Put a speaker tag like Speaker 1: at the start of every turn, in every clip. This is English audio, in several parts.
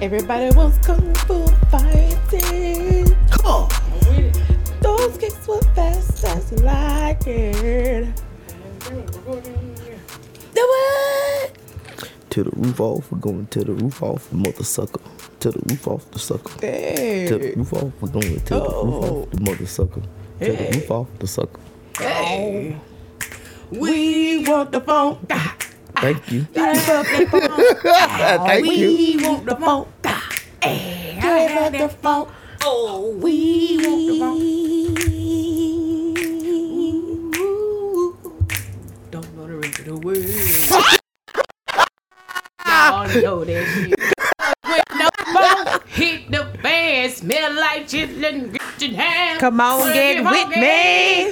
Speaker 1: Everybody was kung fu fighting. Come on. Those kicks were fast as lightning. The what?
Speaker 2: To the roof off, we're going to the roof off the mother sucker. To the roof off the sucker. To the
Speaker 1: Hey.
Speaker 2: roof off, we're going to the roof
Speaker 1: Oh.
Speaker 2: off the mother sucker. To the roof off the sucker.
Speaker 1: Hey. We want the phone.
Speaker 2: Thank you.
Speaker 1: Give up the phone.
Speaker 2: Ah, Thank you.
Speaker 1: We want the phone. Give up the phone. Oh, we want the phone. Don't wanna ring to the world. Y'all know that shit. When the phone hit the fan, smell like chitlin' Christian ham.
Speaker 3: Come on, get with me.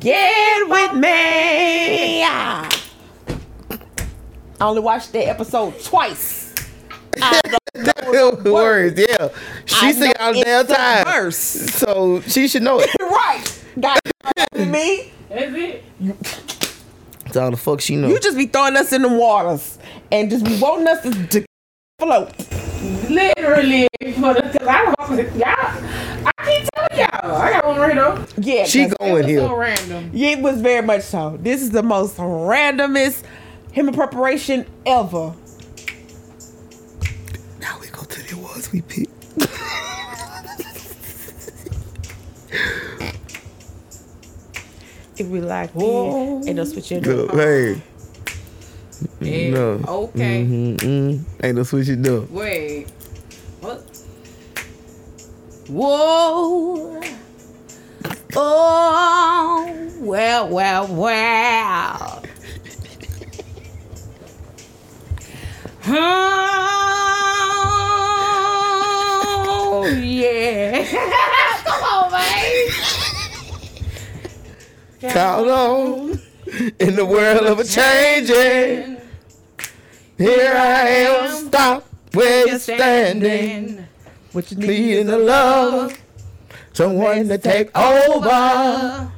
Speaker 3: Get with me.
Speaker 1: Yeah. I only watched that episode twice.
Speaker 2: Words, yeah. She sing
Speaker 1: know
Speaker 2: all the damn
Speaker 1: it's a
Speaker 2: time.
Speaker 1: verse.
Speaker 2: So she should know it.
Speaker 1: Right. Got me.
Speaker 2: That's all the fuck she know.
Speaker 1: You just be throwing us in the waters and just be wanting us to, to float.
Speaker 3: Literally, for the cause I was y'all. I keep telling y'all, I got one right though.
Speaker 1: Yeah.
Speaker 2: She
Speaker 1: 'cause
Speaker 2: going
Speaker 3: So
Speaker 2: here.
Speaker 3: random.
Speaker 1: It was very much so. This is the most randomest him preparation ever.
Speaker 2: Now we go to the awards we picked.
Speaker 1: If we like
Speaker 3: Whoa.
Speaker 1: me, ain't no switching.
Speaker 2: Look, hey.
Speaker 3: Yeah,
Speaker 2: No.
Speaker 3: Okay.
Speaker 2: Mm-hmm. Mm-mm. Ain't no switching up.
Speaker 3: Wait. What?
Speaker 1: Whoa.
Speaker 3: Oh well, well, well. oh yeah. Come on, man.
Speaker 2: Count on in the world of a changing. Here I am, stop where you're standing.
Speaker 1: What you need?
Speaker 2: Needing the love, someone to take over.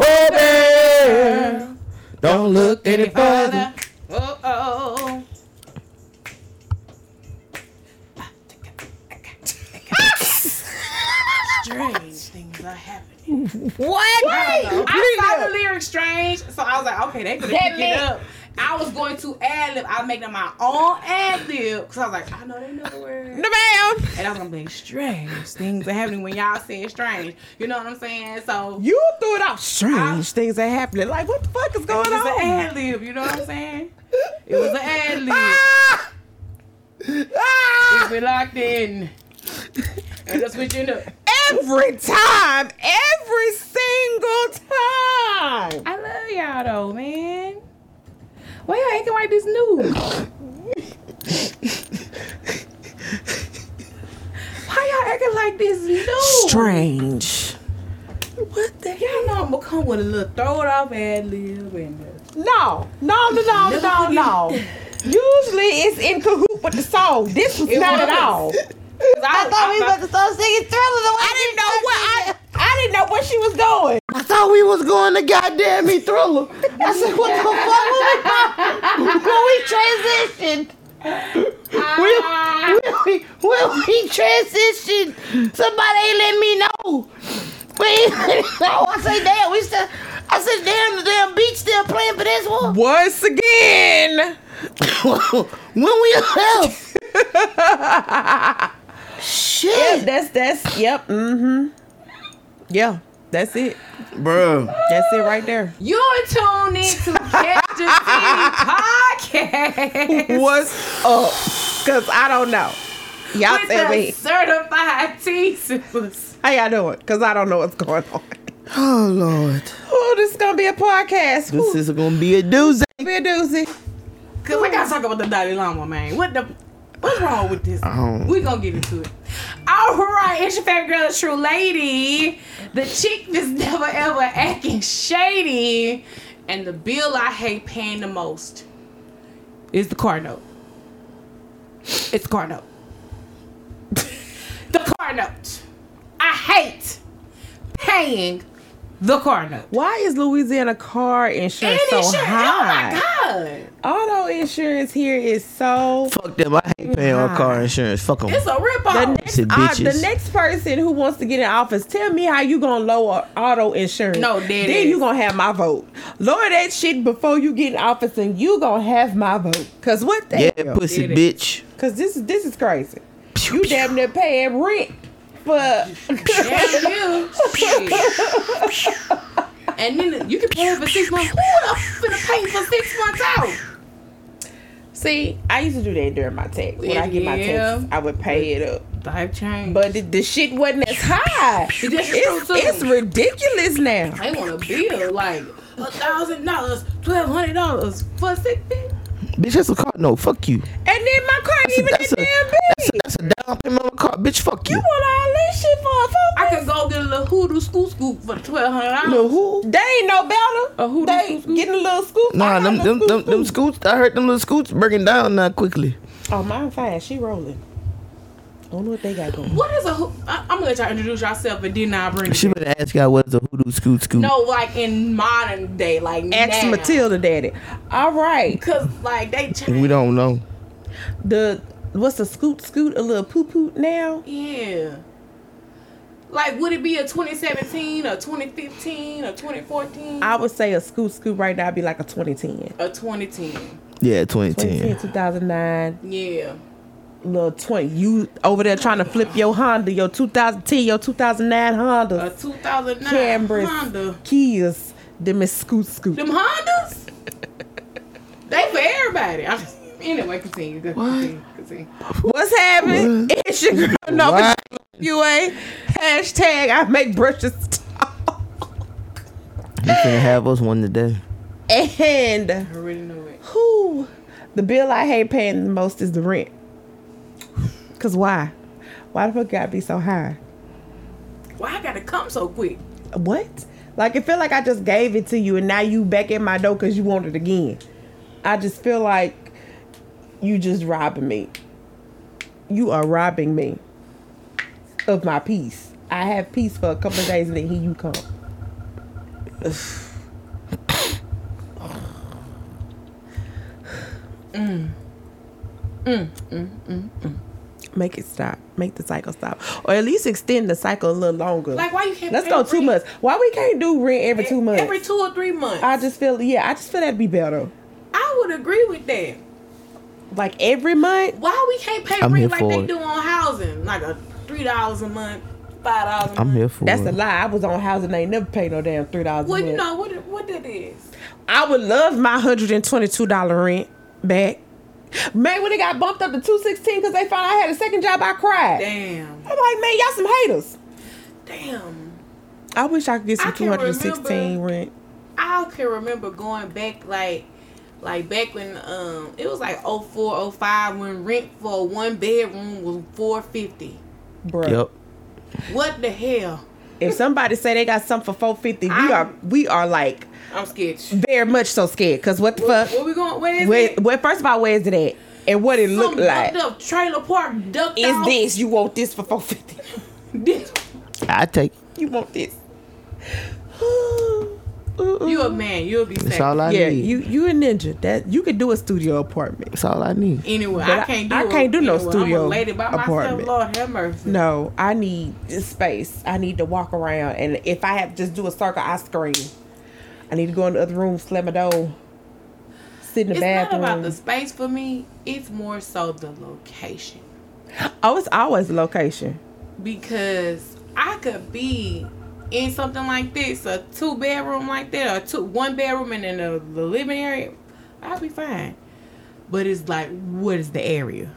Speaker 2: Oh, baby, don't look any further.
Speaker 3: Oh oh. Strange things are happening.
Speaker 1: What?
Speaker 3: I, don't know. I saw the
Speaker 1: Nigga.
Speaker 3: lyrics strange, so I was like, okay, they could
Speaker 1: That
Speaker 3: pick it
Speaker 1: meant-
Speaker 3: up. I was going to ad lib. I made them my own ad lib because I was like, I know they know the word.
Speaker 1: No, ma'am.
Speaker 3: And I was gonna be like, strange things are happening when y'all said strange. You know what I'm saying? So
Speaker 1: You threw it out. Strange things are happening. Like, what the fuck
Speaker 3: it
Speaker 1: is
Speaker 3: was
Speaker 1: going
Speaker 3: just an
Speaker 1: on?
Speaker 3: ad lib. You know what I'm saying? It was an ad lib.
Speaker 1: Ah! Ah!
Speaker 3: We locked in. And just switching up.
Speaker 1: Every time, every single time.
Speaker 3: I love y'all though, man. Why y'all acting like this new? Why y'all acting like this new?
Speaker 1: Strange.
Speaker 3: What the Y'all know I'm gonna come with a little throw it off ad lib and uh,
Speaker 1: No, no, no, no, no, no. Usually it's in cahoot with the song. This was
Speaker 3: It
Speaker 1: not at
Speaker 3: was.
Speaker 1: all.
Speaker 3: 'cause I,
Speaker 1: I thought we was about to start singing Thriller. I didn't know what I, I didn't know what she was doing.
Speaker 2: I thought we was going to goddamn me thriller. I said, what the fuck? When we, when we transitioned. When, when, we, when we transitioned, somebody ain't let me know. We ain't let me know. I say, damn, we still. I said, damn, the damn beach still playing for this one.
Speaker 1: Once again.
Speaker 2: when we left. Shit.
Speaker 1: Yep, that's that's yep. Mm-hmm. Yeah, that's it.
Speaker 2: Bruh.
Speaker 1: That's it right there.
Speaker 3: You're tuned in to Catch the Tea Podcast.
Speaker 1: What's up? Cause I don't know. Y'all
Speaker 3: with
Speaker 1: tell
Speaker 3: the
Speaker 1: me.
Speaker 3: certified tea sippers.
Speaker 1: How y'all doing? Cause I don't know what's going on.
Speaker 2: Oh, Lord.
Speaker 1: Oh, this is gonna be a podcast. Ooh,
Speaker 2: This is going to be a doozy.
Speaker 1: be a doozy.
Speaker 3: Cause we gotta talk about the Dalai Lama, man. What the what's wrong with this?
Speaker 2: don't-
Speaker 3: We gonna get into it. Alright, it's your favorite girl, the true lady. The chick that's never ever acting shady. And the bill I hate paying the most is the car note. It's the car note. the car note. I hate paying the car note.
Speaker 1: Why is Louisiana car insurance
Speaker 3: And
Speaker 1: so
Speaker 3: insurance.
Speaker 1: high?
Speaker 3: Oh my god.
Speaker 1: Auto insurance here is so
Speaker 2: Fuck them. I hate paying on car insurance. Fuck them.
Speaker 3: It's a
Speaker 1: The
Speaker 3: ripoff.
Speaker 1: next,
Speaker 2: Said
Speaker 1: uh, the
Speaker 2: bitches.
Speaker 1: next person who wants to get in office, tell me how you gonna lower auto insurance.
Speaker 3: No, dead
Speaker 1: then you
Speaker 3: ass.
Speaker 1: gonna have my vote. Lower that shit before you get in office, and you gonna have my vote. Cause what the
Speaker 2: Yeah,
Speaker 1: hell?
Speaker 2: pussy
Speaker 3: Did it.
Speaker 2: bitch.
Speaker 1: Cause this is this is crazy. You damn near paying rent for
Speaker 3: Damn you. Shit. And then you can pay for six months. Who the f- finna pay for six months out?
Speaker 1: See, I used to do that during my tax. When I get my
Speaker 3: Yeah.
Speaker 1: taxes, I would pay it up.
Speaker 3: The hype change.
Speaker 1: But the, the shit wasn't as high.
Speaker 3: It is
Speaker 1: It's,
Speaker 3: true, too.
Speaker 1: it's ridiculous now.
Speaker 3: they want a bill like a thousand dollars, twelve hundred dollars for six feet.
Speaker 2: Bitch, that's a car. No, fuck you.
Speaker 1: And then my car ain't even
Speaker 2: That's
Speaker 1: that
Speaker 2: a-
Speaker 1: damn big.
Speaker 2: That's a, that's a down payment on a car. Bitch, fuck you.
Speaker 1: you want all this shit for a phone?
Speaker 3: I could go get a little hoodoo scoop scoop for twelve hundred dollars.
Speaker 2: Little who?
Speaker 1: They ain't no better.
Speaker 3: A hoodoo
Speaker 1: they
Speaker 3: scoop scoop?
Speaker 1: getting a little scoop.
Speaker 2: Nah,
Speaker 1: I got
Speaker 2: them
Speaker 1: a
Speaker 2: them,
Speaker 1: little
Speaker 2: them them
Speaker 1: scoop
Speaker 2: scoots. I heard them little scoots breaking down now quickly.
Speaker 1: scoop. Oh, mine fine. She rolling. I don't know what they got going.
Speaker 3: What is a? hoo- I, I'm gonna let y'all introduce yourself, and then I bring.
Speaker 2: She
Speaker 3: It.
Speaker 2: better ask y'all what's a hoodoo scoot
Speaker 3: Mm-hmm.
Speaker 2: scoot.
Speaker 3: No, like in modern day, like
Speaker 1: Ask
Speaker 3: now.
Speaker 1: Matilda, daddy. All right.
Speaker 3: Cause like they change.
Speaker 2: We don't know.
Speaker 1: The what's the scoot scoot a little poo poo now?
Speaker 3: Yeah. Like, would it be a 2017, a 2015, a 2014,
Speaker 1: I would say a scoot scoot right now be like a 2010.
Speaker 3: a 2010?
Speaker 2: Yeah, 2010.
Speaker 1: 2010, 2009,
Speaker 3: Yeah.
Speaker 1: little 20. You over there trying to flip your Honda, your 2010, your 2009
Speaker 3: A
Speaker 1: Honda,
Speaker 3: 2009
Speaker 1: Canberras,
Speaker 3: Honda.
Speaker 1: Kias, them is scoot scoot.
Speaker 3: Them Hondas? they for everybody. I'm just, anyway, continue. Go- Continue. continue.
Speaker 1: What's happening? It's your girl Nova
Speaker 2: Why?
Speaker 1: UA. Hashtag I make brushes talk.
Speaker 2: You finna have us one today.
Speaker 1: And
Speaker 3: I already know it.
Speaker 1: who the bill I hate paying the most is the rent. Cause why? Why the fuck gotta be so high?
Speaker 3: Why I gotta come so quick?
Speaker 1: What? Like it feel like I just gave it to you and now you back at my door cause you want it again. I just feel like you just robbing me. You are robbing me of my peace. I have peace for a couple of days and then here you come. Make it stop. Make the cycle stop. Or at least extend the cycle a little longer.
Speaker 3: Like, why you can't
Speaker 1: Let's
Speaker 3: pay
Speaker 1: go two
Speaker 3: rent?
Speaker 1: months. Why we can't do rent every two months?
Speaker 3: Every two or three months.
Speaker 1: I
Speaker 3: I,
Speaker 1: just feel yeah, I just feel that'd be better.
Speaker 3: would agree with that.
Speaker 1: Like every month.
Speaker 3: Why we can't pay
Speaker 2: I'm here
Speaker 3: rent like
Speaker 2: for
Speaker 3: they
Speaker 2: it.
Speaker 3: do on housing? Like a three dollars a month, five dollars a month.
Speaker 2: I'm here for
Speaker 1: That's
Speaker 2: it.
Speaker 1: a lie. I was on housing. They never paid no damn three dollars.
Speaker 3: Well, you know what it- what that is.
Speaker 1: I would love my hundred and twenty-two dollar rent back. Man, when it got bumped up to two sixteen because they found I had a second job, I cried.
Speaker 3: Damn.
Speaker 1: I'm like, man, y'all some haters.
Speaker 3: Damn.
Speaker 1: I wish I could get
Speaker 3: I
Speaker 1: some
Speaker 3: can
Speaker 1: two hundred and sixteen rent.
Speaker 3: I can remember going back like like back when um it was like 04, 05 when rent for a one bedroom was four fifty.
Speaker 1: Bruh.
Speaker 2: Yep.
Speaker 3: What the hell?
Speaker 1: If somebody say they got something for four fifty, we
Speaker 3: I-
Speaker 1: are we are like
Speaker 3: I'm scared.
Speaker 1: very much so scared. Cause what the
Speaker 3: What,
Speaker 1: fuck?
Speaker 3: we going? Where is
Speaker 1: Where,
Speaker 3: it?
Speaker 1: where first of all, where is it at? And what it
Speaker 3: Some
Speaker 1: look like?
Speaker 3: Ducked up trailer park ducked
Speaker 1: Is
Speaker 3: off.
Speaker 1: this you want this for four fifty?
Speaker 3: this?
Speaker 2: I take.
Speaker 1: You want this?
Speaker 3: You a man? You'll be
Speaker 2: That's
Speaker 3: safe.
Speaker 2: all I
Speaker 1: yeah,
Speaker 2: need.
Speaker 1: you you a ninja. That you could do a studio apartment.
Speaker 2: That's all I need.
Speaker 3: Anyway,
Speaker 1: But
Speaker 3: I
Speaker 1: I-
Speaker 3: can't do.
Speaker 1: I
Speaker 3: it
Speaker 1: can't do no
Speaker 3: anyway. I'm
Speaker 1: studio
Speaker 3: a lady by
Speaker 1: apartment.
Speaker 3: myself. Lord have mercy.
Speaker 1: No, I need space. I need to walk around, and if I have to just do a circle, I scream. I need to go in the other room, slam a door, sit in the
Speaker 3: It's
Speaker 1: bathroom.
Speaker 3: not about the space for me. It's more so the location.
Speaker 1: oh, it's always the location.
Speaker 3: because I could be in something like this, a two bedroom like that, or two one bedroom and then the, the living area, I'll be fine. But it's like, what is the area?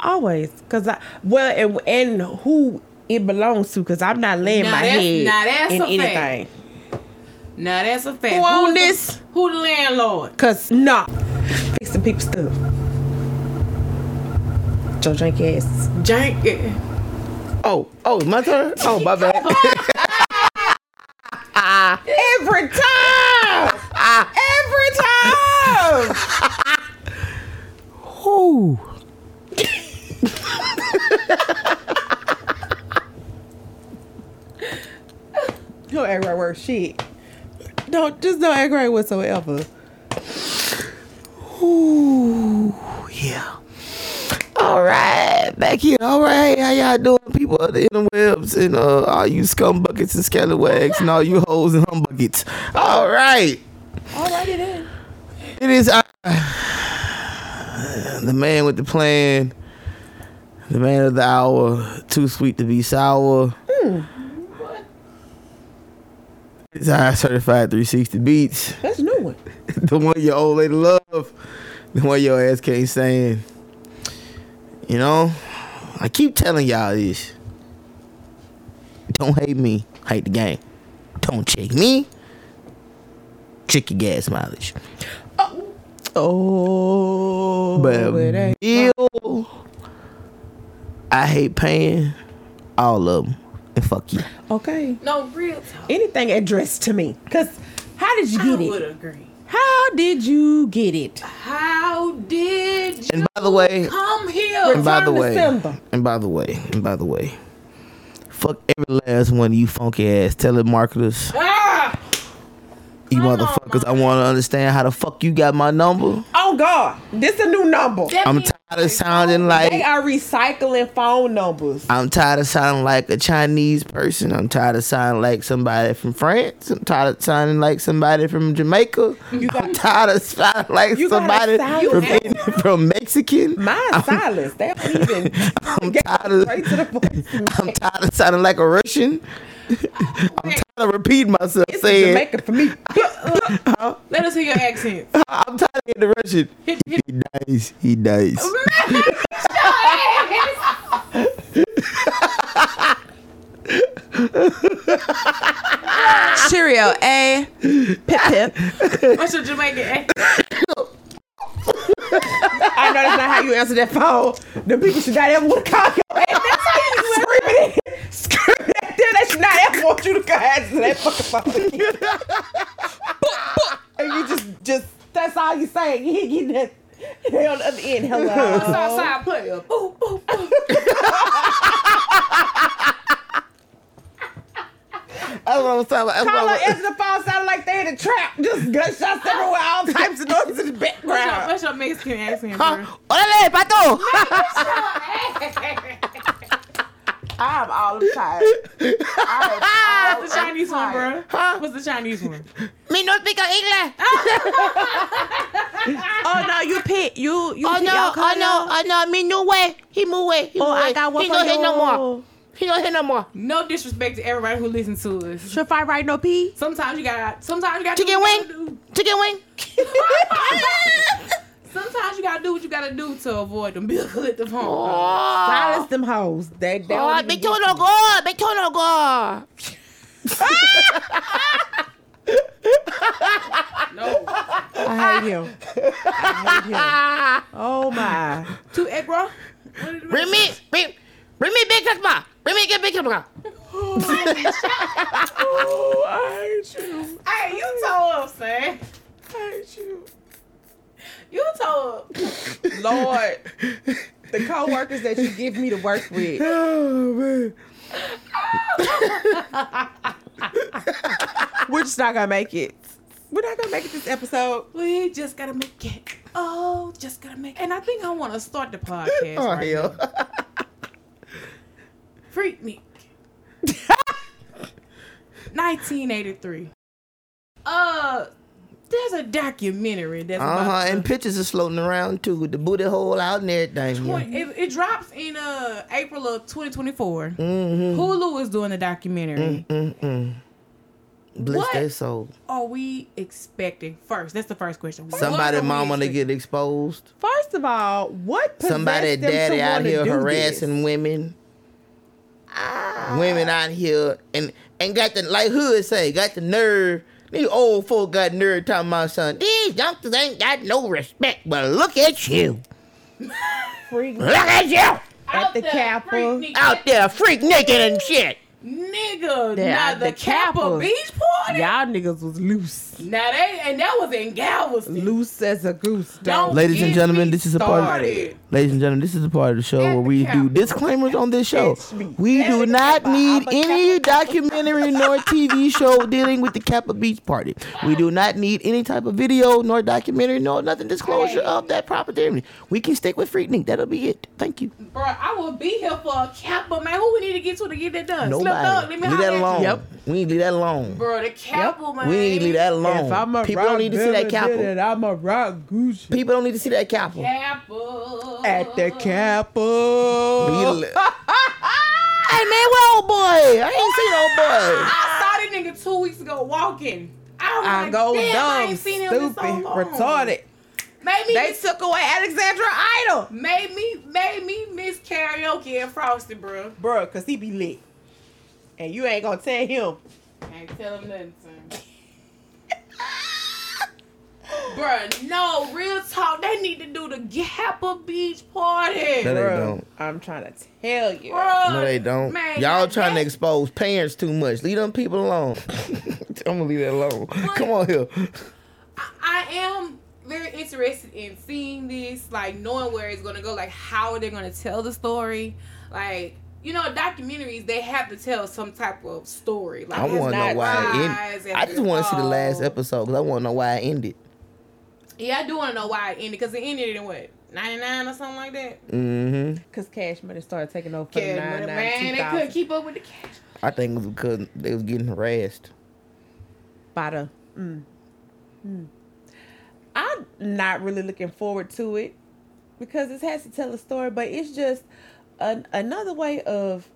Speaker 1: Always, cause I well and, and who it belongs to, cause I'm not laying
Speaker 3: Now
Speaker 1: my
Speaker 3: that's-
Speaker 1: head
Speaker 3: now that's a
Speaker 1: in
Speaker 3: fact.
Speaker 1: anything.
Speaker 3: Now that's a fact.
Speaker 1: Who own
Speaker 3: the-
Speaker 1: this?
Speaker 3: who the landlord?
Speaker 1: Cause nah, fixing people's stuff. Joe drink ass.
Speaker 3: Jank.
Speaker 2: Oh, oh, it's my turn. Oh, my bad.
Speaker 1: Every time. Ah. Every time.
Speaker 2: Whoo.
Speaker 1: Don't act right word shit. Don't just don't act right whatsoever.
Speaker 2: Ooh, yeah. back here. All right, how y'all doing, people of the interwebs and uh, all you scum buckets and scallywags and all you hoes and humbuckets. All right,
Speaker 1: Alrighty then.
Speaker 2: it is I, the man with the plan, the man of the hour, too sweet to be sour. It's I certified 360 beats,
Speaker 1: That's a new one.
Speaker 2: the one your old lady love, the one your ass can't stand. You know, I keep telling y'all this. Don't hate me, hate the game. Don't check me, check your gas mileage.
Speaker 1: Oh,
Speaker 2: But um,
Speaker 1: it ain't.
Speaker 2: bill, I hate paying all of them. And fuck you.
Speaker 1: Okay.
Speaker 3: No, real talk.
Speaker 1: Anything addressed to me? Cause how did you
Speaker 3: I
Speaker 1: get
Speaker 3: would
Speaker 1: it?
Speaker 3: agree.
Speaker 1: How did you get it?
Speaker 3: How did you
Speaker 2: And by the way,
Speaker 3: come here?
Speaker 2: and by the
Speaker 1: Return to
Speaker 2: way,
Speaker 1: sender.
Speaker 2: and by the way, and by the way, fuck every last one of you funky ass telemarketers,
Speaker 3: Ah!
Speaker 2: you
Speaker 3: Come on,
Speaker 2: motherfuckers. I want to understand how the fuck you got my number.
Speaker 1: Oh God, this a new number.
Speaker 3: That
Speaker 2: I'm
Speaker 3: means-
Speaker 2: tired of sounding
Speaker 1: They
Speaker 2: like
Speaker 1: are recycling phone numbers.
Speaker 2: I'm tired of sounding like a Chinese person. I'm tired of sounding like somebody from France. I'm tired of sounding like somebody from Jamaica. I'm tired of sounding like
Speaker 1: You gotta
Speaker 2: somebody
Speaker 1: sound-
Speaker 2: from,
Speaker 1: you-
Speaker 2: Indian- from Mexican.
Speaker 1: Mine silence. They don't even.
Speaker 2: I'm
Speaker 1: Get
Speaker 2: tired of
Speaker 1: straight to the point.
Speaker 2: I'm tired of sounding like a Russian. I'm tired of repeating myself
Speaker 1: It's a
Speaker 2: saying
Speaker 1: Jamaica for me.
Speaker 3: Let us hear your accent.
Speaker 2: I'm tired of getting the Russian. He dies. He dies.
Speaker 3: Cheerio, eh? Pip pip. What's your Jamaican accent?
Speaker 1: I know that's not how you answer that phone. The people should not ever want to call your ass. That's how you screaming it. Screaming at them. They should not ever want you to call answer that fucking phone. again. and you just, just, that's all you saying. You ain't getting that. They on the other end, hello.
Speaker 3: Outside player. Boop, boop, boop.
Speaker 2: That's what I'm talking about. That's what I'm-
Speaker 1: Caller answer the phone sounded like they in a trap. Just gunshots everywhere, all types of noises in the
Speaker 3: What's your,
Speaker 1: background.
Speaker 3: what's your Mexican accent, bro?
Speaker 2: Huh? Órale, pato.
Speaker 1: I'm all the time. I am all
Speaker 3: What's the Chinese one, bro?
Speaker 2: Huh?
Speaker 3: What's the Chinese one?
Speaker 2: Me no speak English.
Speaker 1: Oh no, you pit. You you
Speaker 2: Oh
Speaker 1: pit
Speaker 2: no,
Speaker 1: y'all
Speaker 2: oh
Speaker 1: call
Speaker 2: no,
Speaker 1: y'all?
Speaker 2: oh no. Me no way. He move away. He
Speaker 1: Oh,
Speaker 2: move
Speaker 1: I
Speaker 2: away.
Speaker 1: got one
Speaker 2: He
Speaker 1: for
Speaker 2: no hit no more.
Speaker 1: you.
Speaker 2: He no hit no more.
Speaker 3: No disrespect to everybody who listens to us.
Speaker 1: Should I write no pee?
Speaker 3: Sometimes you gotta. Sometimes you gotta. do
Speaker 2: Chicken
Speaker 3: what you
Speaker 2: wing.
Speaker 3: gotta do.
Speaker 2: Chicken wing.
Speaker 3: Sometimes you gotta do what you gotta do to avoid them. Bill at the phone.
Speaker 1: Silence
Speaker 2: Oh,
Speaker 1: them hoes. They, they don't
Speaker 2: oh,
Speaker 1: even
Speaker 2: me
Speaker 1: get
Speaker 2: too
Speaker 1: you.
Speaker 2: no good. Me too no good.
Speaker 3: No.
Speaker 1: I hate him. I hate him. Oh my.
Speaker 3: Two egg bro. What did it
Speaker 2: Bring me, bring, bring me big customer. Bring me get big customer.
Speaker 1: Oh, I hate you.
Speaker 3: Hey, you told up, son.
Speaker 1: I hate you.
Speaker 3: You told up.
Speaker 1: Lord, the coworkers that you give me to work with.
Speaker 2: Oh man.
Speaker 1: We're just not gonna make it. We're not gonna make it this episode.
Speaker 3: We just gotta make it. Oh, just gotta make it. And I think I wanna start the podcast.
Speaker 2: Oh
Speaker 3: right
Speaker 2: hell.
Speaker 3: now. Freak me. 1983. Uh, there's a documentary that's
Speaker 2: Uh huh.
Speaker 3: about
Speaker 2: And
Speaker 3: the-
Speaker 2: pictures is floating around too with the booty hole out and everything.
Speaker 3: Well,
Speaker 2: Yeah.
Speaker 3: it, it drops in uh April of 2024.
Speaker 2: Mm-hmm.
Speaker 3: Hulu is doing the documentary.
Speaker 2: Mm-mm. Bless
Speaker 3: What?
Speaker 2: their soul.
Speaker 3: Are we expecting first? That's the first question. What
Speaker 2: Somebody
Speaker 3: are we
Speaker 2: mom want to
Speaker 3: expecting?
Speaker 2: get exposed.
Speaker 1: First of all, what possessed
Speaker 2: Somebody
Speaker 1: them
Speaker 2: daddy
Speaker 1: to
Speaker 2: out
Speaker 1: wanna
Speaker 2: here
Speaker 1: do
Speaker 2: harassing
Speaker 1: This? Ah.
Speaker 2: women. Women out here and and got the like hood say got the nerve. These old folk got nerve talking about son. These youngsters ain't got no respect. But look at you.
Speaker 1: Freak
Speaker 2: Look at you
Speaker 1: at
Speaker 3: Out
Speaker 1: the
Speaker 3: there, freak
Speaker 1: Kappa.
Speaker 3: me.
Speaker 2: out there freak naked and shit.
Speaker 3: Nigga,
Speaker 1: Yeah,
Speaker 3: now
Speaker 1: the
Speaker 3: the, Kappa
Speaker 1: Kappas.
Speaker 3: Beach Party.
Speaker 1: Y'all niggas was loose.
Speaker 3: Now they and that was in Galveston.
Speaker 1: Loose as a goose,
Speaker 3: Don't
Speaker 1: dog.
Speaker 2: Ladies and
Speaker 3: get
Speaker 2: gentlemen,
Speaker 3: me
Speaker 2: this is a part.
Speaker 3: started.
Speaker 2: Ladies and gentlemen, this is the part of the show
Speaker 3: At
Speaker 2: where
Speaker 3: the
Speaker 2: we do
Speaker 3: Capitol.
Speaker 2: disclaimers on this show.
Speaker 1: Catch me
Speaker 2: We
Speaker 1: at
Speaker 2: do
Speaker 1: the
Speaker 2: not
Speaker 1: Capitol.
Speaker 2: need
Speaker 1: I'm a
Speaker 2: any documentary nor TV show dealing with the Kappa Beach Party. We do not need any type of video nor documentary nor nothing disclosure of that property. We can stick with Freaknik. That'll be it. Thank you.
Speaker 3: Bro, I will be here for a Kappa, man. Who we need to get to to get that done? Slim
Speaker 2: Nobody.
Speaker 3: Thug, let me
Speaker 2: leave that
Speaker 3: holler at you.
Speaker 2: alone.
Speaker 1: Yep.
Speaker 2: We need to leave that alone.
Speaker 3: Bro, the Kappa, man.
Speaker 2: We need to leave that alone.
Speaker 1: If I'm a
Speaker 2: People
Speaker 1: rock
Speaker 2: don't need to see that
Speaker 1: villain,
Speaker 2: Kappa.
Speaker 1: then I'm a rock goose.
Speaker 2: People don't need to see that Kappa.
Speaker 3: Kappa.
Speaker 1: At the Kappa.
Speaker 2: We- Hey man, where old boy? I ain't seen old boy.
Speaker 3: I saw that nigga two weeks ago walking. I was
Speaker 1: I
Speaker 3: like,
Speaker 1: go
Speaker 3: damn, I
Speaker 1: dumb,
Speaker 3: ain't seen him
Speaker 1: stupid,
Speaker 3: in so long.
Speaker 1: retarded.
Speaker 3: Made me,
Speaker 1: They took away Alexandra Idol,
Speaker 3: made me, made me miss karaoke and Frosty, bro.
Speaker 1: bro, cause he be lit, and you ain't gonna tell him.
Speaker 3: Can't tell him nothing, son. Bruh, no, real talk. They need to do the Gappa Beach party.
Speaker 2: No, they
Speaker 1: Bruh,
Speaker 2: don't.
Speaker 1: I'm trying to tell you.
Speaker 3: Bruh,
Speaker 2: No, they don't.
Speaker 3: man,
Speaker 2: Y'all
Speaker 3: like
Speaker 2: trying to
Speaker 3: that-
Speaker 2: expose parents too much. Leave them people alone. I'm gonna leave that alone. Come on here.
Speaker 3: I am very interested in seeing this, like knowing where it's gonna go, like how they're gonna tell the story. Like, you know, documentaries they have to tell some type of story. Like
Speaker 2: I
Speaker 3: it's
Speaker 2: want to know
Speaker 1: not
Speaker 2: why
Speaker 3: rise
Speaker 2: it ended.
Speaker 3: and
Speaker 2: I just want to see the last
Speaker 3: fall.
Speaker 2: episode because I want to know why it ended.
Speaker 3: Yeah, I do wanna know why it ended, because it ended in what, ninety nine or something like that?
Speaker 2: Mm-hmm.
Speaker 1: Cause Cash Money started taking over for the
Speaker 3: Yeah, but man,
Speaker 1: nine nine
Speaker 3: they
Speaker 1: two
Speaker 3: couldn't
Speaker 1: thousand
Speaker 3: keep up with the cash.
Speaker 2: I think it was because they was getting harassed.
Speaker 1: by the. Mm, mm. I'm not really looking forward to it because it has to tell a story, but it's just an, another way of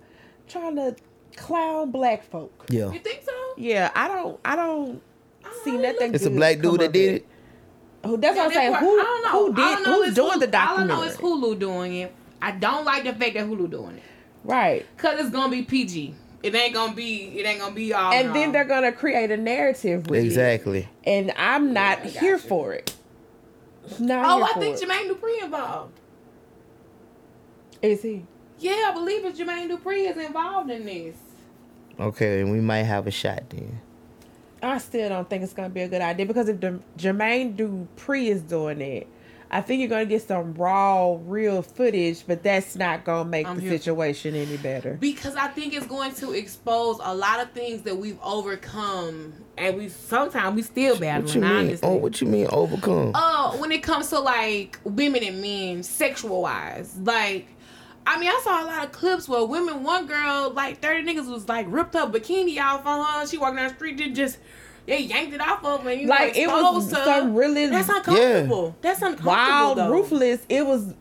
Speaker 1: trying to clown black folk.
Speaker 2: Yeah,
Speaker 3: You think so?
Speaker 1: Yeah, I don't. I don't.
Speaker 3: I
Speaker 1: See
Speaker 3: don't
Speaker 1: nothing.
Speaker 2: it's a
Speaker 1: good
Speaker 2: black
Speaker 1: come
Speaker 2: dude that
Speaker 1: of
Speaker 2: did it.
Speaker 1: Who that's what I'm
Speaker 3: Yeah, that
Speaker 1: saying.
Speaker 3: part-
Speaker 1: Who
Speaker 3: I don't know.
Speaker 1: who
Speaker 3: I don't
Speaker 1: did
Speaker 3: know
Speaker 1: who's
Speaker 3: it's
Speaker 1: doing
Speaker 3: Hulu.
Speaker 1: the documentary?
Speaker 3: All I know is Hulu doing it. I don't like the fact that Hulu doing it.
Speaker 1: Right.
Speaker 3: Cause it's gonna be PG. It ain't gonna be. It ain't gonna be all.
Speaker 1: And
Speaker 3: in
Speaker 1: then
Speaker 3: all.
Speaker 1: they're gonna create a narrative with
Speaker 2: Exactly.
Speaker 1: it. And I'm not
Speaker 3: I got
Speaker 1: here
Speaker 3: you.
Speaker 1: for it. Not
Speaker 3: Oh,
Speaker 1: here
Speaker 3: I
Speaker 1: for
Speaker 3: think
Speaker 1: it.
Speaker 3: Jermaine Dupri involved.
Speaker 1: Is he?
Speaker 3: Yeah, I believe it's Jermaine Dupri is involved in this.
Speaker 2: Okay, we might have a shot then.
Speaker 1: I still don't think it's gonna be a good idea because if the Jermaine Dupri is doing it, I think you're gonna get some raw, real footage, but that's not gonna make
Speaker 3: I'm
Speaker 1: the
Speaker 3: here.
Speaker 1: situation any better.
Speaker 3: Because I think it's going to expose a lot of things that we've overcome, and we sometimes we still battling.
Speaker 2: What you mean?
Speaker 3: honestly.
Speaker 2: Oh, what you mean overcome?
Speaker 3: uh when it comes to like women and men sexual wise like i mean i saw a lot of clips where women one girl like 30 niggas was like ripped her bikini off on her she walking down the street and just they yanked it off of her and you
Speaker 1: Like,
Speaker 3: like
Speaker 1: it was
Speaker 3: exposed her.
Speaker 1: some really
Speaker 3: that's uncomfortable that's uncomfortable
Speaker 1: Wild,
Speaker 3: though.
Speaker 1: ruthless. It was.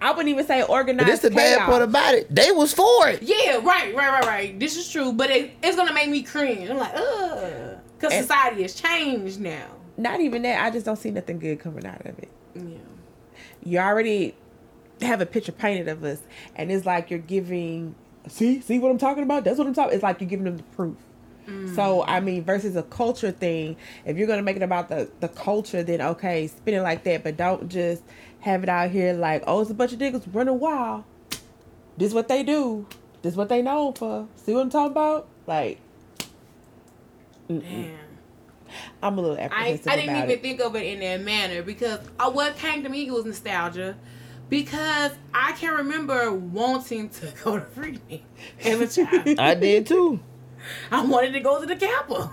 Speaker 1: I wouldn't even say
Speaker 2: but
Speaker 1: organized.
Speaker 2: this the bad
Speaker 1: chaos.
Speaker 2: part about it. They was for it.
Speaker 3: yeah right right right right this is true but it, it's gonna make me cringe i'm like ugh because
Speaker 1: And-
Speaker 3: society has changed now
Speaker 1: Not even that. I just don't see nothing good coming out of it.
Speaker 3: yeah
Speaker 1: you already have a picture painted of us and it's like you're giving see see what i'm talking about that's what i'm talking it's like you're giving them the proof
Speaker 3: Mm.
Speaker 1: so i mean versus a culture thing if you're going to make it about the the culture then okay spin it like that but don't just have it out here like oh it's a bunch of niggas running wild this what they do this what they known for see what i'm talking about like
Speaker 3: man
Speaker 1: i'm a little
Speaker 3: I,
Speaker 1: apprehensive
Speaker 3: I didn't
Speaker 1: about
Speaker 3: even
Speaker 1: it.
Speaker 3: think of it in that manner because uh, what came to me was nostalgia because I can remember wanting to go to Freedom as a child.
Speaker 2: I did too.
Speaker 3: I wanted to go to the Kappa.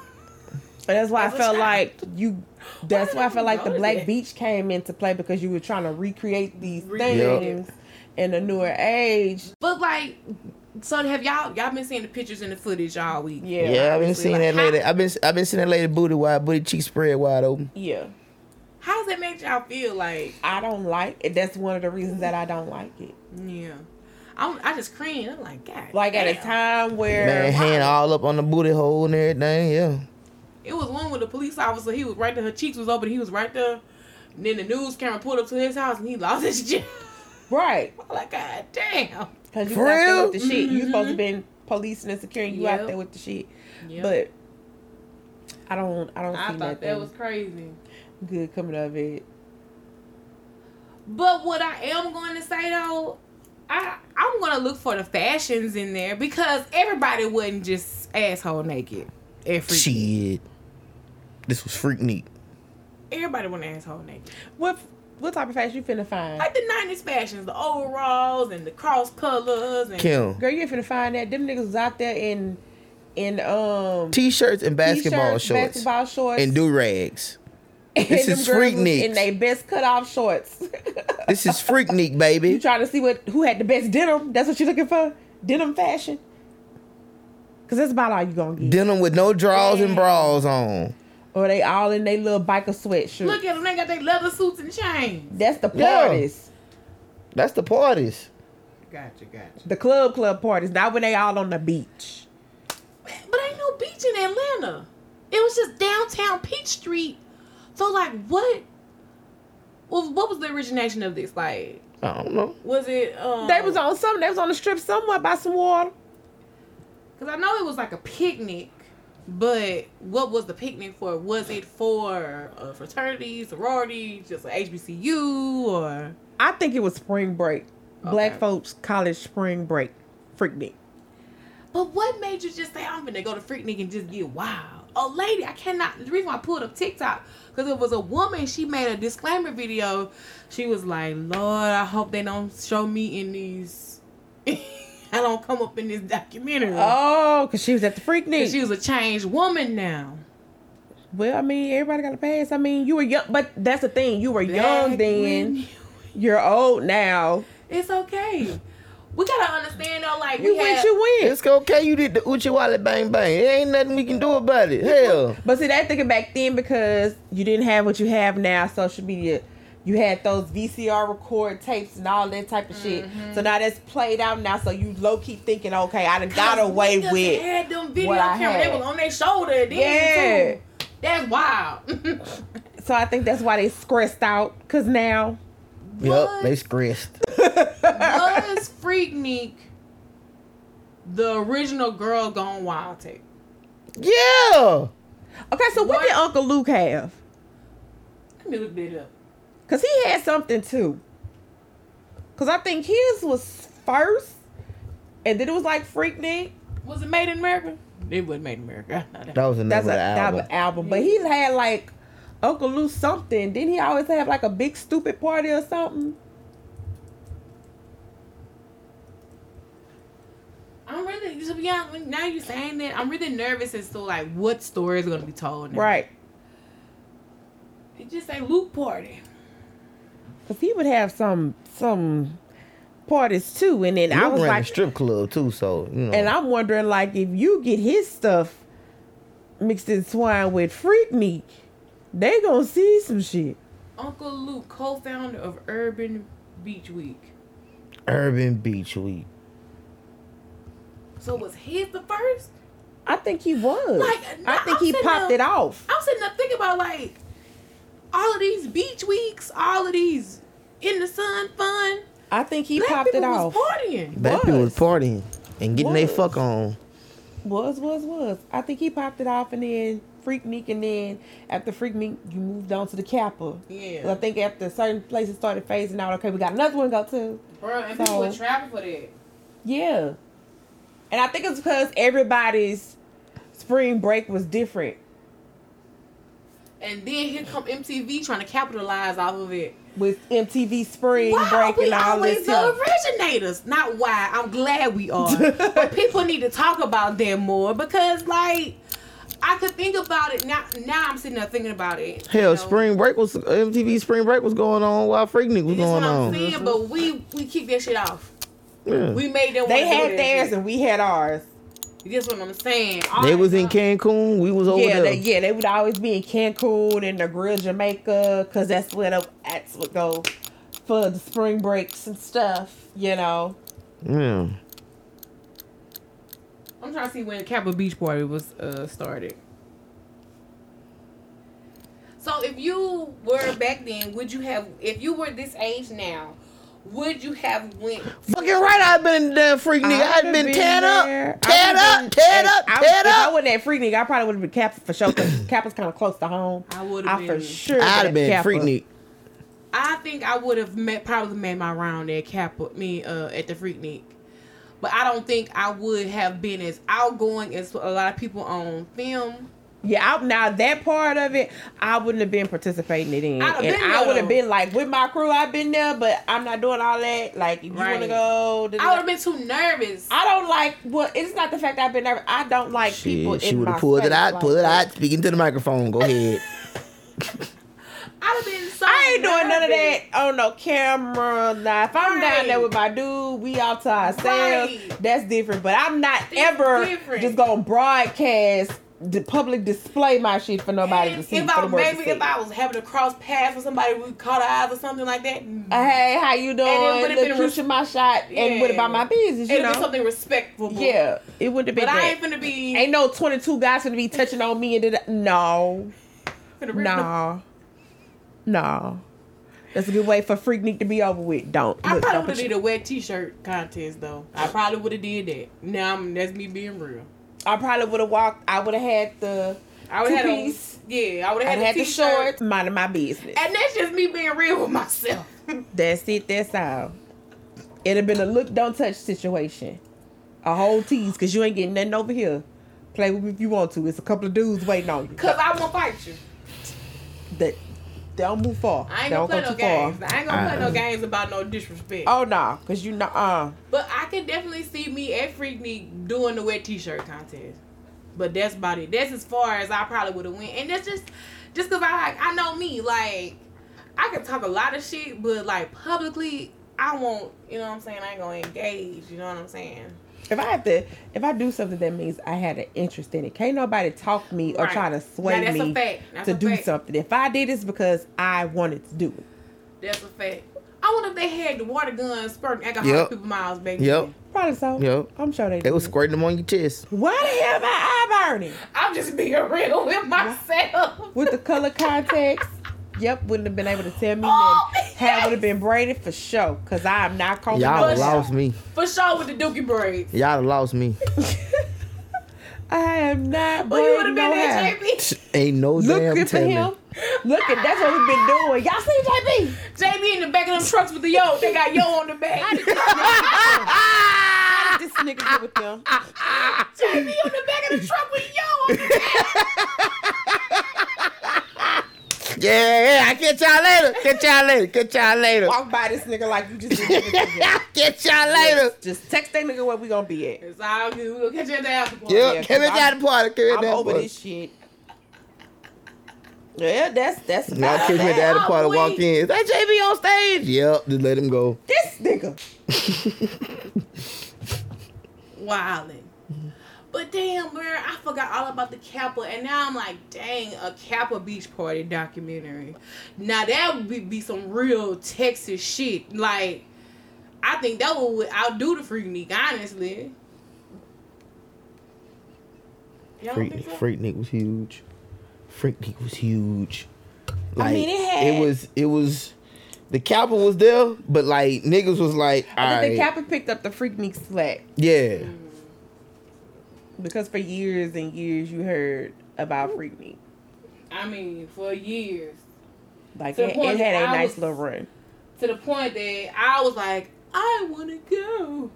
Speaker 1: And that's why I
Speaker 3: As a
Speaker 1: felt
Speaker 3: child.
Speaker 1: like you. That's
Speaker 3: did
Speaker 1: why I
Speaker 3: I
Speaker 1: felt like the
Speaker 3: know
Speaker 1: Black
Speaker 3: that?
Speaker 1: Beach came into play because you were trying to recreate these
Speaker 3: Recreate
Speaker 2: it.
Speaker 1: things in a newer age.
Speaker 3: But like, so have y'all y'all been seeing the pictures and the footage all week?
Speaker 1: Yeah.
Speaker 2: Yeah, I've been
Speaker 3: obviously,
Speaker 2: seeing
Speaker 3: like,
Speaker 2: that lady.
Speaker 3: how-
Speaker 2: I've been I've been seeing that lady booty wide, booty cheek spread wide open.
Speaker 1: Yeah.
Speaker 3: How does that make y'all feel? Like,
Speaker 1: I don't like it. That's one of the reasons that I don't like it.
Speaker 3: yeah, I'm, I just cringe. I'm like, God,
Speaker 1: Like at a
Speaker 3: damn.
Speaker 1: time where
Speaker 2: Man, hand all up on the booty hole and everything. Yeah.
Speaker 3: It was one with a police officer. He was right there. Her cheeks was open. He was right there. And then the news camera pulled up to his house and he lost his job.
Speaker 1: right?
Speaker 3: Like, God damn.
Speaker 1: Because you
Speaker 2: For
Speaker 1: out there
Speaker 2: real?
Speaker 1: with the shit. You supposed to been policing and securing. You out
Speaker 3: Yep.
Speaker 1: there with the shit.
Speaker 3: Yep.
Speaker 1: But I don't. I don't
Speaker 3: I thought
Speaker 1: see nothing
Speaker 3: that was crazy.
Speaker 1: good coming of it.
Speaker 3: But what I am going to say though, I I'm gonna look for the fashions in there because everybody wasn't just asshole naked. Every
Speaker 2: Shit. This was freak neat.
Speaker 3: everybody went asshole naked.
Speaker 1: What what type of fashion you finna find?
Speaker 3: Like the '90s fashions, the overalls and the cross colors and
Speaker 2: Kim.
Speaker 1: Girl, you ain't finna find that. Them niggas was out there in in um
Speaker 2: T-shirts and basketball
Speaker 1: t-shirts,
Speaker 2: shorts.
Speaker 1: basketball shorts,
Speaker 2: And do rags.
Speaker 1: and
Speaker 2: this
Speaker 1: them
Speaker 2: is
Speaker 1: girls was
Speaker 2: Freakniks.
Speaker 1: in they best cut off shorts.
Speaker 2: This is freak neat,
Speaker 1: you
Speaker 2: baby.
Speaker 1: trying to see what who had the best denim? That's what you looking for? Denim fashion. Cause that's about all you gonna get.
Speaker 2: Denim with no draws and bras on.
Speaker 1: or they all in their little biker sweatshirt.
Speaker 3: Look at them. They got their leather suits and chains.
Speaker 1: that's the
Speaker 2: Yeah.
Speaker 1: parties.
Speaker 2: That's the parties.
Speaker 3: Gotcha, gotcha.
Speaker 1: The club club parties. Not when they all on the beach.
Speaker 3: But ain't no beach in Atlanta. It was just downtown Peach Street. So like, what? Well, what was the origination of this? Like,
Speaker 2: I don't know.
Speaker 3: was it? Um,
Speaker 1: They was on some. They was on the strip somewhere by some water.
Speaker 3: Because I know it was like a picnic, but what was the picnic for? Was it for a fraternity, sorority, just a HBCU, or
Speaker 1: I think it was spring break.
Speaker 3: Okay.
Speaker 1: Black folks college spring break. Freaknik.
Speaker 3: But what made you just say I'm gonna go to Freaknik and just get wild? Oh, lady, I cannot. The reason why I pulled up TikTok because it was a woman. She made a disclaimer video. She was like, "Lord, I hope they don't show me in these. I don't come up in this documentary."
Speaker 1: Oh, cause she was at the
Speaker 3: 'Cause
Speaker 1: Freaknik.
Speaker 3: She was a changed woman now.
Speaker 1: well, I mean, everybody got a pass. I mean, you were young, but that's the thing. You were young
Speaker 3: Back
Speaker 1: then.
Speaker 3: when-
Speaker 1: You're old now.
Speaker 3: It's okay. We gotta understand though, like
Speaker 1: You
Speaker 3: we
Speaker 1: went,
Speaker 3: had,
Speaker 1: you went.
Speaker 2: It's okay. You did the Uchi Wally Bang Bang. There ain't nothing we can do about it. Hell.
Speaker 1: But see, that thinking back then because you didn't have what you have now, social media. You had those VCR record tapes and all that type of
Speaker 3: Mm-hmm.
Speaker 1: shit. So now that's played out now. So you low key thinking, okay, I done got away
Speaker 3: niggas
Speaker 1: with.
Speaker 3: Had them video
Speaker 1: what I
Speaker 3: camera, they
Speaker 1: had.
Speaker 3: was on their shoulder. Then
Speaker 1: Yeah.
Speaker 3: too. That's wild.
Speaker 1: So I think that's why they stressed out. Cause now,
Speaker 2: Yup, they scratched.
Speaker 3: was Freaknik the original girl gone wild tape?
Speaker 2: Yeah.
Speaker 1: okay, so what, did Uncle Luke have?
Speaker 3: Let me look that up.
Speaker 1: Cause he had something too. Cause I think his was first, and then it was like Freaknik.
Speaker 3: Was it made in America? It was made in America. I know that.
Speaker 2: That was another
Speaker 1: That's a
Speaker 2: album.
Speaker 1: album. album. But he had like Uncle Lou something. Didn't he always have like a big stupid party or something?
Speaker 3: I'm really to be honest. when- Now you saying that, I'm really nervous as to like what story is gonna be told. Now.
Speaker 1: Right.
Speaker 3: It just say Luke party.
Speaker 1: Cause he would have some some parties too. And then I
Speaker 2: I
Speaker 1: was
Speaker 2: ran
Speaker 1: like
Speaker 2: a strip club too, so you know.
Speaker 1: and I'm wondering like if you get his stuff mixed in swine with Freak Meat, they gonna see some shit.
Speaker 3: Uncle Luke, co-founder of Urban Beach Week.
Speaker 2: Urban Beach Week.
Speaker 3: So was his the first?
Speaker 1: I think he was.
Speaker 3: Like,
Speaker 1: I think
Speaker 3: I'm
Speaker 1: he
Speaker 3: sitting
Speaker 1: popped
Speaker 3: there-
Speaker 1: it off.
Speaker 3: I'm sitting up thinking about like all of these beach weeks, all of these in the sun fun.
Speaker 1: I think he
Speaker 3: Black
Speaker 1: popped
Speaker 3: people
Speaker 1: it off.
Speaker 3: was partying.
Speaker 2: Black people was
Speaker 1: Was.
Speaker 2: partying and getting their
Speaker 1: Was.
Speaker 2: fuck on.
Speaker 1: Was, was, was. I think he popped it off and then Freak Meek and then after Freak Meek you moved on to the Kappa.
Speaker 3: Yeah.
Speaker 1: 'Cause I think after certain places started phasing out, okay, we got another one to go to.
Speaker 3: Bro, and
Speaker 1: people were
Speaker 3: trapping for that.
Speaker 1: Yeah. And I think it's because everybody's spring break was different.
Speaker 3: And then here come MTV trying to capitalize off of it.
Speaker 1: With MTV spring
Speaker 3: Why are
Speaker 1: break
Speaker 3: we
Speaker 1: and all
Speaker 3: always
Speaker 1: this stuff.
Speaker 3: the originators? Not why. I'm glad we are. but people need to talk about them more because, like, I could think about it now. Now I'm sitting there thinking about it.
Speaker 2: Hell,
Speaker 3: you know?
Speaker 2: spring break was MTV spring break was going on while Freak Nick was
Speaker 3: That's what
Speaker 2: going
Speaker 3: I'm
Speaker 2: on.
Speaker 3: saying. But we we kicked that shit off.
Speaker 2: Yeah.
Speaker 3: We made them.
Speaker 1: They
Speaker 3: wanna do
Speaker 1: had
Speaker 3: that
Speaker 1: theirs
Speaker 3: shit.
Speaker 1: and we had ours.
Speaker 3: That's what I'm saying. All
Speaker 2: they
Speaker 3: that
Speaker 2: was in
Speaker 3: stuff.
Speaker 2: Cancun. We was over
Speaker 1: yeah,
Speaker 2: there.
Speaker 1: they, yeah, they would always be in Cancun and the Grill Jamaica because that's where the acts would go for the spring breaks and stuff. You know,
Speaker 2: yeah.
Speaker 3: I'm trying to see when Capitol Beach Party was uh, started. So if you were back then, would you have? If you were this age now, would you have went?
Speaker 2: Fucking right, I've been in the damn freak nigga. I've
Speaker 1: would've
Speaker 2: been teared up,
Speaker 1: there. I
Speaker 2: teared
Speaker 1: would've
Speaker 2: up,
Speaker 1: been-
Speaker 2: teared
Speaker 1: if
Speaker 2: up,
Speaker 1: I-
Speaker 2: teared
Speaker 1: If I
Speaker 2: up.
Speaker 1: wasn't at Freaknik, I probably would have been Kappa for sure. Cause Kappa's kind of close to home.
Speaker 3: I would've
Speaker 1: I for
Speaker 3: been-
Speaker 1: sure.
Speaker 2: I'd have
Speaker 1: would've
Speaker 2: been
Speaker 1: Kappa.
Speaker 2: freak Nick.
Speaker 3: I think I would have met probably made my round at Cap me uh, at the Freaknik, but I don't think I would have been as outgoing as a lot of people on film.
Speaker 1: Yeah, I, now that part of it, I wouldn't have been participating it in,
Speaker 3: I'd've been
Speaker 1: and I
Speaker 3: there,
Speaker 1: would have
Speaker 3: though.
Speaker 1: been like with my crew. I've been there, but I'm not doing all that. Like, if you want to
Speaker 3: Right.
Speaker 1: go, da- da-
Speaker 3: I would have been too nervous.
Speaker 1: I don't like. Well, it's not the fact that I've been nervous. I don't like people.
Speaker 2: Shit, she
Speaker 1: in
Speaker 2: would
Speaker 1: my
Speaker 2: have pulled it
Speaker 1: space
Speaker 2: out,
Speaker 1: like
Speaker 2: pulled it
Speaker 1: that.
Speaker 2: out, speaking to the microphone. Go ahead.
Speaker 3: I'd have been so.
Speaker 1: I ain't doing none of
Speaker 3: nervous.
Speaker 1: that on no camera. Now, if I'm down
Speaker 3: Right.
Speaker 1: there with my dude, we all to ourselves.
Speaker 3: Right.
Speaker 1: That's different. But I'm not
Speaker 3: That's
Speaker 1: ever
Speaker 3: different.
Speaker 1: just gonna broadcast the public display my shit for nobody to
Speaker 3: And
Speaker 1: see.
Speaker 3: If
Speaker 1: for
Speaker 3: I
Speaker 1: the world to
Speaker 3: maybe if
Speaker 1: see.
Speaker 3: I was having to cross paths with somebody, we caught eyes or something like that.
Speaker 1: Uh, hey, how you doing?
Speaker 3: it would've
Speaker 1: Look,
Speaker 3: been a
Speaker 1: you
Speaker 3: res-
Speaker 1: shoot my shot and what
Speaker 3: Yeah.
Speaker 1: about my business? You
Speaker 3: It'd be
Speaker 1: know,
Speaker 3: something respectful.
Speaker 1: yeah, it wouldn't have been
Speaker 3: but I
Speaker 1: that.
Speaker 3: ain't gonna be
Speaker 1: Ain't no twenty two guys gonna be touching on me and did I- no,
Speaker 3: finna rip no.
Speaker 1: no, no. That's a good way for Freaknik to be over with. Don't.
Speaker 3: I
Speaker 1: look,
Speaker 3: probably
Speaker 1: don't
Speaker 3: would
Speaker 1: put
Speaker 3: have
Speaker 1: your-
Speaker 3: did a wet T-shirt contest though. I probably would have did that. Now I'm, that's me being real.
Speaker 1: I probably would have walked. I would have had the.
Speaker 3: I would have had a,
Speaker 1: Two-piece.
Speaker 3: yeah. I would
Speaker 1: I
Speaker 3: have had,
Speaker 1: had
Speaker 3: a
Speaker 1: the
Speaker 3: t-shirt.
Speaker 1: shorts. Minding my business.
Speaker 3: and that's just me being real with myself.
Speaker 1: That's it. That's all. It'd have been a look, don't touch situation. A whole tease, because you ain't getting nothing over here. Play with me if you want to. It's a couple of dudes waiting on you.
Speaker 3: Cause I won't fight you.
Speaker 1: That don't move far.
Speaker 3: I ain't
Speaker 1: don't
Speaker 3: gonna play
Speaker 1: go
Speaker 3: no
Speaker 1: too far.
Speaker 3: games. I ain't gonna play
Speaker 2: Uh-uh.
Speaker 3: no games about no disrespect.
Speaker 1: Oh no, cause you know. Uh,
Speaker 3: But I can definitely see me at Freaknik doing the wet T-shirt contest. But that's about it. That's as far as I probably would have went. And that's just, just cause I like I know me. Like I can talk a lot of shit, but like publicly, I won't. You know what I'm saying? I ain't gonna engage. You know what I'm saying?
Speaker 1: if I have to, if I do something that means I had an interest in it, can't nobody talk me or
Speaker 3: Right.
Speaker 1: try to sway
Speaker 3: Now, that's
Speaker 1: me
Speaker 3: a fact. That's
Speaker 1: to
Speaker 3: a
Speaker 1: do
Speaker 3: fact.
Speaker 1: something. If I did it's because I wanted to do it.
Speaker 3: That's a fact. I wonder if they had the water gun spurting alcohol
Speaker 2: Yep.
Speaker 3: at people miles back
Speaker 2: Yep.
Speaker 3: then.
Speaker 1: Probably so.
Speaker 2: Yep.
Speaker 1: I'm sure they.
Speaker 2: they
Speaker 1: did.
Speaker 2: was squirting them on your chest.
Speaker 1: Why the hell am I eye burning
Speaker 3: I'm just being real with myself.
Speaker 1: with the color contacts? Yep, wouldn't have been able to tell me.
Speaker 3: Oh,
Speaker 1: that
Speaker 3: yes.
Speaker 1: Hair would have been braided for sure, cause I am not combing
Speaker 2: Y'all
Speaker 1: no
Speaker 3: Bush.
Speaker 2: lost me.
Speaker 3: For sure with the dookie braids.
Speaker 2: Y'all lost me.
Speaker 1: I am not.
Speaker 3: Well, you would
Speaker 1: braiding
Speaker 3: have
Speaker 1: no
Speaker 3: been
Speaker 1: hair.
Speaker 3: there, JB.
Speaker 2: Ain't no damn
Speaker 1: Looking for
Speaker 2: telling.
Speaker 1: him. Looking. That's what we've been doing. Y'all see JB?
Speaker 3: JB in the back of them trucks with the yo. They got yo on the back.
Speaker 1: How did this nigga get with them?
Speaker 3: JB on the back of the truck with yo on the back.
Speaker 2: Yeah, yeah, I catch y'all later. Catch y'all later. Catch y'all later.
Speaker 1: Walk by this nigga like you just did this
Speaker 2: catch y'all later.
Speaker 1: Just text that nigga where we gonna be at.
Speaker 3: It's all good. We'll catch you at the after party.
Speaker 1: yeah,
Speaker 2: Yep,
Speaker 1: cause
Speaker 2: come in
Speaker 1: I'm-
Speaker 2: down the party. Come in
Speaker 1: I'm
Speaker 2: down
Speaker 1: over
Speaker 2: the party.
Speaker 1: this shit. Yeah, that's that's
Speaker 2: Y'all catch me
Speaker 1: that's-
Speaker 2: down the
Speaker 3: Oh,
Speaker 2: party. Walk
Speaker 3: wait.
Speaker 2: in. Is that JB on stage? Yep, just let him go.
Speaker 1: this nigga.
Speaker 3: Wildin'. But damn, girl, I forgot all about the Kappa, and now I'm like, dang, a Kappa Beach Party documentary. Now that would be, be some real Texas shit. Like, I think that would outdo the Freaknik, honestly. Y'all don't
Speaker 2: Freaknik,
Speaker 3: think so?
Speaker 2: Freaknik was huge. Freaknik was huge. Like,
Speaker 1: mean, it had-
Speaker 2: was. It was. The Kappa was there, but like niggas was like, all right,
Speaker 1: I think Oh, the Kappa picked up the freak me slack
Speaker 2: yeah,
Speaker 1: because for years and years you heard about freak me.
Speaker 3: I mean, for years.
Speaker 1: Like
Speaker 3: To the
Speaker 1: it,
Speaker 3: point
Speaker 1: it had a
Speaker 3: that I
Speaker 1: nice
Speaker 3: was-
Speaker 1: little run.
Speaker 3: To the point that I was like, I want to go.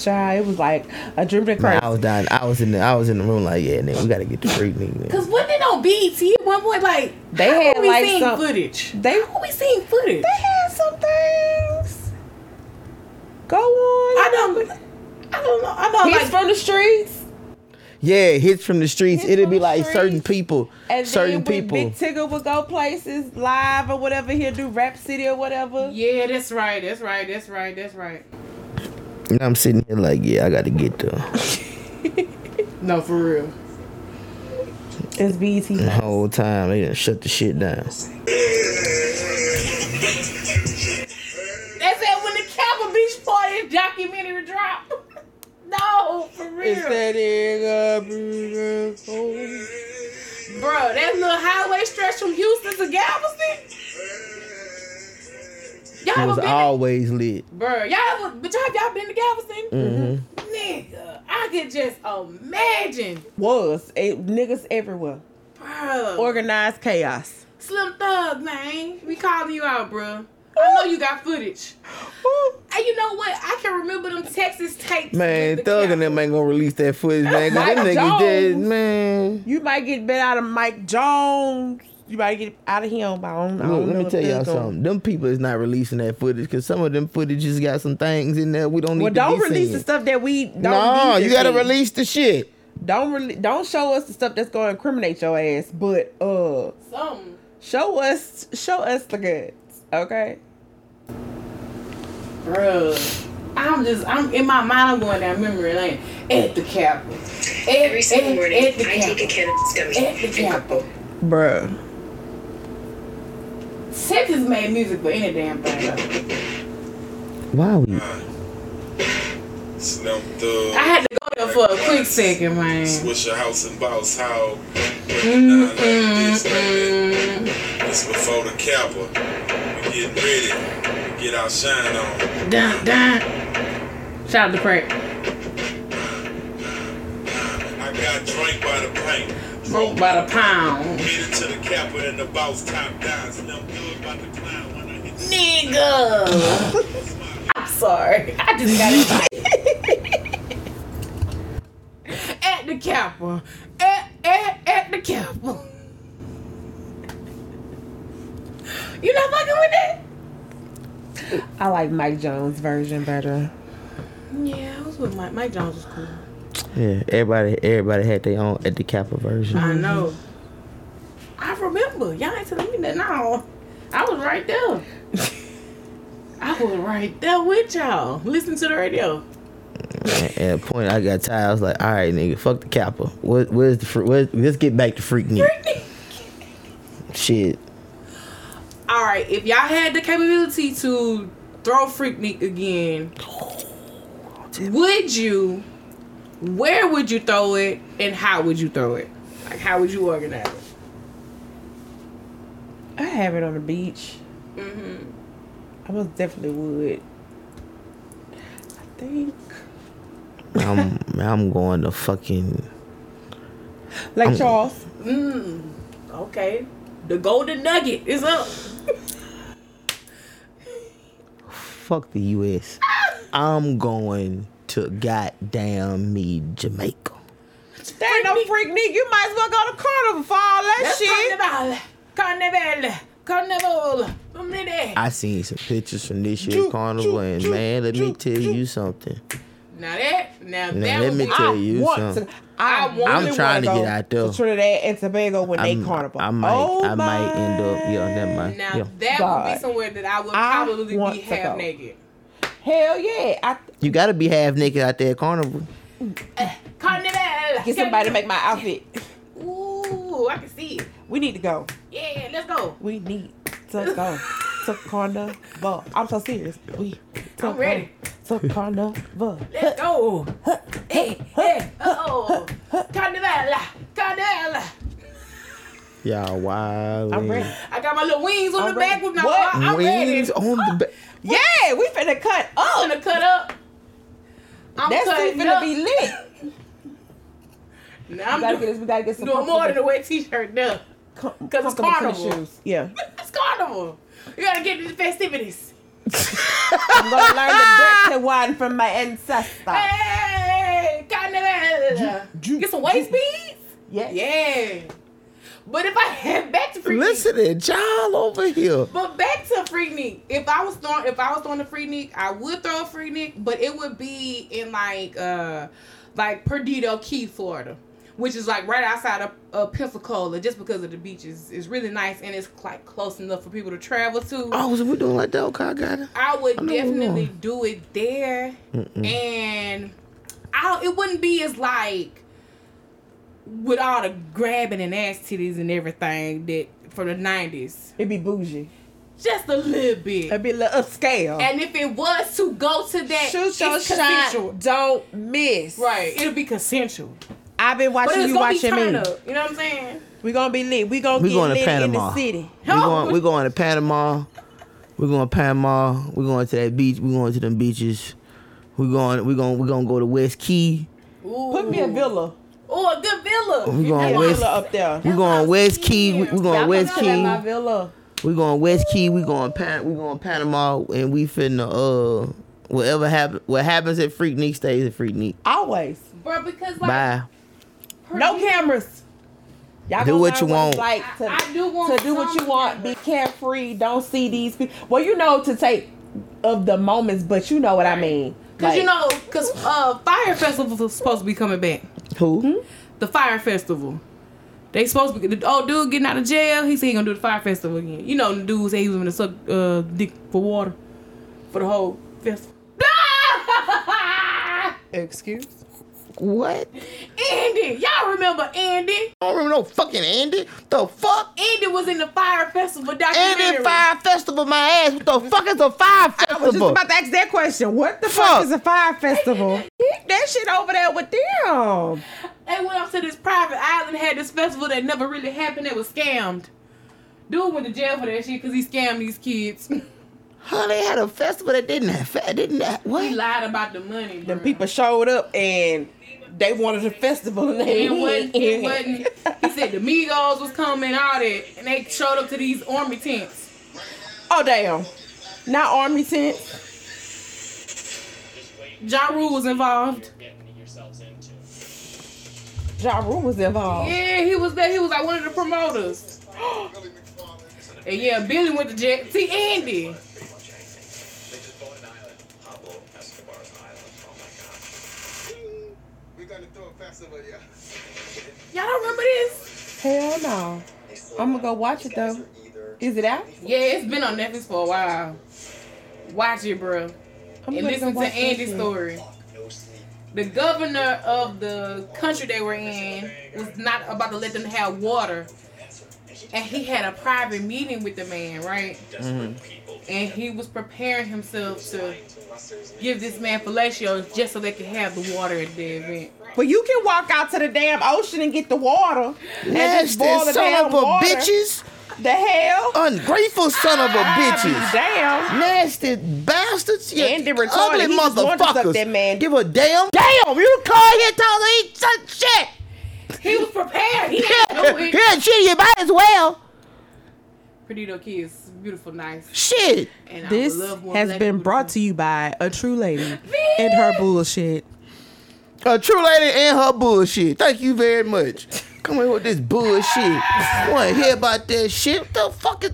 Speaker 1: Child, it was like a dream to
Speaker 2: Nah,
Speaker 1: crazy.
Speaker 2: I was dying. I was in the. I was in the room like, yeah, nigga, we gotta get the Freaknik. man.
Speaker 3: Because wasn't it on BET at one point? Like,
Speaker 1: They
Speaker 3: how
Speaker 1: had,
Speaker 3: we
Speaker 1: like,
Speaker 3: seen
Speaker 1: some-
Speaker 3: footage.
Speaker 1: They
Speaker 3: How we seen footage?
Speaker 1: they had some things. Go on.
Speaker 3: I don't. I don't know. I don't
Speaker 1: He's
Speaker 3: like.
Speaker 1: from the streets.
Speaker 2: Yeah, hits from the streets.
Speaker 1: Hits
Speaker 2: It'd
Speaker 1: from
Speaker 2: be
Speaker 1: the
Speaker 2: like certain
Speaker 1: streets.
Speaker 2: people,
Speaker 1: And
Speaker 2: certain
Speaker 1: then when
Speaker 2: people.
Speaker 1: Big Tigger would go places live or whatever, he'll do Rap City or whatever.
Speaker 3: yeah, that's right. That's right. That's right. That's right.
Speaker 2: and I'm sitting here like, yeah, I gotta get the
Speaker 3: No, for real.
Speaker 1: It's BT.
Speaker 2: the whole time. They done shut the shit down.
Speaker 3: That's it. When the Kappa Beach Party documentary dropped. no, for real, bro. That little highway stretch from Houston to Galveston. Y'all
Speaker 2: It
Speaker 3: ever
Speaker 2: was
Speaker 3: been?
Speaker 2: always lit.
Speaker 3: Bro, y'all ever, but y'all, y'all been to Galveston?
Speaker 2: Mhm.
Speaker 3: Nigga, I could just imagine,
Speaker 1: Was it, niggas everywhere
Speaker 3: bro.
Speaker 1: organized chaos?
Speaker 3: Slim Thug, man. We calling you out, bruh. I know you got footage. And you know what? I can remember them Texas tapes.
Speaker 2: Man,
Speaker 3: with the
Speaker 2: Thug and
Speaker 3: Capitol.
Speaker 2: them ain't gonna release that footage, man. 'cause them
Speaker 1: Mike
Speaker 2: niggas dead,
Speaker 1: Jones.
Speaker 2: man.
Speaker 1: You might get bit out of Mike Jones. You might get out of him. I don't, I don't
Speaker 2: Look,
Speaker 1: know.
Speaker 2: let me
Speaker 1: if
Speaker 2: tell
Speaker 1: that's
Speaker 2: y'all
Speaker 1: gonna-
Speaker 2: something. Them people is not releasing that footage because some of them footages got some things in there we don't need
Speaker 1: Well,
Speaker 2: to
Speaker 1: don't
Speaker 2: be
Speaker 1: release
Speaker 2: seeing.
Speaker 1: the stuff that we don't.
Speaker 2: No,
Speaker 1: need to
Speaker 2: you gotta
Speaker 1: see.
Speaker 2: release the shit.
Speaker 1: Don't rele don't show us the stuff that's gonna incriminate your ass, but uh,
Speaker 3: Something.
Speaker 1: show us show us the goods, okay?
Speaker 3: Bruh. I'm just, I'm in my mind, I'm going down memory lane. At the Capitol. At,
Speaker 4: Every single
Speaker 3: at-
Speaker 4: morning,
Speaker 3: at the
Speaker 4: I take a
Speaker 3: Capitol.
Speaker 4: cannabis gummy
Speaker 3: At the
Speaker 4: and couple.
Speaker 1: Bruh,
Speaker 3: Texas made music for any damn thing. though.
Speaker 2: Why we?
Speaker 5: Slim
Speaker 3: I
Speaker 5: Thug.
Speaker 3: had to go there for a quick second, man.
Speaker 5: Swish your house and bounce how. Down like this, like that. This before the Kappa. We getting ready. We get our shine on.
Speaker 3: Dun, dun. Shout out to Pratt.
Speaker 5: I got drank by the paint.
Speaker 3: Broke by the pound.
Speaker 5: Headed to the Kappa and the bounce top down. Slim Thug about to climb when I hit the
Speaker 3: Nigga. I'm sorry. I just got it. at the Kappa. At, at, at the Kappa. You not fucking with that?
Speaker 1: I like Mike Jones' version better.
Speaker 3: Yeah, I was with Mike. Mike Jones was cool.
Speaker 2: Yeah, everybody, everybody had their own at the Kappa version.
Speaker 3: I know. I remember. Y'all ain't telling me that now. I was right there. I was right there with y'all. Listen to the radio.
Speaker 2: At a point, I got tired. I was like, all right, nigga, fuck the Kappa. Where, where's the freak? Where, let's get back to freak nigga. Shit.
Speaker 3: All right, if y'all had the capability to throw Freaknik again, would you? Where would you throw it, and how would you throw it? Like, how would you organize it?
Speaker 1: I have it on the beach. I most definitely would. I think
Speaker 2: I'm, I'm going to fucking.
Speaker 1: Lake
Speaker 2: I'm-
Speaker 1: Charles.
Speaker 3: Okay, the golden nugget is up.
Speaker 2: Fuck the U.S. I'm going to goddamn me Jamaica.
Speaker 1: That ain't no
Speaker 3: Freaknik.
Speaker 1: freak nigga. You might as well go to carnival for all that
Speaker 3: That's
Speaker 1: shit.
Speaker 3: carnival, carnival, carnival. I'm ready.
Speaker 2: I seen some pictures from this year's
Speaker 1: Ju-
Speaker 2: carnival,
Speaker 1: ju-
Speaker 2: and
Speaker 1: ju-
Speaker 2: man, let me
Speaker 1: ju-
Speaker 2: tell
Speaker 1: ju-
Speaker 2: you something.
Speaker 3: Now that, now,
Speaker 2: Now,
Speaker 3: that
Speaker 2: let
Speaker 3: was
Speaker 2: me
Speaker 3: a-
Speaker 2: tell you.
Speaker 1: want
Speaker 2: something.
Speaker 1: to- I
Speaker 3: I'm
Speaker 1: really
Speaker 2: trying to
Speaker 1: wanna
Speaker 2: get
Speaker 1: go
Speaker 2: out there.
Speaker 1: to Trinidad and Tobago when they
Speaker 2: I'm-
Speaker 1: carnival.
Speaker 2: I might,
Speaker 1: Oh
Speaker 2: I might end up. Yeah, never mind.
Speaker 3: Now
Speaker 2: Yeah.
Speaker 3: that would
Speaker 1: God.
Speaker 3: be somewhere that I would
Speaker 1: I
Speaker 3: probably
Speaker 1: want
Speaker 3: be
Speaker 1: to go.
Speaker 3: half naked.
Speaker 1: Hell yeah! I
Speaker 2: You gotta be half naked out there at carnival.
Speaker 3: Carnival.
Speaker 1: get somebody to make my outfit.
Speaker 3: Ooh, I can see it.
Speaker 1: We need to go.
Speaker 3: Yeah, let's go.
Speaker 1: We need to go to carnival. I'm so serious. We to
Speaker 3: I'm ready.
Speaker 1: go to carnival.
Speaker 3: Let's go. Hey, hey, oh. Carnival, carnival.
Speaker 2: Y'all wild.
Speaker 1: I'm ready.
Speaker 3: I got my little wings on
Speaker 1: I'm
Speaker 3: the back
Speaker 1: ready.
Speaker 3: with my
Speaker 1: What?
Speaker 3: I'm ready.
Speaker 2: Wings on the back.
Speaker 1: Yeah, we finna cut
Speaker 3: I'm gonna
Speaker 1: up.
Speaker 3: cut up. I'm
Speaker 1: Oh. That shit
Speaker 3: cutting
Speaker 1: finna
Speaker 3: up.
Speaker 1: be lit.
Speaker 3: Now
Speaker 1: We gotta
Speaker 3: I'm
Speaker 1: get
Speaker 3: doing,
Speaker 1: this. We gotta get some
Speaker 3: doing more than a wet t-shirt now.
Speaker 1: because
Speaker 3: it's carnival.
Speaker 1: shoes. Yeah,
Speaker 3: It's carnival. You gotta get into the festivities.
Speaker 1: I'm gonna learn the dirty one from my ancestor.
Speaker 3: Hey, carnival.
Speaker 1: ju-
Speaker 3: Get some waist beads.
Speaker 1: Yeah,
Speaker 3: Yeah. But if I had back to freaking
Speaker 2: Listen to y'all over here.
Speaker 3: But back to Freaknik. If I was throwing, if I was throwing a Freaknik, I would throw a Freaknik, but it would be in like, uh, like Perdido Key, Florida, which is like right outside of, of Pensacola, just because of the beaches. It's really nice and it's like close enough for people to travel to.
Speaker 2: Oh, so we doing like that? Okay, I got it.
Speaker 3: I would
Speaker 2: I know where we
Speaker 3: definitely
Speaker 2: going.
Speaker 3: do it there, and I it wouldn't be as like with all the grabbing and ass titties and everything that from the nineties.
Speaker 1: it'd be bougie.
Speaker 3: Just a little bit.
Speaker 1: It'd be a little upscale.
Speaker 3: And if it was to go to that,
Speaker 1: Shoot your
Speaker 3: it's
Speaker 1: shot. Don't miss.
Speaker 3: Right. It'll be consensual.
Speaker 1: I've been
Speaker 3: But
Speaker 1: watching
Speaker 3: it's
Speaker 1: you
Speaker 3: gonna be
Speaker 1: watching
Speaker 3: turn
Speaker 1: me.
Speaker 3: up. You know what I'm saying?
Speaker 1: We're gonna be lit. We're gonna
Speaker 2: We
Speaker 1: get
Speaker 2: going to
Speaker 1: lit
Speaker 2: Panama.
Speaker 1: in the city.
Speaker 2: We going. We going to Panama. We going to Panama. We going to that beach. We going to them beaches. We going. We going. We going to go to West Key.
Speaker 3: Ooh.
Speaker 1: Put me a villa.
Speaker 3: Oh, a good villa.
Speaker 2: We going
Speaker 1: Get
Speaker 2: west.
Speaker 1: Villa up there.
Speaker 2: We going West Key. We, we going
Speaker 1: Y'all
Speaker 2: West
Speaker 1: come at my
Speaker 2: Key.
Speaker 1: villa.
Speaker 2: We going West Key. We going Pan. We going Panama, and we finna uh whatever happen. What happens at Freaknik stays at Freaknik.
Speaker 1: Always.
Speaker 3: Bro, because like
Speaker 2: Bye.
Speaker 3: per-
Speaker 1: No cameras. Y'all
Speaker 2: Do
Speaker 1: gonna
Speaker 2: what
Speaker 1: learn
Speaker 2: you want.
Speaker 1: it's Like to,
Speaker 3: I- I do want
Speaker 1: to do what you
Speaker 3: some
Speaker 1: want. Be
Speaker 3: cameras.
Speaker 1: carefree. Don't see these people. Well, you know to take of the moments, but you know what I mean.
Speaker 3: Cause you
Speaker 1: Like,
Speaker 3: know, cause uh, Fire Festival is supposed to be coming back.
Speaker 2: Who?
Speaker 1: Hmm?
Speaker 3: The Fire Festival. They supposed to be the old dude getting out of jail. He said he gonna do the Fire Festival again. You know, the dude said he was gonna suck uh, dick for water for the whole festival.
Speaker 1: excuse.
Speaker 2: What?
Speaker 3: Andy, y'all remember Andy?
Speaker 2: I don't remember no fucking Andy. The fuck?
Speaker 3: Andy was in the Fire Festival documentary.
Speaker 2: Andy Fire Festival, my ass. What the fuck is a fire
Speaker 1: I was just
Speaker 2: festival?
Speaker 1: about to ask that question. What the fuck,
Speaker 2: Fuck.
Speaker 1: is a fire festival? Keep that shit over there with them.
Speaker 3: They went off to this private island, had this festival that never really happened. That was scammed. Dude went to jail for that shit because he scammed these kids. he
Speaker 2: Huh? They had a festival that didn't have. Fa- didn't have what?
Speaker 3: lied about the money.
Speaker 1: Them
Speaker 3: bruh.
Speaker 1: people showed up and they wanted a festival and they
Speaker 3: It wasn't. It wasn't. He said the Migos was coming, all that, and they showed up to these army tents.
Speaker 1: oh damn. Not army tents.
Speaker 3: Ja Rule was involved.
Speaker 1: Ja Rule was involved.
Speaker 3: Yeah, he was there. He was like one of the promoters. and yeah, Billy went to jail. See Andy.
Speaker 4: We're gonna throw a festival, yeah.
Speaker 3: Y'all don't remember this?
Speaker 1: Hell no. I'm gonna go watch it though. Is it out?
Speaker 3: Yeah, it's been on Netflix for a while. Watch it, bro.
Speaker 1: I'm
Speaker 3: and
Speaker 1: gonna go
Speaker 3: listen to
Speaker 1: watch that
Speaker 3: Andy's
Speaker 1: shit.
Speaker 3: story. The governor of the country they were in was not about to let them have water. And he had a private meeting with the man, right? And he was preparing himself to give this man fellatio just so they could have the water at the event.
Speaker 1: But you can walk out to the damn oceson and get the water. and
Speaker 2: Nasty
Speaker 1: just boil the
Speaker 2: son
Speaker 1: damn
Speaker 2: of a
Speaker 1: water.
Speaker 2: bitches.
Speaker 1: The hell?
Speaker 2: Ungrateful son of a
Speaker 1: Ah,
Speaker 2: bitches.
Speaker 1: Damn.
Speaker 2: Nasty bastards. You
Speaker 1: Andy retarded.
Speaker 2: ugly
Speaker 1: He just wanted to suck
Speaker 2: motherfuckers.
Speaker 1: that man.
Speaker 2: Give a damn. Damn, you call here talking eat such shit.
Speaker 3: He was prepared. He didn't do it.
Speaker 2: Yeah, shit, you might as well.
Speaker 3: Pretty little kids, beautiful, nice.
Speaker 2: Shit.
Speaker 3: And
Speaker 1: This
Speaker 3: I would love more
Speaker 1: has
Speaker 3: black
Speaker 1: been
Speaker 3: people
Speaker 1: brought
Speaker 3: do.
Speaker 1: to you by a true lady and her bullshit.
Speaker 2: A true lady and her bullshit. Thank you very much. Come here with this bullshit. You wanna hear about that shit? What the fuck is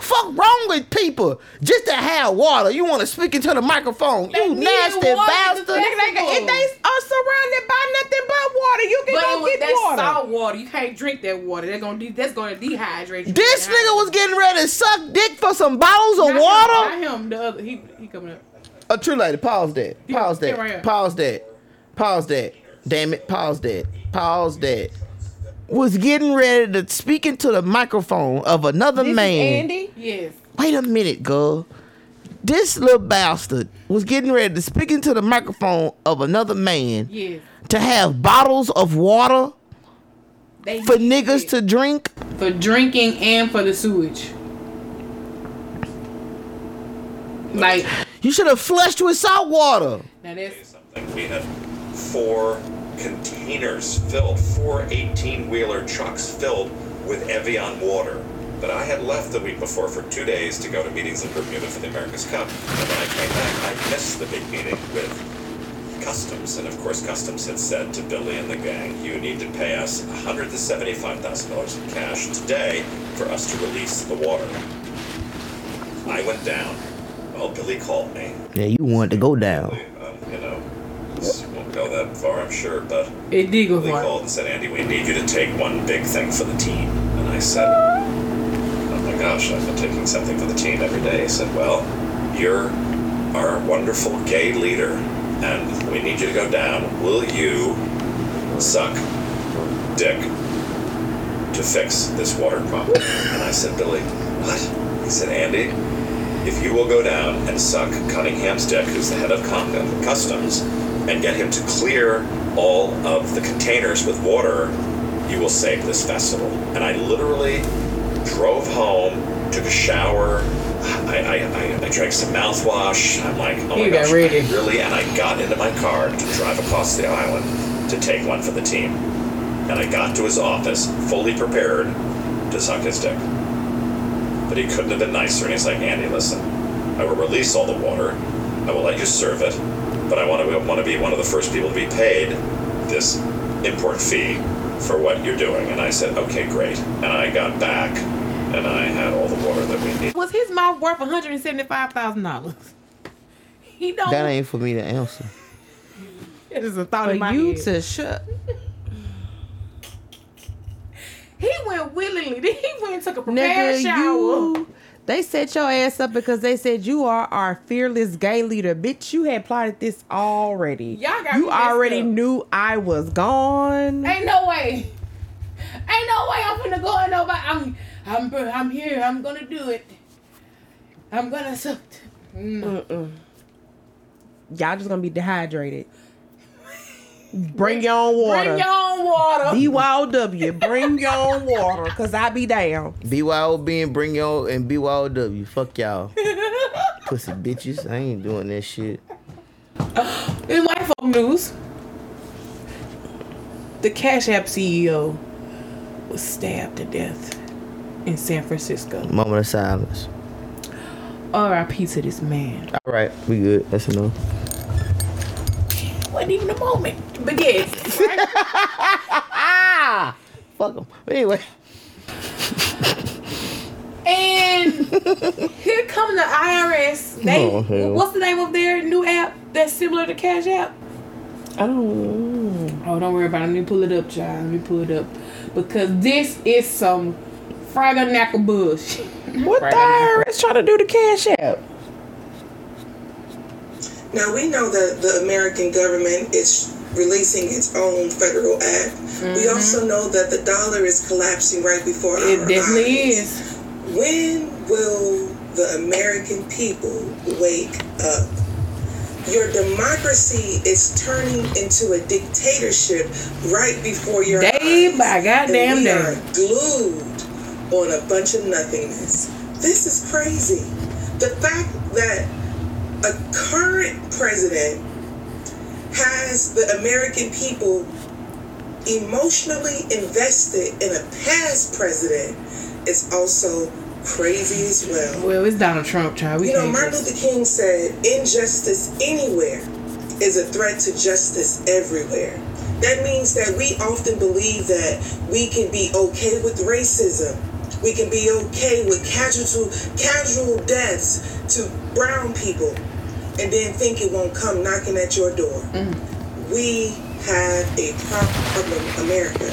Speaker 2: fuck wrong with people? Just to have water. You wanna speak into the microphone. you
Speaker 3: needed
Speaker 2: nasty
Speaker 3: water to
Speaker 2: bastard.
Speaker 3: fix
Speaker 1: Nigga, if they are surrounded by nothing but water, you can
Speaker 3: But it
Speaker 1: go
Speaker 3: was,
Speaker 1: get
Speaker 3: that's
Speaker 1: water.
Speaker 3: salt water. You can't drink that water. They're gonna de- that's gonna dehydrate you.
Speaker 2: This nigga was getting ready to suck dick for some bottles of
Speaker 3: Not him,
Speaker 2: water.
Speaker 3: Not him. The other. He he coming up.
Speaker 2: A true lady, pause that.
Speaker 3: Yeah,
Speaker 2: Pause
Speaker 3: yeah, right here.
Speaker 2: that. Pause that. Pause that. Damn it, pause that. Pause that. Was getting ready to speak into the microphone of another
Speaker 1: This is
Speaker 2: man.
Speaker 1: Andy.
Speaker 3: Yes.
Speaker 2: Wait a minute, girl. This little bastard was getting ready to speak into the microphone of another man
Speaker 3: Yes.
Speaker 2: to have bottles of water
Speaker 3: They
Speaker 2: for
Speaker 3: need
Speaker 2: niggas
Speaker 3: it.
Speaker 2: to drink.
Speaker 3: for drinking and for the sewage. Like
Speaker 2: You should have flushed with salt water.
Speaker 3: now that's
Speaker 6: Like we have four containers filled, four 18 wheeler trucks filled with Evian water that I had left the week before for two days to go to meetings in Bermuda for the America's Cup. And when I came back, I missed the big meeting with Customs. And of course, Customs had said to Billy and the gang, you need to pay us $175,000 in cash today for us to release the water. I went down. Well, Billy called me
Speaker 2: Yeah, you wanted to go down.
Speaker 6: um, you know, this won't go that far, I'm sure, but
Speaker 3: it did go
Speaker 6: they
Speaker 3: far.
Speaker 6: called and said, Andy, we need you to take one big thing for the team. And I said, Oh my gosh, I've been taking something for the team every day. He said, Well, you're our wonderful gay leader, and we need you to go down. Will you suck dick to fix this water problem? And I said, Billy, what? He said, Andy, if you will go down and suck Cunningham's dick, who's the head of Com- customs, and get him to clear all of the containers with water, you will save this festival. And I literally drove home, took a shower. I, I, I, I drank some mouthwash. I'm like, oh my
Speaker 3: You got
Speaker 6: gosh,
Speaker 3: ready.
Speaker 6: really? And I got into my car to drive across the island to take one for the team. And I got to his office fully prepared to suck his dick. But he couldn't have been nicer, and he's like, Andy, listen, I will release all the water. I will let you serve it, but I want to want to be one of the first people to be paid this import fee for what you're doing. And I said, okay, great. And I got back, and I had all the water that we needed.
Speaker 3: Was his mouth worth one hundred and seventy-five thousand dollars? He don't.
Speaker 2: That ain't for me to answer.
Speaker 3: It is a thought
Speaker 7: For
Speaker 3: in my
Speaker 7: you
Speaker 3: head.
Speaker 7: to shut.
Speaker 3: He went willingly. Then he went and took a prepared
Speaker 7: Nigga,
Speaker 3: shower.
Speaker 7: you. They set your ass up because they said you are our fearless gay leader.
Speaker 1: Bitch, you had plotted this already.
Speaker 3: Y'all got me
Speaker 1: you
Speaker 3: messed
Speaker 1: already
Speaker 3: up.
Speaker 1: knew I was gone.
Speaker 3: Ain't no way. Ain't no way I'm finna go and nobody. I'm, I'm, I'm here. I'm gonna do it. I'm gonna suck. No.
Speaker 1: Y'all just gonna be dehydrated. Bring your own water.
Speaker 3: Bring your own water.
Speaker 1: BYOW, bring your own water, cause I be down.
Speaker 2: BYOB and bring y'all and BYOW. Fuck y'all. Pussy bitches. I ain't doing that shit.
Speaker 3: In white folk news, the Cash App CEO was stabbed to death in San Francisco.
Speaker 2: Moment of silence.
Speaker 3: R.I.P. to this man.
Speaker 2: All right, we good. That's enough.
Speaker 3: Wasn't even a moment. But yes,
Speaker 2: Fuck them. Anyway,
Speaker 3: And here come the IRS. They
Speaker 2: Oh, hell.
Speaker 3: what's the name of their new app that's similar to Cash App?
Speaker 1: I don't.
Speaker 3: Oh, don't worry about it. Let me pull it up, child. Let me pull it up. Because this is some fraggle knackle bullshit.
Speaker 1: What the IRS trying to do to Cash App?
Speaker 8: Now we know that the American government is releasing its own federal act. We also know that the dollar is collapsing right before our
Speaker 3: Mm-hmm. It definitely
Speaker 8: eyes.
Speaker 3: is.
Speaker 8: When will the American people wake up? Your democracy is turning into a dictatorship right before your
Speaker 3: Day
Speaker 8: eyes.
Speaker 3: by goddamn
Speaker 8: and we
Speaker 3: day.
Speaker 8: are glued on a bunch of nothingness. This is crazy. The fact that a current president has the American people emotionally invested in a past president is also crazy as well.
Speaker 3: Well, it's Donald Trump, child. We
Speaker 8: You know,
Speaker 3: can't
Speaker 8: Martin
Speaker 3: just-
Speaker 8: Luther King said, injustice anywhere is a threat to justice everywhere. That means that we often believe that we can be okay with racism. We can be okay with casual, casual deaths to brown people and then think it won't come knocking at your door. We have a problem, America.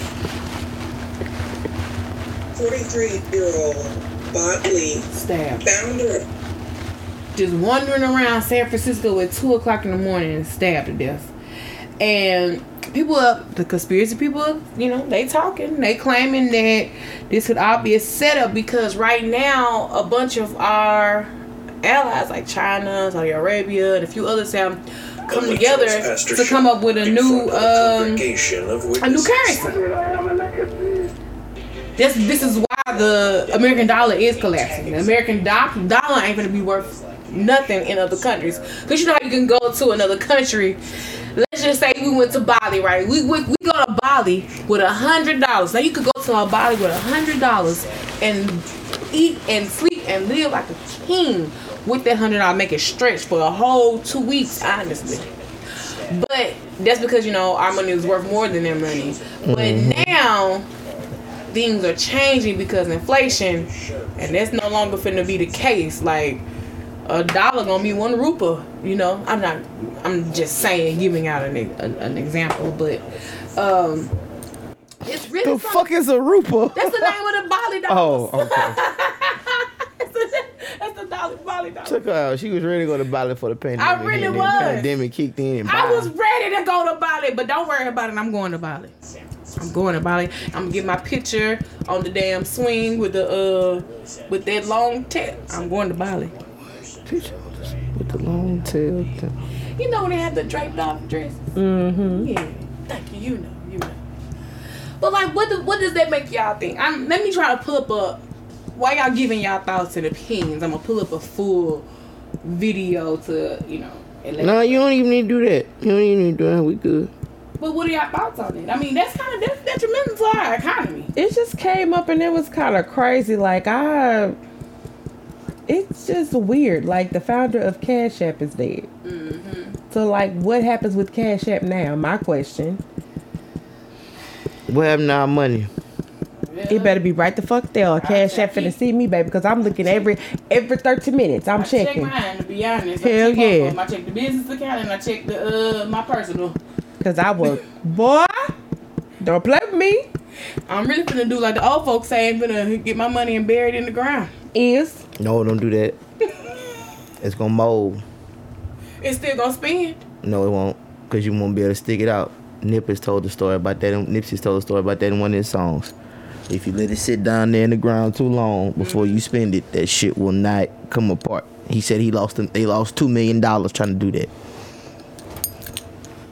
Speaker 8: 43-year-old Bob Lee,
Speaker 3: stabbed.
Speaker 8: founder of
Speaker 3: Just wandering around San Francisco at two o'clock in the morning and stabbed to death. And people up, the conspiracy people, up, you know, they talking, they claiming that this could all be a setup because right now a bunch of our allies like China, Saudi Arabia, and a few others have come together to come up with a new um, a new currency. This this is why the American dollar is collapsing. The American do- dollar ain't gonna be worth nothing in other countries. Cause you know how you can go to another country. Let's just say we went to Bali, right? We we, we go to Bali with a hundred dollars. Now you could go to a Bali with a hundred dollars and eat and sleep and live like a king with that hundred dollars. Make it stretch for a whole two weeks, honestly. But that's because you know our money was worth more than their money. But now things are changing because inflation, and that's no longer finna be the case. Like a dollar gonna be one rupa. You know, I'm not. I'm just saying, giving out an, an, an example, but um, it's really something-
Speaker 2: the fuck is a Rupa?
Speaker 3: That's the name of the Bali
Speaker 2: Oh,
Speaker 3: dollars.
Speaker 2: okay.
Speaker 3: that's, the, that's the dollar Bali dollars.
Speaker 2: Took her out. She was ready to go to Bali for the pandemic.
Speaker 3: really
Speaker 2: and then
Speaker 3: was.
Speaker 2: The pandemic kicked in. And
Speaker 3: I
Speaker 2: bye.
Speaker 3: was ready to go to Bali, but don't worry about it. I'm going to Bali. I'm going to Bali. I'm gonna get my picture on the damn swing with the uh with that long tail. I'm going to Bali.
Speaker 2: with the long tail. thing.
Speaker 3: You know when they have the draped off dresses. Mm-hmm. Yeah. Thank you. You know. You know. But like, what do, what does that make y'all think? I'm let me try to pull up a. While y'all giving y'all thoughts and opinions, I'm gonna pull up a full video to you know. and let-
Speaker 2: No, you don't even need to do that. You don't even need to do that. We good.
Speaker 3: But what are y'all thoughts on it? I mean, that's kind of that's detrimental to our economy.
Speaker 1: it just came up and it was kind of crazy. Like I, it's just weird. Like the founder of Cash App is dead.
Speaker 3: Mm-hmm.
Speaker 1: So like, what happens with Cash App now? My question.
Speaker 2: What happened to our money?
Speaker 1: It better be right the fuck there. Or Cash App finna see me, baby, because I'm looking every every thirty minutes. I'm
Speaker 3: I check
Speaker 1: checking
Speaker 3: mine to be honest.
Speaker 1: Hell
Speaker 3: I check both
Speaker 1: yeah.
Speaker 3: of 'em. I check the business account and I check the uh my personal.
Speaker 1: because I was boy. Don't play with me.
Speaker 3: I'm really finna do like the old folks say, I'm finna get my money and bury it in the ground.
Speaker 1: Is
Speaker 2: No, don't do that. it's gonna mold.
Speaker 3: It's still gonna spend.
Speaker 2: No, it won't, cause you won't be able to stick it out. Nip has told the story about that. in- Nipsey's told the story about that in one of his songs. If you let it sit down there in the ground too long before you spend it, that shit will not come apart. He said he lost. They lost two million dollars trying to do that.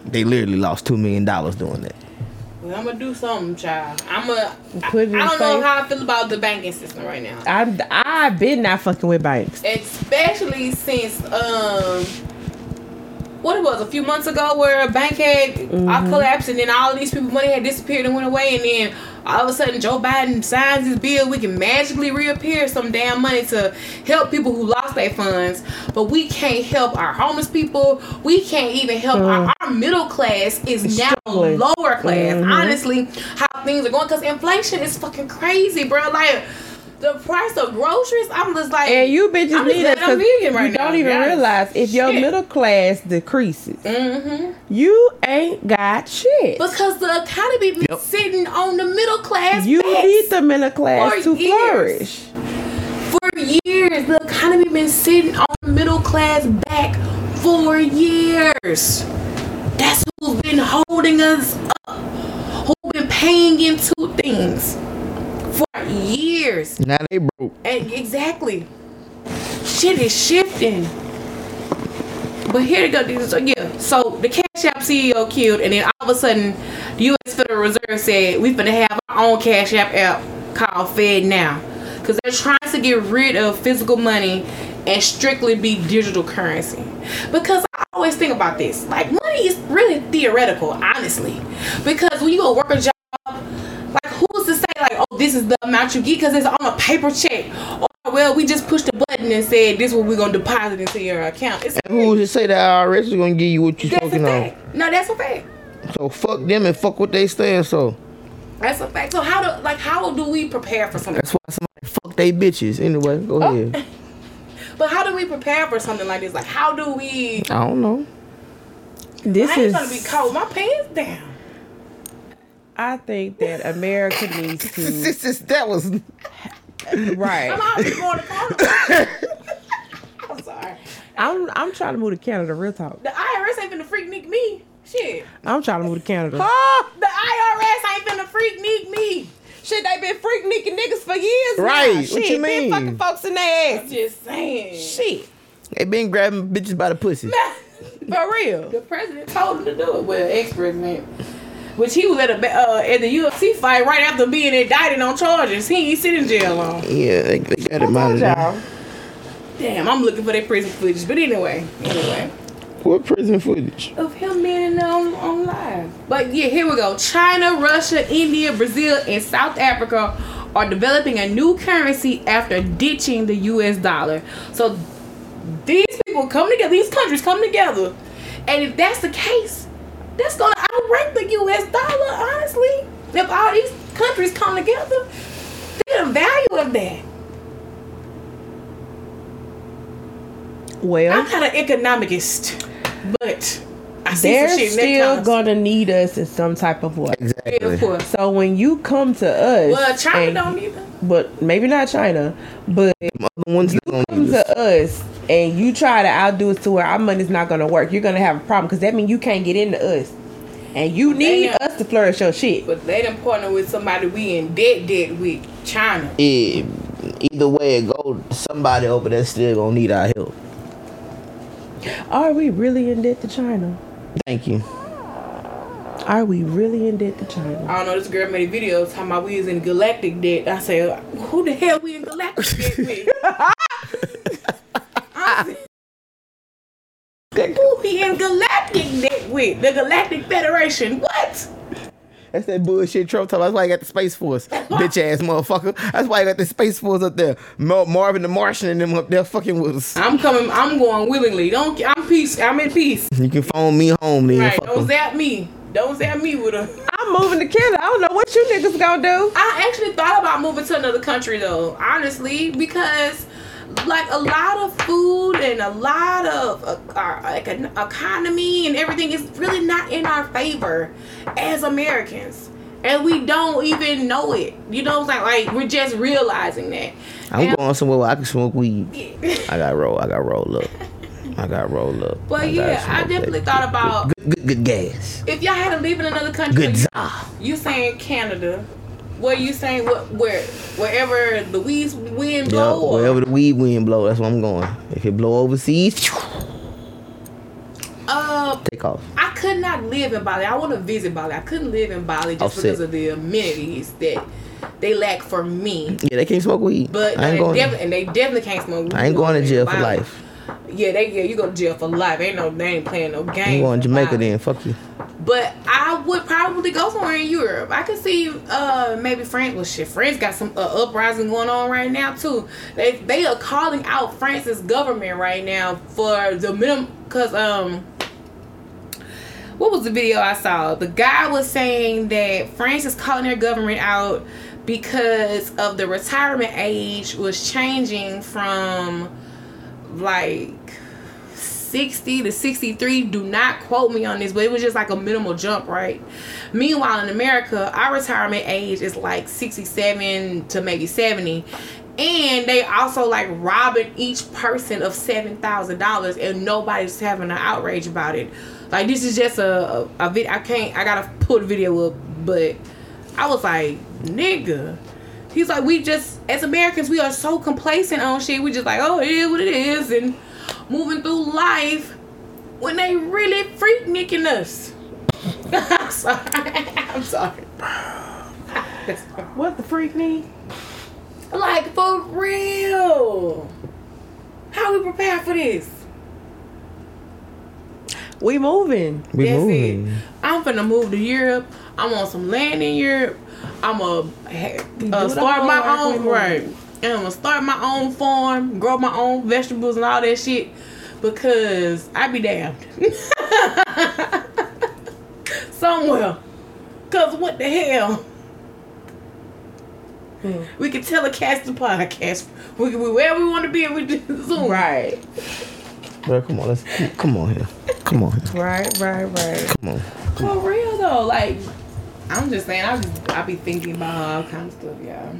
Speaker 2: They literally lost two million dollars doing that.
Speaker 3: Well, I'm gonna do something, child. I'm gonna. I, I
Speaker 1: Put it in
Speaker 3: don't know
Speaker 1: safe.
Speaker 3: how I feel about the banking system right now,
Speaker 1: I I've been not fucking with banks.
Speaker 3: especially since um, what it was a few months ago where a bank had all collapsed and then all these people money had disappeared and went away and then all of a sudden Joe Biden signs his bill we can magically reappear some damn money to help people who lost their funds but we can't help our homeless people we can't even help our, our middle class is now
Speaker 1: Struggling.
Speaker 3: lower class honestly how things are going because inflation is fucking crazy bro like the price of groceries I'm just like
Speaker 1: And you bitches
Speaker 3: I'm just
Speaker 1: need
Speaker 3: glad
Speaker 1: it
Speaker 3: I'm
Speaker 1: because
Speaker 3: vegan right
Speaker 1: you
Speaker 3: now,
Speaker 1: don't
Speaker 3: to be
Speaker 1: even
Speaker 3: honest.
Speaker 1: realize if your
Speaker 3: Shit.
Speaker 1: middle class decreases,
Speaker 3: Mhm.
Speaker 1: you ain't got shit.
Speaker 3: because the economy be sitting on the middle class
Speaker 1: you
Speaker 3: backs.
Speaker 1: need the middle class
Speaker 3: For
Speaker 1: to
Speaker 3: years.
Speaker 1: flourish.
Speaker 3: for years. The economy been sitting on the middle class back for years. That's who's been holding us up. Who've been paying into things for years.
Speaker 2: Now they broke.
Speaker 3: And exactly. Shit is shifting. But here they go. this- So yeah. So the Cash App CEO killed, and then all of a sudden, the U.S. Federal Reserve said we finna have our own Cash App app called Fed Now, because they're trying to get rid of physical money and strictly be digital currency. Because I always think about this, like money is really theoretical, honestly, because when you go work a job, like who's to say like, oh, this is the amount you get because it's on a paper check, or well, we just pushed a button and said this is what we're gonna deposit into your account. It's
Speaker 2: Who to say the IRS is gonna give you what you
Speaker 3: that's a
Speaker 2: smoking on?
Speaker 3: fact. No, that's a fact.
Speaker 2: So fuck them and fuck what they stand. So
Speaker 3: That's a fact. So how do like how do we prepare for something?
Speaker 2: that's why somebody fuck they bitches. Anyway, go ahead.
Speaker 3: But how do we prepare for something like this? Like how do we?
Speaker 2: I don't know.
Speaker 1: This
Speaker 3: I ain't
Speaker 1: is.
Speaker 3: gonna be caught with my pants down.
Speaker 1: I think that America needs to.
Speaker 2: This is that was
Speaker 3: I'm
Speaker 1: right.
Speaker 3: always going to Carnival. I'm sorry.
Speaker 1: I'm I'm trying to move to Canada. Real talk.
Speaker 3: The IRS ain't finna freak nick me. Shit.
Speaker 1: I'm trying to move to Canada.
Speaker 3: The IRS ain't finna freak nick me.
Speaker 1: Shit, they been freak nicking niggas for years. now.
Speaker 2: Right, what
Speaker 1: Shit,
Speaker 2: you mean?
Speaker 1: Been fucking folks in their ass.
Speaker 3: I'm just saying.
Speaker 1: Shit.
Speaker 2: they been grabbing bitches by the pussy.
Speaker 1: For real.
Speaker 3: The president told him to do it. Well, ex-president. Which he was at a ba- uh, at the UFC fight right after being indicted on charges. He ain't sitting in jail long.
Speaker 2: Yeah, they, they got him out of there.
Speaker 3: Damn, I'm looking for that prison footage. But anyway, anyway.
Speaker 2: What prison footage?
Speaker 3: Of him being on, on live. But yeah, here we go. China, Russia, India, Brazil, and South Africa are developing a new currency after ditching the US dollar. So these people come together, these countries come together. And if that's the case, that's gonna outrank the US dollar, honestly. If all these countries come together, see the value of that. I'm
Speaker 1: Well,
Speaker 3: not an economicist, but I see
Speaker 1: they're
Speaker 3: some shit
Speaker 1: still
Speaker 3: going.
Speaker 1: gonna need us in some type of way.
Speaker 3: Of
Speaker 2: Exactly.
Speaker 3: course.
Speaker 1: So when you come to us,
Speaker 3: Well, China
Speaker 1: and-
Speaker 3: don't either.
Speaker 1: but maybe not China, but
Speaker 2: Them other ones not gonna
Speaker 1: come
Speaker 2: use us.
Speaker 1: to us and you try to outdo us to where our money's not gonna work, you're gonna have a problem because that means you can't get into us, and you need
Speaker 3: Damn.
Speaker 1: us to flourish your shit.
Speaker 3: But they done partner with somebody we in debt debt with China.
Speaker 2: Yeah, either way it go, somebody over there still gonna need our help.
Speaker 1: Are we really in debt to China?
Speaker 2: Thank you.
Speaker 1: Are we really in debt to China?
Speaker 3: I don't know. This girl made a video talking about we is in galactic debt. I said, who the hell we in galactic debt with? I said, Who he in galactic neck with? The Galactic Federation. What?
Speaker 2: That's that bullshit Trump talk. That's why you got the Space Force, bitch ass motherfucker. That's why you got the Space Force up there. Mar- Marvin the Martian and them up there fucking with us.
Speaker 3: I'm coming. I'm going willingly. Don't. I'm peace. I'm in peace.
Speaker 2: You can phone me home then.
Speaker 3: Right.
Speaker 2: fuck
Speaker 3: Don't
Speaker 2: 'em.
Speaker 3: zap me. Don't zap me with a.
Speaker 1: I'm moving to Canada. I don't know what you niggas gonna do.
Speaker 3: I actually thought about moving to another country though, honestly, because like a lot of food and a lot of uh, our like an economy and everything is really not in our favor as Americans. And we don't even know it. You know what I'm saying? Like we're just realizing that.
Speaker 2: I'm
Speaker 3: And-
Speaker 2: going somewhere where I can smoke weed. I got roll. I got roll up. I got roll up.
Speaker 3: But
Speaker 2: I gotta
Speaker 3: yeah, I
Speaker 2: smoke
Speaker 3: definitely
Speaker 2: that.
Speaker 3: thought about-
Speaker 2: good, good, good gas.
Speaker 3: If y'all had to live in another country,
Speaker 2: Good
Speaker 3: you-
Speaker 2: job.
Speaker 3: you saying Canada. Where you saying what where wherever the winds wind
Speaker 2: Yeah,
Speaker 3: blow or-
Speaker 2: wherever the weed wind blow, that's where I'm going. If it blow overseas,
Speaker 3: uh
Speaker 2: take off.
Speaker 3: I could not live in Bali. I want to visit Bali. I couldn't live in Bali just
Speaker 2: Offset.
Speaker 3: because of the amenities that they lack for me.
Speaker 2: Yeah, they can't smoke weed.
Speaker 3: But uh,
Speaker 2: I ain't
Speaker 3: they
Speaker 2: going.
Speaker 3: defi- and they definitely can't smoke.
Speaker 2: I ain't
Speaker 3: weed
Speaker 2: going to
Speaker 3: in
Speaker 2: jail for
Speaker 3: Bali.
Speaker 2: life.
Speaker 3: Yeah, they yeah, you go to jail for life. Ain't no they ain't playing no games.
Speaker 2: I'm going
Speaker 3: in
Speaker 2: to Jamaica
Speaker 3: Bali.
Speaker 2: then. Fuck you.
Speaker 3: But I would probably go somewhere in Europe. I could see uh maybe France. Well, shit, France got some uh, uprising going on right now too. They they are calling out France's government right now for the minimum because um. What was the video I saw? The guy was saying that France is calling their government out because of the retirement age was changing from like 60 to 63 do not quote me on this but it was just like a minimal jump right meanwhile in america our retirement age is like 67 to maybe 70 and they also like robbing each person of $7000 and nobody's having an outrage about it like this is just a, a, a vid- i can't i gotta put a video up but i was like nigga He's like, we just as Americans, we are so complacent on shit. We just like, oh, it is what it is, and moving through life when they really freak nicking us. I'm sorry. I'm sorry.
Speaker 1: What the freak need?
Speaker 3: Like for real. How we prepare for this?
Speaker 1: We moving.
Speaker 2: We
Speaker 3: That's
Speaker 2: moving.
Speaker 3: it. I'm finna move to Europe. I'm on some land in Europe. I'm going to
Speaker 1: the
Speaker 3: uh, start my
Speaker 1: homework, we
Speaker 3: own
Speaker 1: move.
Speaker 3: right. And I'm gonna start my own farm, grow my own vegetables and all that shit, because I be damned. Somewhere, cause what the hell? We can telecast the podcast. We can be where we want to be, and we do Zoom.
Speaker 1: Right.
Speaker 2: Bro, come on, let's come on here. Come on, here.
Speaker 1: Right. Right. Right.
Speaker 2: come on.
Speaker 3: For real though, like I'm just saying, I just I be thinking about all kinds of stuff, y'all.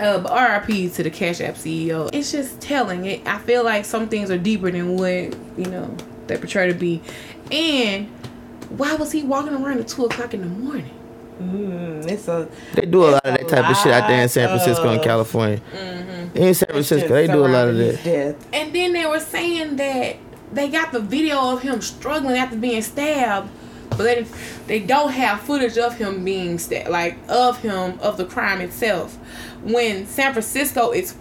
Speaker 3: Uh, but RIP to the Cash App CEO. It's just telling it. I feel like some things are deeper than what you know they portray to be. And why was he walking around at two o'clock in the morning?
Speaker 1: Mm, it's a
Speaker 2: They do a lot of that type of shit out there in San Francisco and
Speaker 1: Lot
Speaker 2: California.
Speaker 3: Mm-hmm.
Speaker 2: In San Francisco, they do a lot of that.
Speaker 1: Death.
Speaker 3: And then they were saying that they got the video of him struggling after being stabbed, but they, they don't have footage of him being stabbed, like of him, of the crime itself. When San Francisco is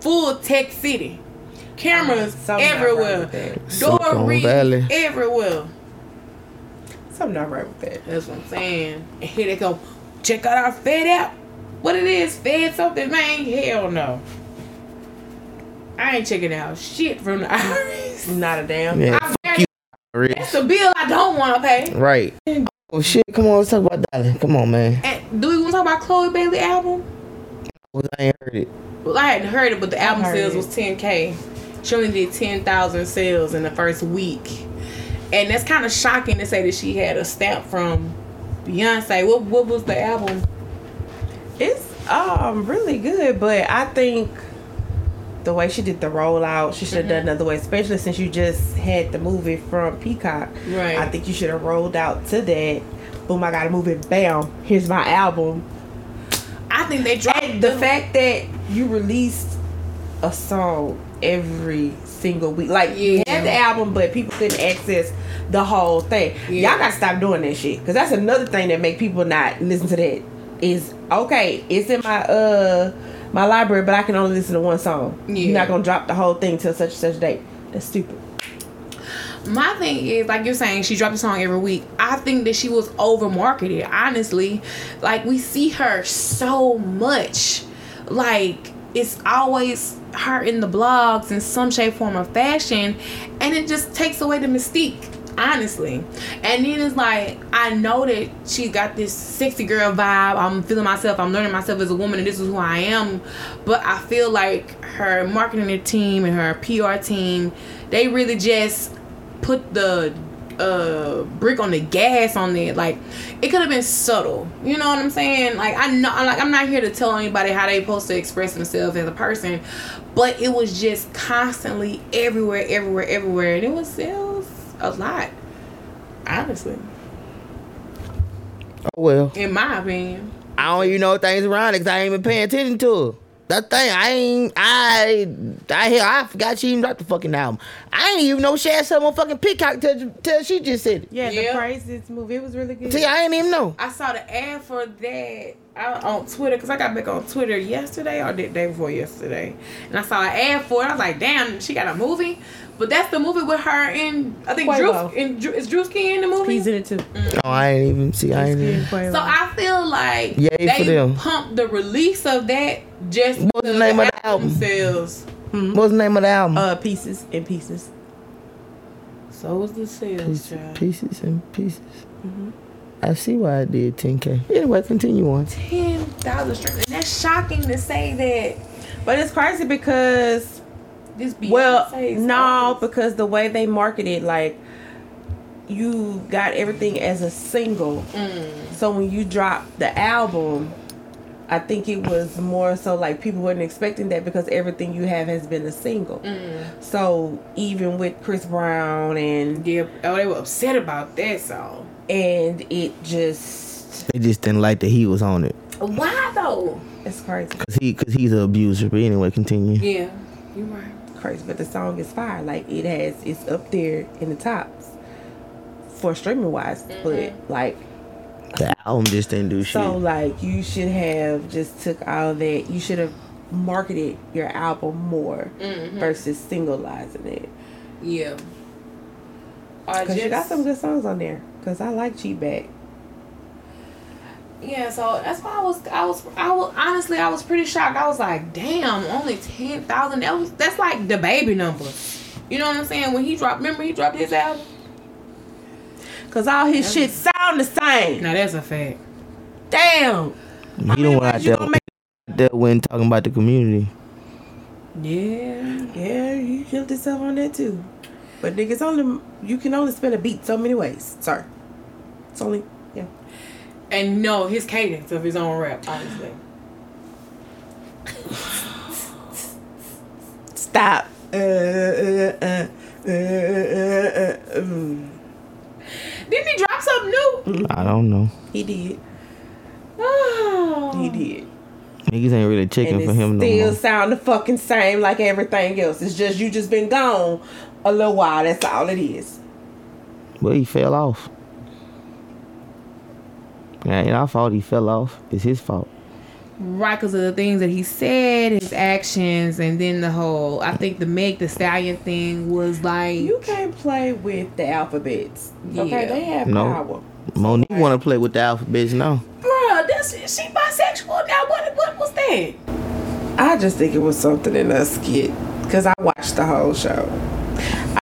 Speaker 3: full tech city, cameras
Speaker 1: Something not right
Speaker 3: everywhere,
Speaker 1: with that.
Speaker 3: door
Speaker 2: Silicon
Speaker 3: rings
Speaker 2: Valley.
Speaker 3: everywhere.
Speaker 1: Something not right with that.
Speaker 3: That's what I'm saying. And here they go, check out our Fed app. What it is, Fed something, man? Hell no. I ain't checking out shit from the IRS.
Speaker 1: Not a damn.
Speaker 2: Yeah,
Speaker 3: I
Speaker 2: fuck
Speaker 3: barely
Speaker 2: you, Rich.
Speaker 3: That's a bill I don't want to pay.
Speaker 2: Right.
Speaker 3: Mm.
Speaker 2: Oh shit, come on, let's talk about Dolly. Come on, man.
Speaker 3: And do we want to talk about Chloe Bailey album?
Speaker 2: I ain't heard it.
Speaker 3: Well, I hadn't heard it, but the album
Speaker 1: heard
Speaker 3: sales
Speaker 1: it.
Speaker 3: was 10k. She only did 10,000 sales in the first week, and that's kind of shocking to say that she had a stamp from Beyonce. What what was the album?
Speaker 1: It's um really good, but I think the way she did the rollout, she should have done another way, especially since you just had the movie from Peacock.
Speaker 3: Right.
Speaker 1: I think you should have rolled out to that. Boom, I got a movie, bam, here's my album.
Speaker 3: I think they dropped
Speaker 1: And the fact that you released a song every single week. Like you
Speaker 3: Yeah.
Speaker 1: had the album but people couldn't access the whole thing.
Speaker 3: Yeah.
Speaker 1: Y'all gotta stop doing that shit. Cause that's another thing that make people not listen to that. Is okay, it's in my uh my library, but I can only listen to one song.
Speaker 3: Yeah.
Speaker 1: You're not gonna drop the whole thing till such and such date. That's stupid.
Speaker 3: My thing is, like you're saying, she dropped a song every week. I think that she was over marketed, honestly. Like, we see her so much. Like, it's always her in the blogs in some shape, form, or fashion. And it just takes away the mystique, honestly. And then it's like, I know that she got this sexy girl vibe. I'm feeling myself, I'm learning myself as a woman, and this is who I am. But I feel like her marketing team and her PR team, they really just put the uh brick on the gas on it like it could have been subtle you know what i'm saying like i know I'm like i'm not here to tell anybody how they supposed to express themselves as a person but it was just constantly everywhere everywhere everywhere and it was, it was a lot honestly
Speaker 2: Oh well.
Speaker 3: in my opinion
Speaker 2: I don't even know things around it because I ain't even paying attention to it. That thing, I ain't, I, I hell, I forgot she even dropped the fucking album. I ain't even know she had something on fucking Peacock till, till she just said it.
Speaker 1: Yeah,
Speaker 3: Yeah.
Speaker 1: the Craziest movie. It was really good.
Speaker 2: See, I ain't even know.
Speaker 3: I saw the ad for that out on Twitter because I got back on Twitter yesterday or the day before yesterday, and I saw an ad for it. I was like, "Damn, she got a movie." But that's the movie with her and I think Drew,
Speaker 1: Quavo.
Speaker 3: and Drew, is Drewski in the movie.
Speaker 1: He's in it too.
Speaker 2: No, I ain't even see. I ain't even.
Speaker 3: so I feel like
Speaker 2: Yay for
Speaker 3: they
Speaker 2: them.
Speaker 3: pumped the release of that just
Speaker 2: What's the
Speaker 3: to
Speaker 2: name of
Speaker 3: out
Speaker 2: the album?
Speaker 3: Sales.
Speaker 2: What's the name of the album?
Speaker 1: uh, pieces and pieces.
Speaker 3: So was the sales.
Speaker 2: pieces,
Speaker 3: child.
Speaker 2: pieces and pieces.
Speaker 1: Mm-hmm.
Speaker 2: I see why I did 10k. Anyway, continue on.
Speaker 3: Ten thousand streams. And that's shocking to say
Speaker 1: But it's crazy because
Speaker 3: that this Beyonce's
Speaker 1: well, no,
Speaker 3: artist-
Speaker 1: because the way they market it, like you got everything as a single. So when you drop the album, I think it was more so like people weren't expecting that because everything you have has been a single. So even with Chris Brown and
Speaker 3: yeah. Oh, they were upset about that song.
Speaker 1: and it just
Speaker 2: They just didn't like that he was on it
Speaker 3: Why though?
Speaker 1: it's crazy,
Speaker 2: because he, cause he's an abuser. But anyway, continue.
Speaker 3: Yeah, you're right.
Speaker 1: crazy. But the song is fire. Like it has, it's up there in the tops for streaming wise. But like
Speaker 2: The album just didn't do shit.
Speaker 1: So like you should have just took all that. You should have marketed your album more versus singleizing it.
Speaker 3: Yeah. I
Speaker 1: Cause
Speaker 3: just,
Speaker 1: you got some good songs on there. Cause I like Cheat Back.
Speaker 3: yeah, so that's why I was, I was, I was honestly, I was pretty shocked. I was like, damn, only ten thousand. That was that's like the baby number. You know what I'm saying? When he dropped, remember he dropped his album.
Speaker 1: Cause all his shit sound the same.
Speaker 3: Now that's a fact.
Speaker 1: Damn.
Speaker 2: he don't want out
Speaker 1: ways you
Speaker 2: there.
Speaker 1: gonna make-
Speaker 2: That when talking about the community.
Speaker 3: Yeah.
Speaker 1: Yeah, you killed yourself on that too. But niggas only you can only spin a beat so many ways. Sorry. It's only yeah.
Speaker 3: And no, his cadence of his own rap, honestly.
Speaker 1: Stop. Uh, uh, uh, uh, uh, uh, mm.
Speaker 3: Didn't he drop something new?
Speaker 2: I don't know.
Speaker 1: He did.
Speaker 3: Oh.
Speaker 1: He did.
Speaker 2: Niggas ain't really
Speaker 1: and
Speaker 2: checking
Speaker 1: it
Speaker 2: for him no
Speaker 1: still
Speaker 2: more.
Speaker 1: sound the fucking same like everything else. It's just you just been gone a little while. That's all it is.
Speaker 2: But he fell off. Yeah, ain't our fault he fell off. It's his fault.
Speaker 3: Right, because of the things that he said, his actions, and then the whole I think the Meg the Stallion thing was like
Speaker 1: You can't play with the alphabets.
Speaker 3: Yeah.
Speaker 1: Okay, they have
Speaker 2: No.
Speaker 1: power.
Speaker 2: Monique want to play with the alphabets now.
Speaker 3: Bruh, that's she bisexual now. What what was that?
Speaker 1: I just think it was something in that skit because I watched the whole show.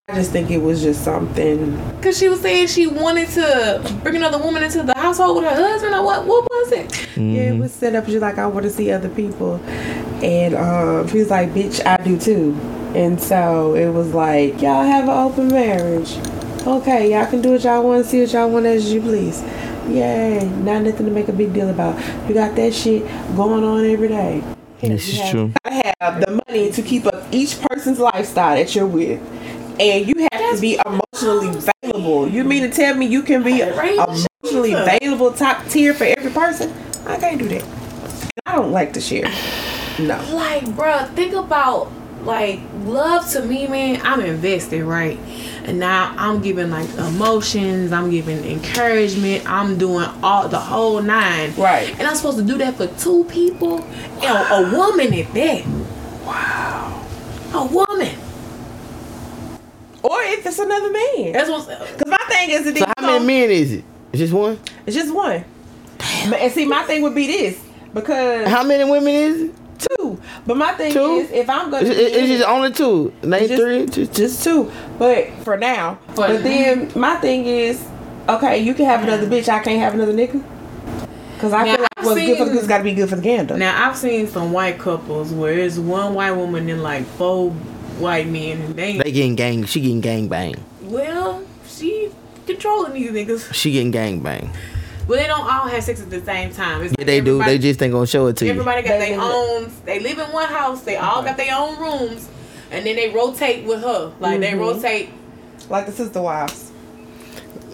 Speaker 1: I just think it was just something.
Speaker 3: Cause she was saying she wanted to bring another woman into the household with her husband or what what was it?
Speaker 1: Yeah,
Speaker 2: Mm-hmm.
Speaker 1: it was set up. She's like, I want to see other people, and um, he was like, "Bitch, I do too." And so it was like, y'all have an open marriage. Okay, y'all can do what y'all want, see what y'all want as you please. Yay! Not nothing to make a big deal about. You got that shit going on every day.
Speaker 2: This
Speaker 1: you
Speaker 2: is
Speaker 1: have-
Speaker 2: true.
Speaker 1: I have the money to keep up each person's lifestyle that you're with. And you have to be emotionally available. You mean to tell me you can be
Speaker 3: Right,
Speaker 1: emotionally
Speaker 3: Shanita.
Speaker 1: available, top tier for every person? I can't do that. I don't like to share. No.
Speaker 3: Like, bruh, think about like love to me, man. I'm invested, right? And now I'm giving like emotions, I'm giving encouragement, I'm doing all the whole nine.
Speaker 1: Right.
Speaker 3: And I'm supposed to do that for two people? And a woman at that. Wow. A woman.
Speaker 1: Or if it's another man.
Speaker 3: That's what's
Speaker 1: Because my thing is that
Speaker 2: So
Speaker 1: these
Speaker 2: how many
Speaker 1: folks-
Speaker 2: men is it? It's just one.
Speaker 1: It's just one. But- And see, my thing would be this because
Speaker 2: How many women is it?
Speaker 1: two. But my thing
Speaker 2: Two?
Speaker 1: is, if I'm gonna,
Speaker 2: It's,
Speaker 1: be in
Speaker 2: it's just only two. Name
Speaker 1: just-
Speaker 2: three. Just,
Speaker 1: just two. But for now.
Speaker 3: For
Speaker 1: but then my thing is, okay, you can have another bitch. I can't have another nigga. Cause I
Speaker 3: Now,
Speaker 1: feel like
Speaker 3: I've
Speaker 1: what's good for the
Speaker 3: seen-
Speaker 1: goose got to be good for the gander.
Speaker 3: Now I've seen some white couples where it's one white woman and like four white men, and they,
Speaker 2: they getting gang. She getting gang bang.
Speaker 3: well, she controlling these niggas.
Speaker 2: She getting gang bang.
Speaker 3: Well, they don't all have sex at the same time. It's
Speaker 2: Yeah,
Speaker 3: like
Speaker 2: they do. They
Speaker 3: everybody-
Speaker 2: just ain't gonna show it to you.
Speaker 3: Everybody got
Speaker 1: They
Speaker 3: their
Speaker 1: live in-
Speaker 3: own. They live in one house. They all got their own rooms, and then they rotate with her. Like
Speaker 1: Mm-hmm.
Speaker 3: they rotate.
Speaker 1: like the sister wives.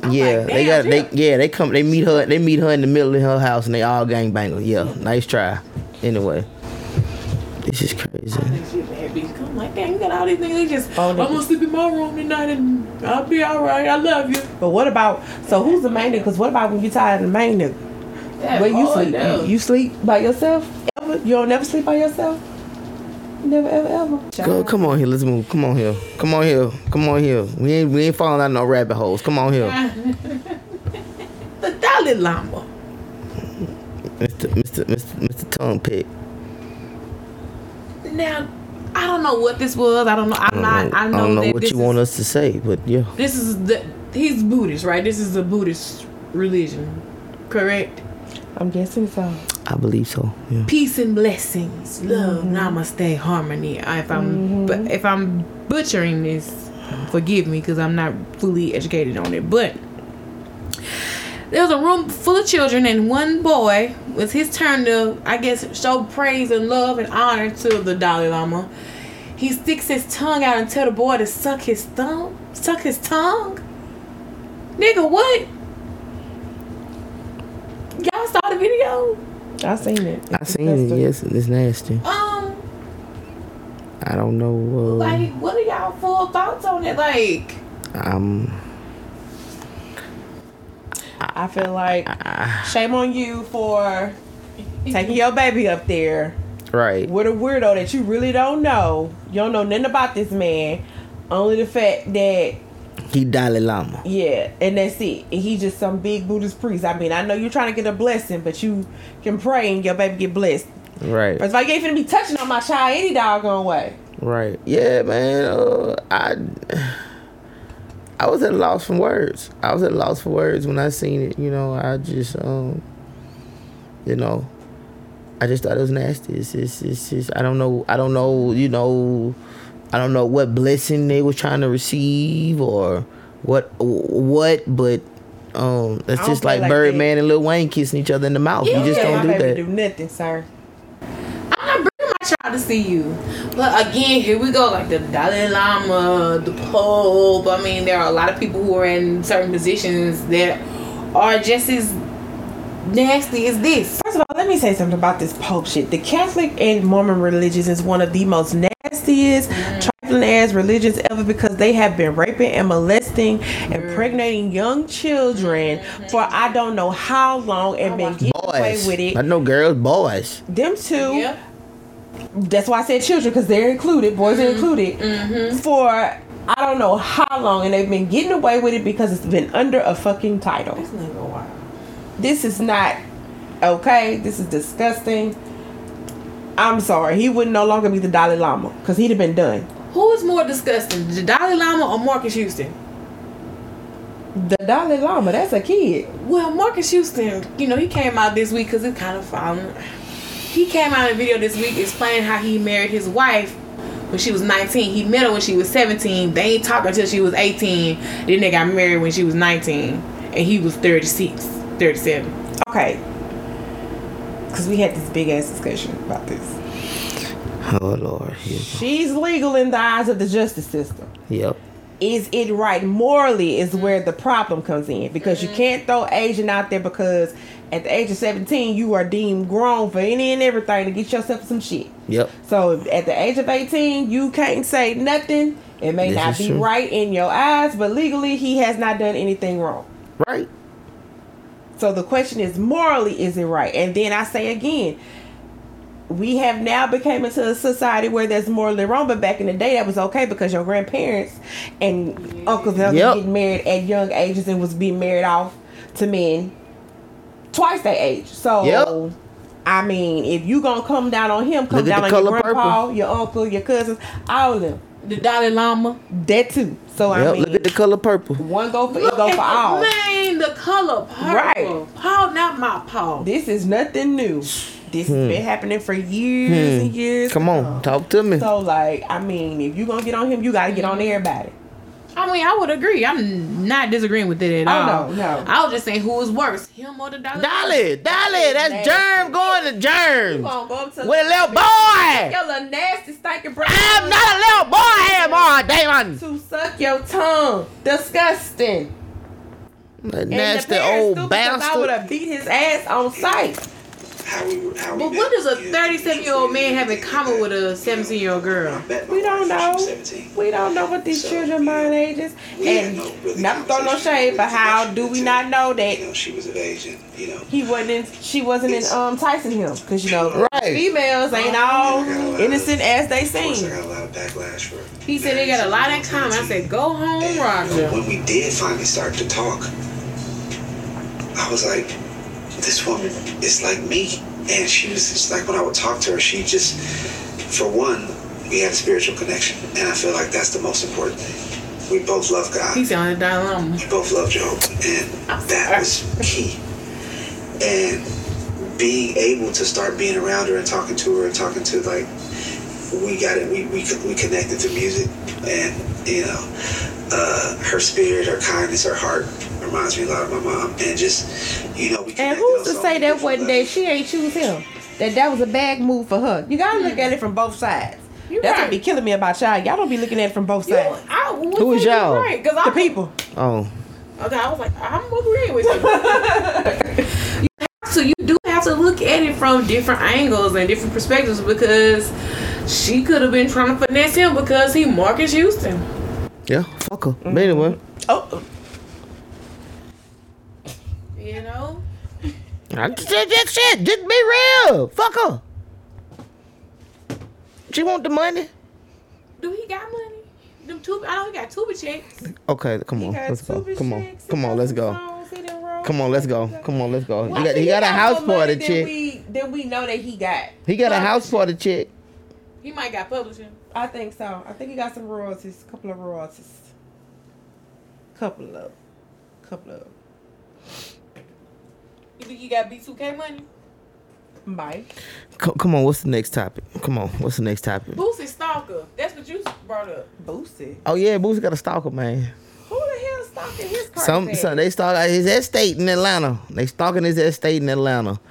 Speaker 2: yeah,
Speaker 3: like,
Speaker 2: they got.
Speaker 3: damn,
Speaker 2: They yeah, they come. They meet her. They meet her in the middle of her house, and they all gang bangers. Yeah, nice try. Anyway, this is crazy.
Speaker 3: I'm like, damn, you got all these niggas. They just,
Speaker 1: All
Speaker 3: I'm
Speaker 1: niggas.
Speaker 3: gonna sleep in my room tonight, and I'll be all right. I love you.
Speaker 1: But what about so who's the main nigga? Cause what about when you tired of the main nigga?
Speaker 3: That
Speaker 1: Where you
Speaker 3: hard
Speaker 1: sleep?
Speaker 3: though.
Speaker 1: You, you sleep by yourself? Ever? You don't never sleep by yourself? Never ever ever.
Speaker 2: Go, come on here. Let's move. Come on here. Come on here. Come on here. We ain't we ain't falling out no rabbit holes. Come on here,
Speaker 3: the Dalai Lama.
Speaker 2: Mister Mister Mister Mister Tongue Pick.
Speaker 3: Now, I don't know what this was. I don't know. I'm not. I, know
Speaker 2: don't know
Speaker 3: that
Speaker 2: what
Speaker 3: this
Speaker 2: you want
Speaker 3: is,
Speaker 2: us to say, but yeah,
Speaker 3: This is the. He's Buddhist, right? This is a Buddhist religion, correct?
Speaker 1: I'm guessing so.
Speaker 2: I believe so. Yeah.
Speaker 3: Peace and blessings, love, namaste, harmony. I- If I'm but if I'm butchering this, forgive me because I'm not fully educated on it. But there was a room full of children, and one boy it was his turn to, I guess, show praise and love and honor to the Dalai Lama. He sticks his tongue out and tell the boy to suck his thumb, suck his tongue. Nigga, what? Y'all saw the video?
Speaker 1: I seen it.
Speaker 2: I seen it. Yes, it's nasty.
Speaker 3: Um,
Speaker 2: I don't know. Uh,
Speaker 3: like, what are y'all full thoughts on it? Like,
Speaker 2: I'm.
Speaker 1: I feel like shame on you for taking your baby up there
Speaker 2: Right.
Speaker 1: with a weirdo that you really don't know. You don't know nothing about this man. Only the fact that
Speaker 2: He Dalai Lama.
Speaker 1: yeah, and that's it. And he just some big Buddhist priest. I mean, I know you're trying to get a blessing, but you can pray and your baby get blessed.
Speaker 2: Right.
Speaker 1: First of all, you ain't finna be touching on my child any doggone way.
Speaker 2: Right. Yeah, man. Uh, I I was at a loss for words. I was at a loss for words when I seen it. You know, I just um, you know, I just thought it was nasty. It's it's it's just I don't know. I don't know. You know, I don't know what blessing they were trying to receive or what what, but. Um,
Speaker 1: I
Speaker 2: that's
Speaker 1: don't
Speaker 2: just
Speaker 1: feel
Speaker 2: like,
Speaker 1: like
Speaker 2: Birdman
Speaker 1: that.
Speaker 2: and Lil Wayne kissing each other in the mouth. you just
Speaker 1: Yeah,
Speaker 2: don't
Speaker 1: my
Speaker 2: do
Speaker 1: baby
Speaker 2: that.
Speaker 1: do nothing, sir.
Speaker 3: I'm not bringing my child to see you. But again, here we go. Like the Dalai Lama, the Pope. I mean, there are a lot of people who are in certain positions that are just as nasty as this.
Speaker 1: First of all, let me say something about this Pope shit. The Catholic and Mormon religions is one of the most nastiest, trifling ass religions ever because they have been raping and molesting and impregnating young children for I don't know how long and been getting away
Speaker 2: Boys.
Speaker 1: with
Speaker 2: I
Speaker 1: it.
Speaker 2: know girls, boys.
Speaker 1: Them two, that's why I said children because they're included, boys are included, for I don't know how long and they've been getting away with it because it's been under a fucking title. This is not okay. This is disgusting. I'm sorry. He would not no longer be the Dalai Lama because he'd have been done.
Speaker 3: Who is more disgusting, the Dalai Lama or Marcus Houston?
Speaker 1: The Dalai Lama, that's a kid.
Speaker 3: Well, Marcus Houston, you know, he came out this week because it kind of um, he came out in a video this week explaining how he married his wife when she was 19. He met her when she was 17. They ain't talked until she was 18. Then they got married when she was 19, and he was 36, 37.
Speaker 1: Okay. Because we had this big ass discussion about this.
Speaker 2: Oh Lord. Here-
Speaker 1: She's legal in the eyes of the justice system.
Speaker 2: Yep.
Speaker 1: is it right morally is where the problem comes in because you can't throw Asian out there because at the age of 17 you are deemed grown for any and everything to get yourself some shit
Speaker 2: Yep.
Speaker 1: so at the age of 18 you can't say nothing it may
Speaker 2: This
Speaker 1: not
Speaker 2: is
Speaker 1: be
Speaker 2: true.
Speaker 1: right in your eyes but legally he has not done anything wrong
Speaker 2: Right.
Speaker 1: so the question is morally is it right and then i say again we have now became into a society where there's morally wrong, but back in the day that was okay because your grandparents and uncles
Speaker 2: Yep.
Speaker 1: and yep. getting married at young ages and was being married off to men twice their age. So
Speaker 2: Yep.
Speaker 1: I mean, if you gonna come down on him, come
Speaker 2: Look at
Speaker 1: down
Speaker 2: the
Speaker 1: on
Speaker 2: color
Speaker 1: your grandpa, your uncle, your cousins, all of them.
Speaker 3: The Dalai Lama.
Speaker 1: That too. So I
Speaker 2: Yep,
Speaker 1: mean,
Speaker 2: look at the color purple.
Speaker 1: one go for it, go for all.
Speaker 3: Man, the color purple.
Speaker 1: Right.
Speaker 3: Paul, not my Paul.
Speaker 1: This is nothing new. This has been happening for years and years.
Speaker 2: Hmm. Come on, talk to me.
Speaker 1: So like, I mean, if you gonna get on him, you gotta get on everybody.
Speaker 3: I mean, I would agree. I'm not disagreeing with it at
Speaker 1: Oh,
Speaker 3: all.
Speaker 1: no, no.
Speaker 3: I was just saying who is worse, him or the Dalai
Speaker 2: Dolly, Dolly, that's germ going to germ.
Speaker 1: Come on, Oh, go up to
Speaker 2: With a little boy.
Speaker 1: your little nasty stinking breath.
Speaker 2: I'm not a little boy anymore, Damon.
Speaker 1: to suck your tongue. Disgusting.
Speaker 2: That
Speaker 1: And the
Speaker 2: nasty
Speaker 1: parents
Speaker 2: old
Speaker 1: stupid 'cause I
Speaker 2: Oh,
Speaker 1: would
Speaker 2: bastard.
Speaker 1: have beat his ass on sight.
Speaker 5: How we, how we
Speaker 3: But
Speaker 5: met
Speaker 3: what does a
Speaker 5: is-
Speaker 3: 37 year old man have in common with a 17 year old girl?
Speaker 1: We don't know. We don't know what these children mind ages. And not to throw no shade, but how do we not know that
Speaker 5: she was of age, and you know,
Speaker 1: he wasn't in, she wasn't in um Tyson Hill? Cause you know
Speaker 2: Right.
Speaker 1: females ain't all innocent as they
Speaker 5: I
Speaker 1: seem.
Speaker 5: got a lot of backlash for.
Speaker 3: He said they got a lot in common. I said, go home, Roger.
Speaker 5: When we did finally start to talk, I was like, this woman is like me. And she was just like, when I would talk to her, she just, for one, we had a spiritual connection. And I feel like that's the most important thing. We both love God.
Speaker 3: He's on the Dalai Lama.
Speaker 5: We both love Job, and that was key. And being able to start being around her and talking to her and talking to like, we got it. We we we connected through music, and you know, uh, her spirit, her kindness, her heart reminds me a lot of my mom, and just you know, we.
Speaker 1: And
Speaker 5: connected on
Speaker 1: who's to
Speaker 5: so
Speaker 1: say
Speaker 5: many
Speaker 1: that
Speaker 5: different
Speaker 1: wasn't that
Speaker 5: levels.
Speaker 1: she ain't choose him? That that was a bad move for her. You gotta look at it from both sides.
Speaker 3: You
Speaker 1: That's
Speaker 3: right.
Speaker 1: what be killing me about y'all. Y'all don't be looking at it from both
Speaker 3: You,
Speaker 1: sides.
Speaker 3: I, we
Speaker 2: Who is
Speaker 3: said you
Speaker 2: y'all?
Speaker 3: Right, cause I,
Speaker 1: The people.
Speaker 2: Oh,
Speaker 3: Okay, I was like, I'm agreeing with you. so you do have to look at it from different angles and different perspectives because she could have been trying to finesse him because he Marcus Houston.
Speaker 2: yeah, fuck her.
Speaker 1: Mm-hmm.
Speaker 2: But anyway,
Speaker 1: Oh,
Speaker 3: You know?
Speaker 2: I just said that shit. Just be real. Fuck her. She want the money.
Speaker 3: Do he got money? Them two, I know he got tuba checks.
Speaker 2: Okay, come on, let's go. Come on, come on, let's go. Come on, let's go. Come on, let's go. He
Speaker 1: Why
Speaker 2: got, he got a house party chick.
Speaker 1: Then we know that he got.
Speaker 2: He got a house party chick.
Speaker 3: He might got publishing.
Speaker 1: I think so. I think he got some royalties, a couple of royalties, couple of, couple of.
Speaker 3: You think he got B2K money?
Speaker 1: Mike,
Speaker 2: Co- come on, what's the next topic? Come on, what's the next topic?
Speaker 3: Boosie Stalker. That's what you brought up.
Speaker 1: Boosie.
Speaker 2: Oh yeah, Boosie got a stalker man.
Speaker 1: Who the hell stalking his car?
Speaker 2: Some, some they stalk uh, his estate in Atlanta. They stalking his estate in Atlanta.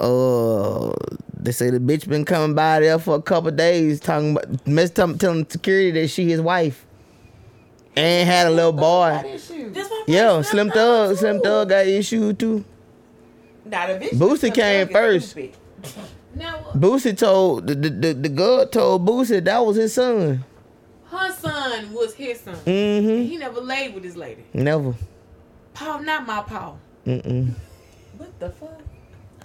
Speaker 2: Uh, they say the bitch been coming by there for a couple of days, talking about, mess, telling, telling security that she his wife, and had a little boy.
Speaker 3: That's why I'm
Speaker 2: Yeah,
Speaker 3: like,
Speaker 2: Slim Thug, Slim
Speaker 3: too.
Speaker 2: Thug got issues too.
Speaker 1: Not a bitch.
Speaker 2: Boosie
Speaker 1: Slim
Speaker 2: came
Speaker 1: Thug is
Speaker 2: first.
Speaker 1: stupid.
Speaker 3: Now,
Speaker 2: Boosie told the the, the, the girl told Boosie that was his son.
Speaker 3: her son was his son.
Speaker 2: Mm-hmm.
Speaker 3: He never laid with his lady.
Speaker 2: Never.
Speaker 3: Paul, not my Paul.
Speaker 2: Mm-mm.
Speaker 3: What the fuck?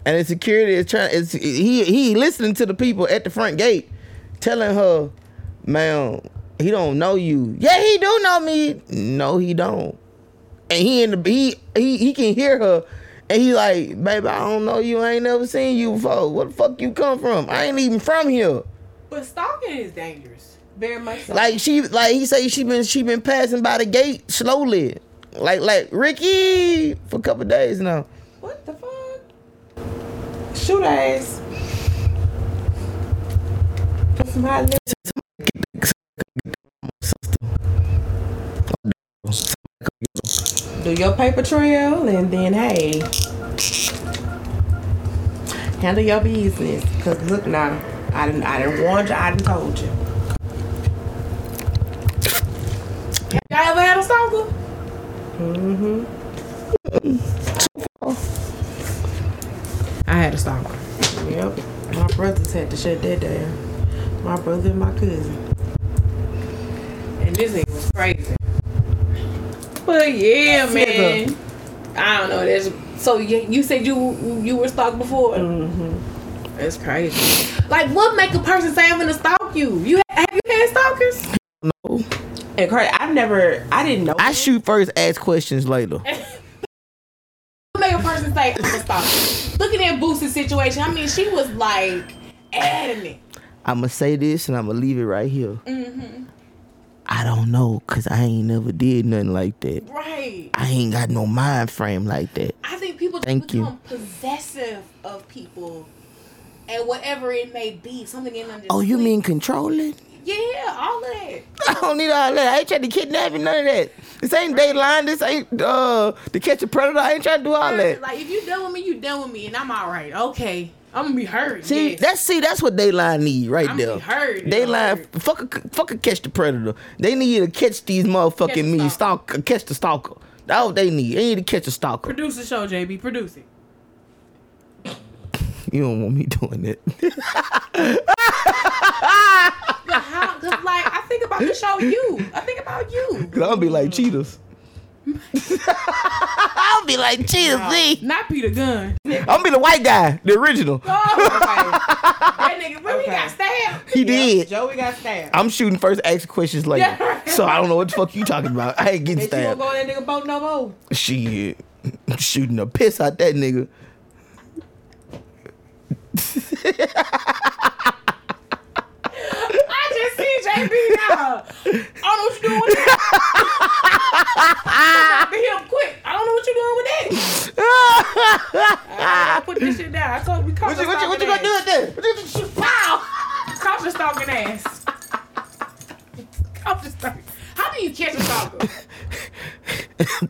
Speaker 2: And the security is trying. It's, he he listening to the people at the front gate, telling her, "Ma'am, he don't know you." Yeah, he do know me. No, he don't. And he in the he he, he can hear her, and he like, "Baby, I don't know you. I ain't never seen you before. Where the fuck you come from? I ain't even from here."
Speaker 3: But stalking is dangerous.
Speaker 1: Very much so.
Speaker 2: Like she like he say she been she been passing by the gate slowly, like like Ricky for a couple days now.
Speaker 1: What the fuck? Shoot ass. Put some hot lips. Do your paper trail and then hey. Handle your business. Cause look now, I didn't I didn't warn you, I didn't told you.
Speaker 3: Y'all ever had a stalker?
Speaker 1: Mm-hmm.
Speaker 3: I had a stalker.
Speaker 1: Yep. My brothers had to shut that down. My brother and my cousin.
Speaker 3: And this nigga was crazy. But yeah, man. I don't know. That's so. You, you said you you were stalked before.
Speaker 1: Mm-hmm.
Speaker 3: It's crazy. Like, what make a person say I'm gonna stalk you? You ha- have you had stalkers?
Speaker 2: No.
Speaker 1: And Cardi, I never, I didn't know.
Speaker 2: I shoot first, ask questions later.
Speaker 3: What make a person say I'm gonna stalk you? Look at that Boosie's situation. I mean, she was like adamant.
Speaker 2: I'ma say this and I'ma leave it right here. I don't know, cause I ain't never did nothing like that.
Speaker 3: Right.
Speaker 2: I ain't got no mind frame like that.
Speaker 3: I think people just
Speaker 2: Thank you.
Speaker 3: become possessive of people and whatever it may be. Something in them. just
Speaker 2: Oh, you
Speaker 3: click.
Speaker 2: mean controlling?
Speaker 3: Yeah, all of that.
Speaker 2: I don't need all that. I ain't trying to kidnap you, none of that. This ain't Dateline. This ain't uh to catch a predator. I ain't trying to do all that.
Speaker 3: Like, if you done with me, you done with me, and I'm all right. Okay, I'm gonna be hurt.
Speaker 2: See,
Speaker 3: yes.
Speaker 2: that's see, that's what Dateline need right
Speaker 3: I'm
Speaker 2: there.
Speaker 3: hurt.
Speaker 2: Dateline, fuck, a- fuck a catch the predator. They need to catch these motherfucking
Speaker 3: Catch the
Speaker 2: me
Speaker 3: stalker.
Speaker 2: stalk, catch the stalker. That's what they need. They need to catch a stalker.
Speaker 3: Produce the show, JB. Produce it.
Speaker 2: You don't want me doing it.
Speaker 3: How? Cause like I think about the show you. I think about you.
Speaker 2: Cause I'll be like cheetahs. I'll be like cheetahs. i
Speaker 3: Not Peter Gunn.
Speaker 2: I'll be the white guy, the original.
Speaker 3: Oh, okay. that nigga, when he got stabbed.
Speaker 2: He did.
Speaker 1: Joey got stabbed.
Speaker 2: I'm shooting first, ask questions later.
Speaker 3: Yeah, right.
Speaker 2: So I don't know what the fuck you talking about. I ain't getting
Speaker 1: Bitch, you
Speaker 2: stabbed.
Speaker 1: won't go in that nigga boat no more.
Speaker 2: Shit. Shooting the piss out that nigga.
Speaker 3: I just see JB now. I don't know what you doing with that. Stop him quick. I don't know what you doing with that. I put this shit down. I told we caught
Speaker 2: What
Speaker 3: your
Speaker 2: you, what you, what you gonna
Speaker 3: stalking
Speaker 2: do
Speaker 3: ass.
Speaker 2: with that? What you-
Speaker 3: Pow! Caught your stalking ass. Caught your stalking. How do you catch a stalker?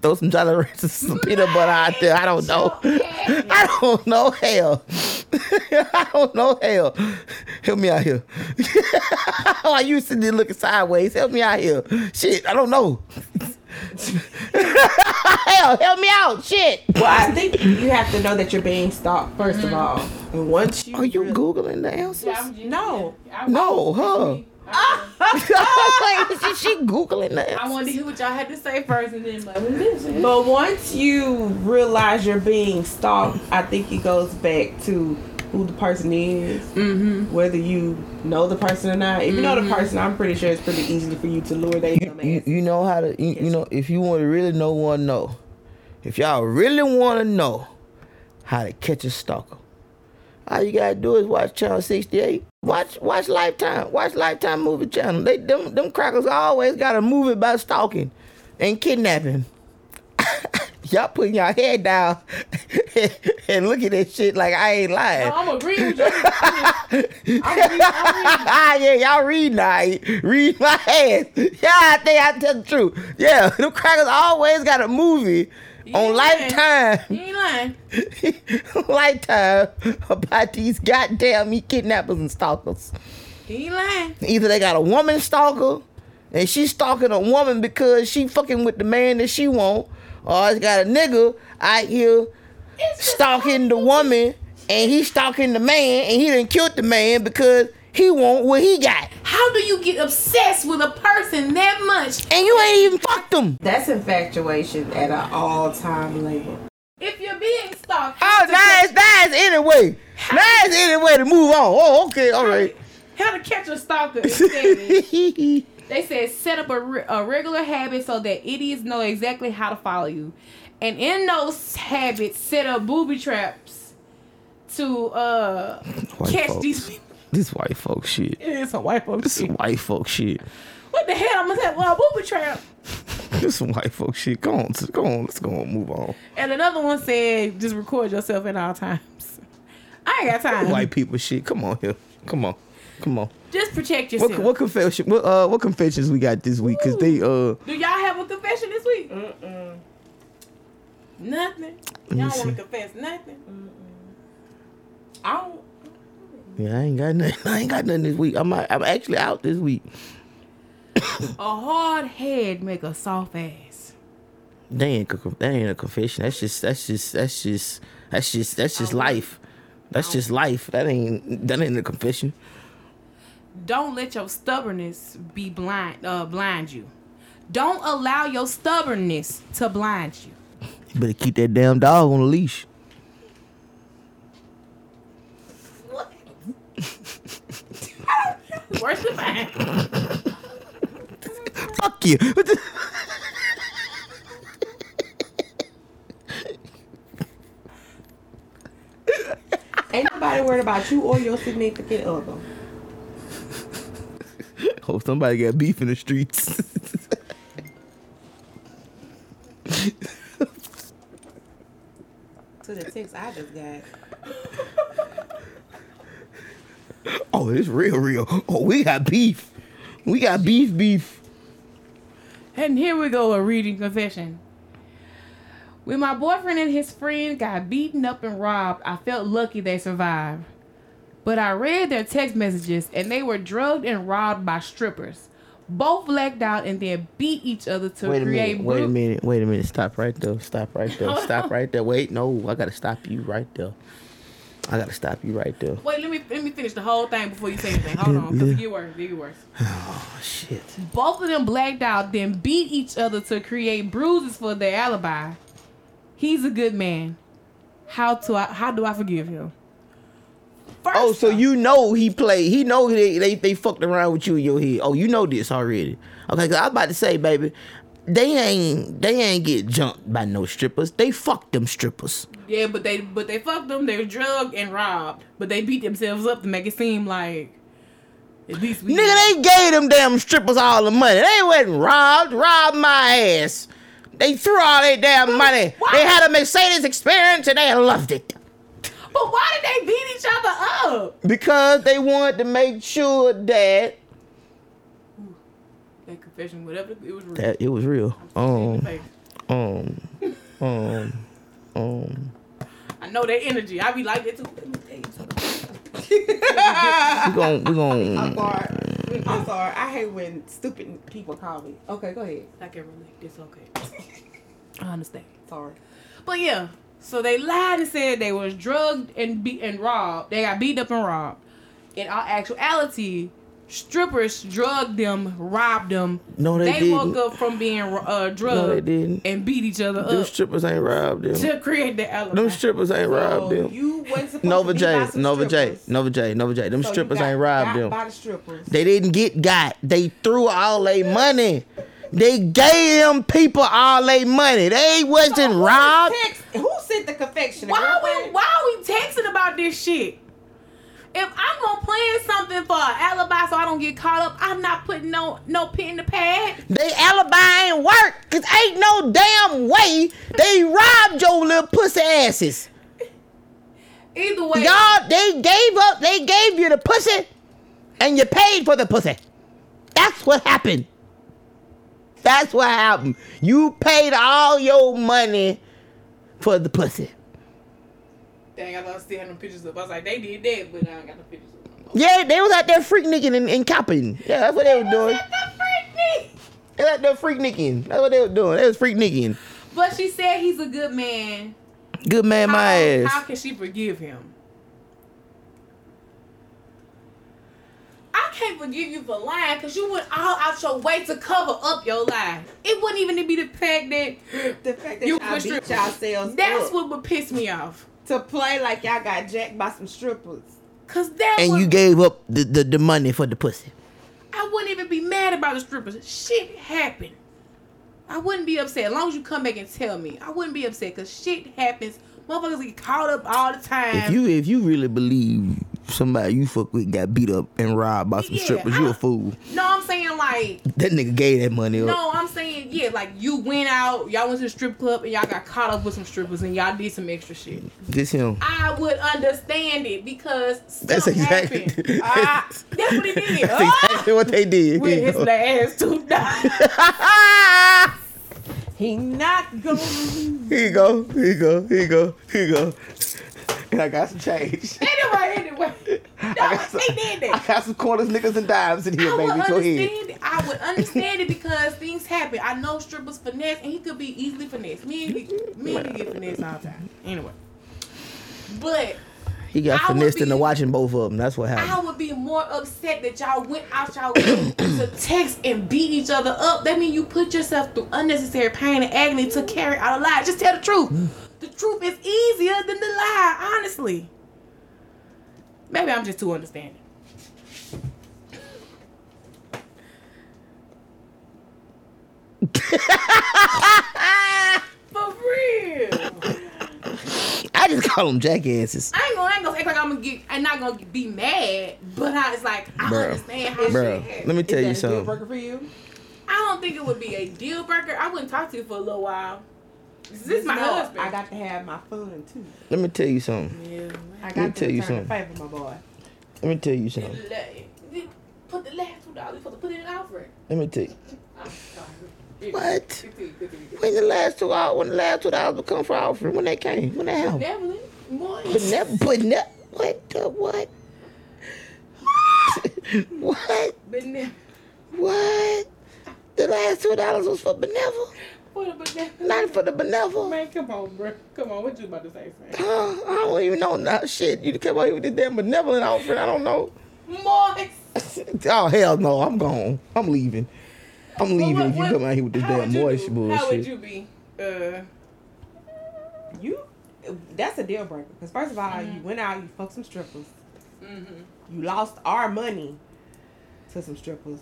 Speaker 2: Throw some Jolly Ranchers, some peanut butter out there. I don't know. I don't know hell. I don't know hell. Help me out here. Why you sitting there looking sideways? Help me out here. Shit, I don't know. hell, help me out. Shit.
Speaker 1: Well, I think you have to know that you're being stalked first
Speaker 3: Mm-hmm.
Speaker 1: of all, and once you
Speaker 2: Are you googling the answers?
Speaker 1: no,
Speaker 2: No, huh? Is she googling the
Speaker 3: I
Speaker 2: answers?
Speaker 3: wanted to hear what y'all had to say first, and then like, what is it?
Speaker 1: but once you realize you're being stalked, I think it goes back to who the person is, mm-hmm. whether you know the person or not. If you know
Speaker 3: Mm-hmm.
Speaker 1: the person, I'm pretty sure it's pretty easy for you to lure their dumb
Speaker 2: you,
Speaker 1: ass.
Speaker 2: you know how to you, you know if you want to really know want to know if y'all really want to know how to catch a stalker all you gotta do is watch channel 68 watch watch lifetime watch lifetime movie channel they them them crackers always got a movie about stalking and kidnapping y'all putting y'all head down and look at that shit like i ain't lying
Speaker 3: I'm agreeing with you. I'm agreeing. I'm agreeing.
Speaker 2: Ah, yeah, y'all read I Read my ass. Yeah, I think I tell the truth. Yeah, them crackers always got a movie on
Speaker 3: Yeah.
Speaker 2: Lifetime.
Speaker 3: You ain't lying.
Speaker 2: Lifetime about these goddamn me kidnappers and stalkers.
Speaker 3: You ain't lying.
Speaker 2: Either they got a woman stalker and she's stalking a woman because she fucking with the man that she want, or it's got a nigga out here stalking the woman and he stalking the man and he done killed the man because he want what he got.
Speaker 3: How do you get obsessed with a person that much
Speaker 2: and you ain't even fucked them.
Speaker 1: That's infatuation at an all-time level.
Speaker 3: if you're being stalked?
Speaker 2: Oh, nice, nice. Anyway, nice. Anyway, to move on. Oh, okay, all right.
Speaker 3: How to catch a stalker? is said- they said set up a, re- a regular habit so that idiots know exactly how to follow you, and in those habits, set up booby traps to uh
Speaker 2: White
Speaker 3: catch
Speaker 2: folks.
Speaker 3: these people.
Speaker 2: this white folk shit.
Speaker 3: It's a white folks.
Speaker 2: This is white folk shit.
Speaker 3: What the hell? I'm gonna say, well, booby trap.
Speaker 2: This some white folk shit. Go on, go on. Let's go on. Move on.
Speaker 3: And another one said, just record yourself at all times. I ain't got time.
Speaker 2: White people shit. Come on here. Come on. Come on.
Speaker 3: Just protect yourself.
Speaker 2: What what confession? What uh what confessions we got this week? Cause they uh
Speaker 3: Do y'all have a confession this week? Nothing.
Speaker 2: me
Speaker 3: Y'all want
Speaker 2: see.
Speaker 3: to confess nothing?
Speaker 1: I don't.
Speaker 2: yeah I ain't got nothing. I ain't got nothing this week. I'm out- I'm actually out this week.
Speaker 3: A hard head make a soft ass.
Speaker 2: That ain't co- that ain't a confession. That's just that's just that's just that's just that's just life. That's just life. That ain't that ain't a confession.
Speaker 3: Don't let your stubbornness be blind. Uh, blind you. Don't allow your stubbornness to blind you.
Speaker 2: You better keep that damn dog on a leash.
Speaker 3: What? Worth the fine.
Speaker 2: Fuck you. What the-
Speaker 7: Ain't nobody worried about you or your significant other.
Speaker 2: Hope somebody got beef in the streets.
Speaker 7: To the text I just got.
Speaker 2: oh, it's real, real. Oh, we got beef. We got beef, beef.
Speaker 3: And here we go, a reading confession. When my boyfriend and his friend got beaten up and robbed, I felt lucky they survived. But I read their text messages and they were drugged and robbed by strippers. Both blacked out and then beat each other to
Speaker 2: Wait a
Speaker 3: create
Speaker 2: minute. Wait a
Speaker 3: bru-
Speaker 2: minute. Wait a minute. Stop right there. Stop right there. Stop right there. Wait, no. I gotta stop you right there. I gotta stop you right there.
Speaker 3: Wait, let me let me finish the whole thing before you say anything. Hold on, because it get worse, it get worse.
Speaker 2: Oh shit.
Speaker 3: Both of them blacked out, then beat each other to create bruises for their alibi. He's a good man. How to I, how do I forgive him? First
Speaker 2: Oh, so
Speaker 3: off-
Speaker 2: you know he played. He know they, they they fucked around with you in your head. Oh, you know this already. Okay, 'cause I was about to say, baby, they ain't they ain't get jumped by no strippers. They fucked them strippers.
Speaker 3: Yeah, but they but they fucked them. They were drugged and robbed, but they beat themselves up to make it seem like at least we.
Speaker 2: Nigga, they gave them damn strippers all the money. They wasn't robbed. Robbed my ass. They threw all their damn money.
Speaker 3: why?
Speaker 2: They had a Mercedes experience and they loved it.
Speaker 3: But why did they beat each other up?
Speaker 2: Because they wanted to make sure that,
Speaker 3: That confession, whatever it was, real.
Speaker 2: that it was real. Um,
Speaker 3: Like,
Speaker 2: um, um, um.
Speaker 3: I know their energy. I be like that too. Let me tell you something.
Speaker 2: We gon' we gon'
Speaker 7: Sorry. I'm sorry. I hate when stupid people call me. Okay, go ahead.
Speaker 3: I can relate. It's okay. I understand.
Speaker 7: Sorry.
Speaker 3: But yeah, so they lied and said they was drugged and beat and robbed. They got beat up and robbed. In all actuality, strippers drugged them, robbed them.
Speaker 2: No, they didn't.
Speaker 3: woke up from being uh, drugged
Speaker 2: No, they didn't.
Speaker 3: and beat each other
Speaker 2: Them
Speaker 3: up
Speaker 2: strippers ain't robbed them.
Speaker 3: to create the alibi.
Speaker 2: Them strippers ain't robbed
Speaker 7: So
Speaker 2: them.
Speaker 7: you wasn't supposed
Speaker 2: Nova
Speaker 7: to be
Speaker 2: J,
Speaker 7: by some
Speaker 2: Nova J,
Speaker 7: strippers.
Speaker 2: Nova J, Nova J. Them
Speaker 7: So you
Speaker 2: strippers
Speaker 7: got
Speaker 2: ain't robbed
Speaker 7: got
Speaker 2: them.
Speaker 7: By the strippers.
Speaker 2: They didn't get got. They threw all their money. They gave them people all their money. They wasn't
Speaker 7: Who
Speaker 2: robbed.
Speaker 7: text- Who sent the confection?
Speaker 3: Uh, why are we why are we texting about this shit? If I'm gonna plan something for an alibi so I don't get caught up, I'm not putting no no pin to pad.
Speaker 2: They alibi ain't work. Cause ain't no damn way they robbed your little pussy asses.
Speaker 3: Either way,
Speaker 2: Y'all, they gave up. They gave you the pussy, and you paid for the pussy. That's what happened. That's what happened. You paid all your money for the pussy.
Speaker 3: Dang, I thought I still had no pictures up. I was like, they did that, but I ain't got no pictures up.
Speaker 2: Yeah, they was out there freak nicking and, and copping. Yeah, that's what they was doing. They was out there freak nicking. That's what they was doing. They was freak nicking.
Speaker 3: But she said he's a good man.
Speaker 2: Good man,
Speaker 3: How,
Speaker 2: my
Speaker 3: how
Speaker 2: ass.
Speaker 3: can she forgive him? I can't forgive you for lying because you went all out your way to cover up your lie. It wouldn't even be the fact that
Speaker 7: The fact that
Speaker 3: You
Speaker 7: you
Speaker 3: were
Speaker 7: all beat
Speaker 3: strippers.
Speaker 7: yourselves
Speaker 3: that's
Speaker 7: up
Speaker 3: what would piss me off.
Speaker 7: to play like y'all got jacked by some strippers.
Speaker 3: Cause that
Speaker 2: And
Speaker 3: would,
Speaker 2: you gave up the, the, the money for the pussy.
Speaker 3: I wouldn't even be mad about the strippers. Shit happened. I wouldn't be upset as long as you come back and tell me. I wouldn't be upset because shit happens. Motherfuckers get caught up all the time.
Speaker 2: If you if you really believe somebody you fuck with got beat up and robbed by some
Speaker 3: Yeah,
Speaker 2: strippers, you
Speaker 3: I-
Speaker 2: a fool.
Speaker 3: No, I'm saying like
Speaker 2: That nigga gave that money up.
Speaker 3: no, I'm saying yeah, like you went out, y'all went to the strip club and y'all got caught up with some strippers and y'all did some extra shit.
Speaker 2: Just him.
Speaker 3: I would understand it because
Speaker 2: That's
Speaker 3: something
Speaker 2: exactly.
Speaker 3: happened.
Speaker 2: Ah,
Speaker 3: That's what he did.
Speaker 2: that's exactly what they did.
Speaker 3: With his black ass too.
Speaker 7: He not gonna.
Speaker 2: Here you go. Here you go. Here you go. Here you go. And I got some change.
Speaker 3: anyway, anyway,
Speaker 2: I
Speaker 3: no,
Speaker 2: got some,
Speaker 3: he did that.
Speaker 2: I got some quarters, nickels, and dimes in here,
Speaker 3: I would
Speaker 2: baby. Go ahead.
Speaker 3: understand it. I would understand it because things happen. I know strippers finesse, and he could be easily finessed. Me and he- me and he get finessed all the time. Anyway, but
Speaker 2: He got
Speaker 3: I would
Speaker 2: finessed into
Speaker 3: be-
Speaker 2: watching both of them. That's what
Speaker 3: I
Speaker 2: happened.
Speaker 3: would be more upset that y'all went out y'all way to text and beat each other up. That means you put yourself through unnecessary pain and agony to carry out a lie. Just tell the truth. The truth is easier than the lie, honestly. Maybe I'm just too understanding. For real.
Speaker 2: I just call them jackasses.
Speaker 3: I ain't gonna, I ain't gonna act like I'm gonna get, I'm not gonna be mad, but I was like, I
Speaker 2: Bruh.
Speaker 3: understand how
Speaker 2: Bro,
Speaker 3: shit happened.
Speaker 2: let me tell you
Speaker 1: Is that a deal
Speaker 2: something.
Speaker 1: breaker for you?
Speaker 3: I don't think it would be a deal breaker. I wouldn't talk to you for a little while. This is my
Speaker 1: No,
Speaker 3: husband.
Speaker 1: I got to have my fun too.
Speaker 2: Let me tell you something.
Speaker 3: Yeah.
Speaker 1: I
Speaker 2: Let me
Speaker 1: got to
Speaker 2: tell you
Speaker 1: return the
Speaker 2: something.
Speaker 1: favor, my boy.
Speaker 2: Let me tell you something.
Speaker 3: Put the last two dollars. You supposed to put it in an offering.
Speaker 2: Let me tell you.
Speaker 3: I'm sorry.
Speaker 2: What?
Speaker 3: Continue, continue, continue.
Speaker 2: When the last two hours, when the last two dollars become for offering, when they came, when that happened?
Speaker 3: Beverly, boy.
Speaker 2: But never, but never. What the what? what?
Speaker 3: Benevolent.
Speaker 2: What? The last two dollars was for benevolent,
Speaker 3: For the benevolent.
Speaker 2: not for the benevolent.
Speaker 3: Man, come on, bro. Come on, what you about to say, man?
Speaker 2: Huh? I don't even know now. Shit, you came out here with this damn benevolent offering. I don't know.
Speaker 3: Moist.
Speaker 2: oh hell no! I'm gone. I'm leaving. I'm leaving
Speaker 3: What-
Speaker 2: if you
Speaker 3: what-
Speaker 2: come out here with this
Speaker 3: how
Speaker 2: damn
Speaker 3: would you
Speaker 2: moist
Speaker 3: do?
Speaker 2: bullshit.
Speaker 3: How would you be? Uh,
Speaker 1: You, that's a deal breaker. Because first of all,
Speaker 3: Mm-hmm.
Speaker 1: you went out, you fucked some strippers. You lost our money to some strippers,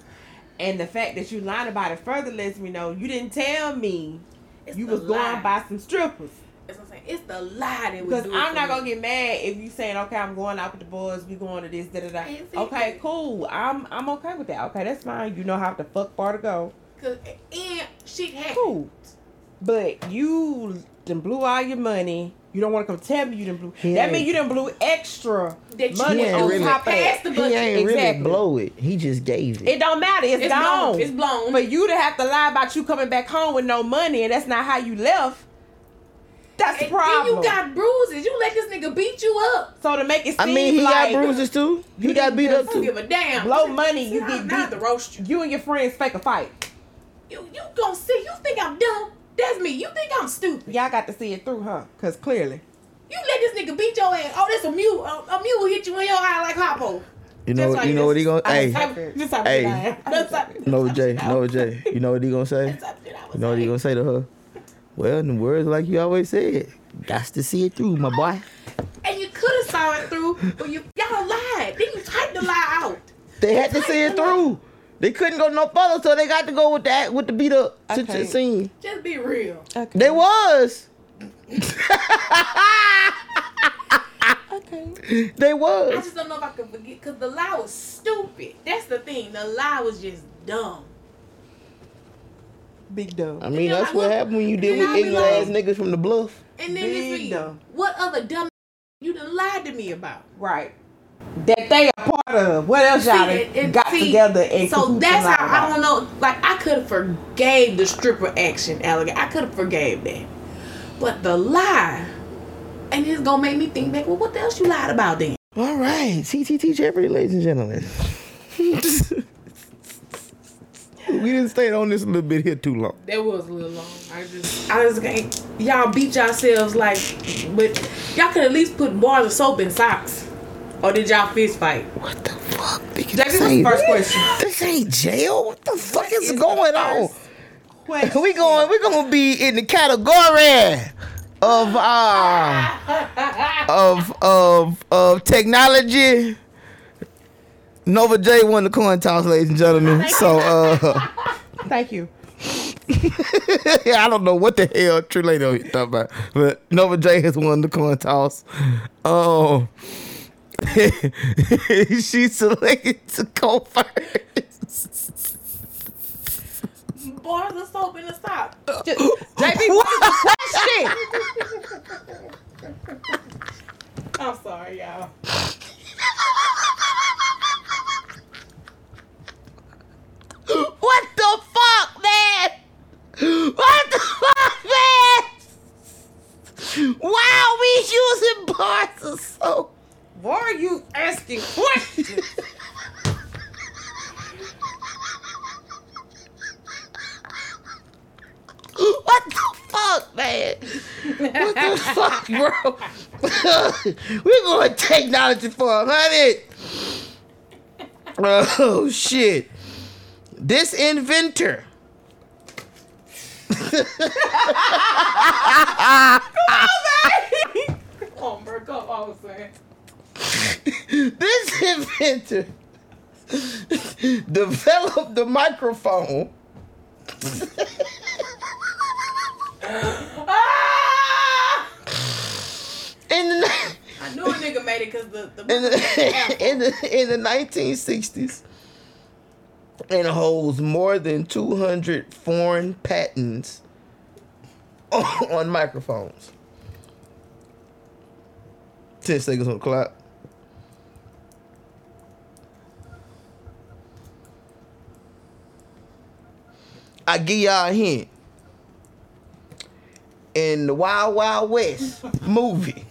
Speaker 1: and the fact that you lied about it further lets me know you didn't tell me
Speaker 3: It's
Speaker 1: you
Speaker 3: the
Speaker 1: was
Speaker 3: lie.
Speaker 1: going by some strippers.
Speaker 3: that's what I'm saying. It's the lie that
Speaker 1: Because I'm not gonna get mad if you saying, okay, I'm going out with the boys, we going to this, da da da.
Speaker 3: Exactly.
Speaker 1: Okay, cool. I'm I'm okay with that. Okay, that's fine. You know how the fuck far to go.
Speaker 3: Cause and shit happened.
Speaker 1: Cool. But you done blew all your money. You don't want to come tell me you didn't blew.
Speaker 2: He
Speaker 1: That
Speaker 2: ain't-
Speaker 1: mean you didn't blew extra
Speaker 3: That you
Speaker 1: money
Speaker 2: ain't
Speaker 1: on
Speaker 2: really-
Speaker 1: top of
Speaker 3: Past
Speaker 1: that.
Speaker 3: the
Speaker 2: He
Speaker 3: budget.
Speaker 2: ain't really
Speaker 1: Exactly.
Speaker 2: blow it. He just gave it.
Speaker 1: It don't matter. It's,
Speaker 3: It's
Speaker 1: gone.
Speaker 3: blown. It's blown.
Speaker 1: For you to have to lie about you coming back home with no money and that's not how you left. That's the
Speaker 3: And then
Speaker 1: problem.
Speaker 3: you got bruises. You let this nigga beat you up.
Speaker 1: so to make it seem
Speaker 2: I mean, he
Speaker 1: like
Speaker 2: got bruises too. He
Speaker 1: you
Speaker 2: got
Speaker 1: didn't
Speaker 2: beat
Speaker 1: just
Speaker 2: up
Speaker 3: I don't
Speaker 2: too.
Speaker 3: give a damn.
Speaker 1: blow money,
Speaker 3: See,
Speaker 1: you
Speaker 3: I'm
Speaker 1: get
Speaker 3: not
Speaker 1: beat.
Speaker 3: to roast you.
Speaker 1: you and your friends fake a fight.
Speaker 3: You you gonna see? You think I'm dumb? That's me. You think I'm stupid?
Speaker 1: Y'all got to see it through, huh? Cause clearly,
Speaker 3: You let this nigga beat your ass. Oh, that's a mule. A, a mule hit you in your eye like Hoppo.
Speaker 2: You know,
Speaker 3: That's
Speaker 2: you
Speaker 3: why
Speaker 2: know
Speaker 3: you
Speaker 2: what he
Speaker 3: just- I
Speaker 2: gonna? Hey,
Speaker 3: just have- just have
Speaker 2: Hey.
Speaker 3: shit I am. That's how-
Speaker 2: no Jay, no Jay. You know what he gonna say?
Speaker 3: that's how shit I was
Speaker 2: You know what he
Speaker 3: saying.
Speaker 2: gonna say to her? Well, in the words like you always said, got to see it through, my boy.
Speaker 3: And you could have saw it through, but you y'all lied. Then you typed the lie out.
Speaker 2: They had to see it through. They couldn't go no further, so they got to go with that with the beat up to
Speaker 1: Okay.
Speaker 2: scene.
Speaker 3: Just be real.
Speaker 1: okay,
Speaker 2: They was.
Speaker 1: okay.
Speaker 2: They
Speaker 3: I
Speaker 2: was.
Speaker 3: just don't know if I can forget because the lie was stupid. That's the thing. The lie was just dumb.
Speaker 1: Big dumb.
Speaker 2: I mean, that's what happened when you did
Speaker 3: And
Speaker 2: with
Speaker 3: I be
Speaker 2: ignorant ass
Speaker 3: like-
Speaker 2: niggas from the bluff.
Speaker 3: And then this
Speaker 1: Big
Speaker 3: week,
Speaker 1: dumb.
Speaker 3: what other dumb you done lied to me about?
Speaker 1: Right. That they are part of. What else y'all
Speaker 3: See, it- it-
Speaker 1: got
Speaker 3: see,
Speaker 1: together and
Speaker 3: so
Speaker 1: cahoots
Speaker 3: that's
Speaker 1: and
Speaker 3: how
Speaker 1: lied
Speaker 3: I don't know. Like I could have forgave the stripper action, alligator. I could have forgave that, but the lie, and it's gonna make me think back. Well, what else you lied about then?
Speaker 2: All right, CTT Jeopardy, ladies and gentlemen. we didn't stay on this a little bit here too long.
Speaker 3: That was a little long. I just, I just can't. Y'all beat yourselves like, but y'all could at least put bars of soap and socks, or did y'all fist fight?
Speaker 2: What the fuck? Nigga,
Speaker 1: Jack, this is the first question.
Speaker 2: This ain't jail. What the fuck is
Speaker 1: is
Speaker 2: going
Speaker 1: the
Speaker 2: on?
Speaker 1: Question.
Speaker 2: We going. We gonna be in the category of uh of of of technology. Nova J won the coin toss, ladies and gentlemen. So uh,
Speaker 1: Thank you.
Speaker 2: I don't know what the hell True Lady over here talking about, but Nova J has won the coin toss. Oh, she selected to go first.
Speaker 3: Bars of soap and a sock.
Speaker 1: JB, what is the question?
Speaker 3: I'm sorry, y'all.
Speaker 2: What the fuck, man? What the fuck, man? Why are we using bars of soap?
Speaker 1: Why are you asking questions?
Speaker 2: What the fuck, man? What the fuck, bro? We're going technology for a hundred. Oh shit! This inventor.
Speaker 3: Come on, bro. Come on, I was saying.
Speaker 2: this inventor developed the microphone
Speaker 3: Ah!
Speaker 2: In the
Speaker 3: I knew a nigga made it because the,
Speaker 2: in
Speaker 3: the
Speaker 2: the, in the in the nineteen sixties and holds more than two hundred foreign patents on, on microphones. Ten seconds on the clock. I give y'all a hint. In the Wild Wild West movie,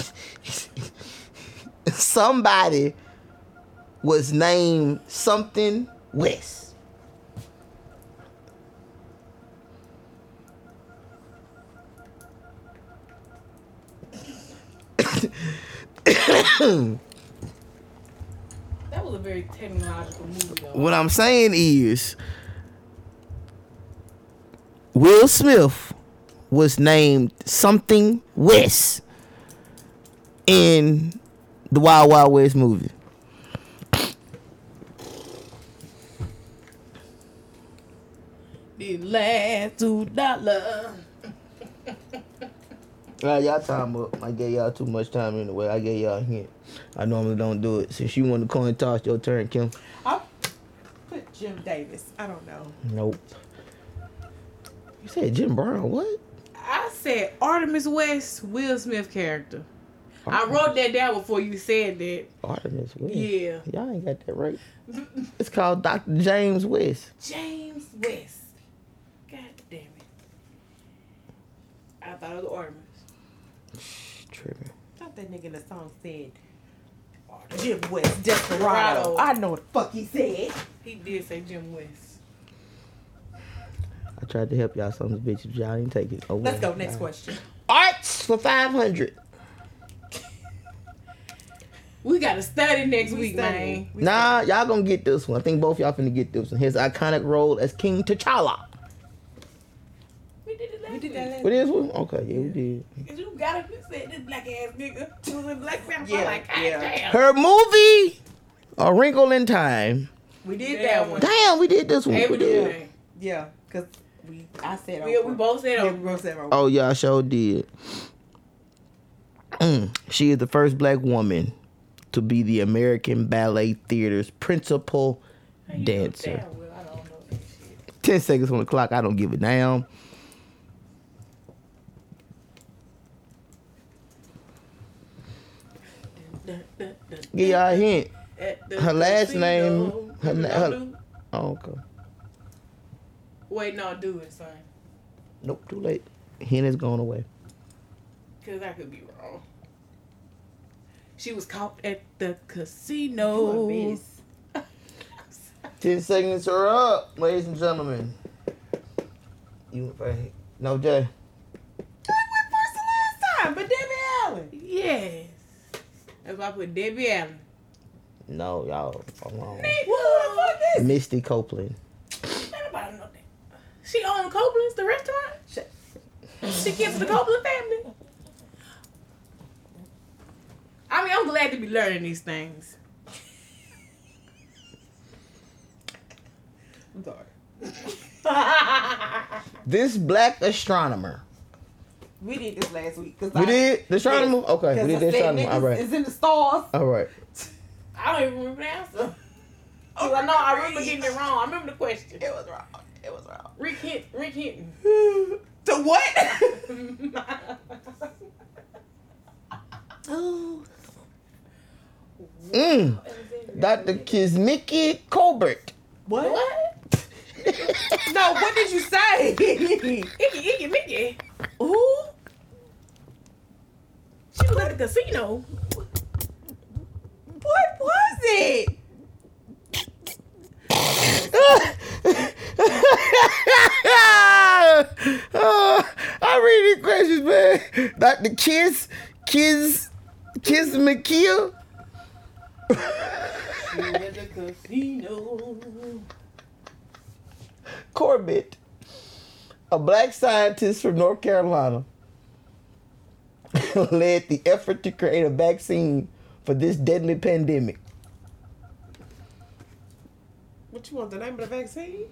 Speaker 2: somebody was named something West.
Speaker 3: that was a very technological movie though.
Speaker 2: What I'm saying is, Will Smith was named something West in the Wild Wild West movie.
Speaker 3: The last two dollar.
Speaker 2: Nah, y'all time up. I gave y'all too much time anyway. I gave y'all a hint. I normally don't do it. Since you won the coin toss, your turn, Kim.
Speaker 7: I put Jim Davis. I don't know.
Speaker 2: Nope. You said Jim Brown. What?
Speaker 3: I said Artemis West, Will Smith character. I wrote that down before you said that.
Speaker 2: Artemis West.
Speaker 3: Yeah.
Speaker 2: Y'all ain't got that right. It's called Dr. James West.
Speaker 3: James West. God damn it. I thought it was Artemis.
Speaker 2: Tripping.
Speaker 7: Thought that nigga in the song said Jim West Desperado.
Speaker 3: Desperado.
Speaker 7: I know what the fuck he said.
Speaker 3: He did say Jim West.
Speaker 2: I tried to help y'all some of the bitches. Y'all didn't take it. Oh,
Speaker 7: Let's
Speaker 2: well.
Speaker 7: go. Next question.
Speaker 2: Arts for 500.
Speaker 3: We gotta study next
Speaker 7: We
Speaker 3: week,
Speaker 7: studying.
Speaker 3: man.
Speaker 7: We
Speaker 2: Nah, y'all gonna get this one. I think both y'all finna get this one. His iconic role as King T'Challa.
Speaker 3: We did it last
Speaker 7: We did
Speaker 3: week.
Speaker 7: that last.
Speaker 2: What is one? Okay, yeah, we did.
Speaker 3: Cause you got up and said this black ass nigga who was in Black Panther.
Speaker 7: Yeah,
Speaker 3: I'm like, Oh God
Speaker 7: yeah.
Speaker 3: damn.
Speaker 2: Her movie, A Wrinkle in Time.
Speaker 7: We did
Speaker 3: Yeah.
Speaker 7: that one.
Speaker 2: Damn, we did this one.
Speaker 3: Hey, we
Speaker 2: We
Speaker 3: do
Speaker 2: did.
Speaker 3: that.
Speaker 7: Yeah, cause we I said
Speaker 3: We, we both said
Speaker 7: yeah,
Speaker 3: it.
Speaker 7: we both said Oprah.
Speaker 2: Oh, y'all sure did. Mm, she is the first black woman to be the American Ballet Theater's principal dancer.
Speaker 3: Damn, Will, I don't know that shit.
Speaker 2: 10 seconds on the clock. I don't give a damn. Give y'all a hint.
Speaker 3: At the
Speaker 2: Her last
Speaker 3: casino.
Speaker 2: name- her na-
Speaker 3: Don't
Speaker 2: her-
Speaker 3: do-
Speaker 2: Oh, okay.
Speaker 3: Wait, no, do it, son.
Speaker 2: Nope, too late. Hint is gone away.
Speaker 3: Cause I could be wrong. She was caught at the casino.
Speaker 7: You a miss.
Speaker 2: 10 seconds are up, ladies and gentlemen. You No, Jay.
Speaker 7: First and last time, but Debbie Allen.
Speaker 3: Yes. That's why I put Debbie Allen.
Speaker 2: No, y'all. I'm wrong.
Speaker 7: Who the fuck is?
Speaker 2: Misty Copeland.
Speaker 3: Ain't nobody know that. She owned Copeland's, the restaurant.
Speaker 7: Shut-
Speaker 3: She gives the Copeland family. I mean, I'm glad to be learning these things.
Speaker 7: I'm sorry.
Speaker 2: This black astronomer.
Speaker 7: We did this last week. Cause
Speaker 2: We
Speaker 7: I,
Speaker 2: did? The astronomer?
Speaker 7: Yes,
Speaker 2: Okay, we
Speaker 7: cause
Speaker 2: did
Speaker 7: I
Speaker 2: the
Speaker 7: said
Speaker 2: astronomer.
Speaker 7: niggas
Speaker 2: All right.
Speaker 7: Is in the stars.
Speaker 2: All right.
Speaker 3: I don't even remember the answer. Cause I know I remember getting it wrong. I remember the question.
Speaker 7: It was wrong. It was wrong.
Speaker 3: Rick Hint, Rick Hinton.
Speaker 7: To what?
Speaker 2: Mm. Dr. Kismiki Colbert.
Speaker 7: what?
Speaker 3: what?
Speaker 7: No, what did you say?
Speaker 3: Icky, Icky, Mickey.
Speaker 7: Who?
Speaker 3: She was at the casino.
Speaker 7: What was it?
Speaker 2: oh, I read these questions, man. Dr. Kiss, Kiss, Kiss McKeel.
Speaker 3: She was at the casino.
Speaker 2: Corbett, a black scientist from North Carolina, led the effort to create a vaccine for this deadly pandemic.
Speaker 7: What you want the name of the vaccine?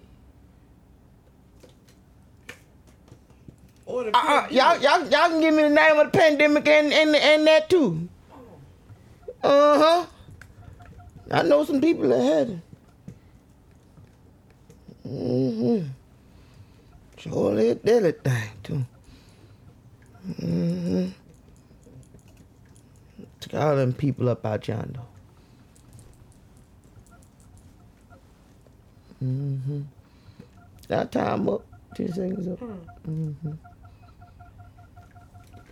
Speaker 7: Or the
Speaker 2: Uh-uh. Y'all, y'all, y'all can give me the name of the pandemic and and, and that too.
Speaker 7: Oh.
Speaker 2: Uh huh. I know some people that had it. Mm-hmm. Sure did that thing too. Mm-hmm. Took all them people up out yonder. Mm-hmm. That time up. Two seconds up. Mm-hmm.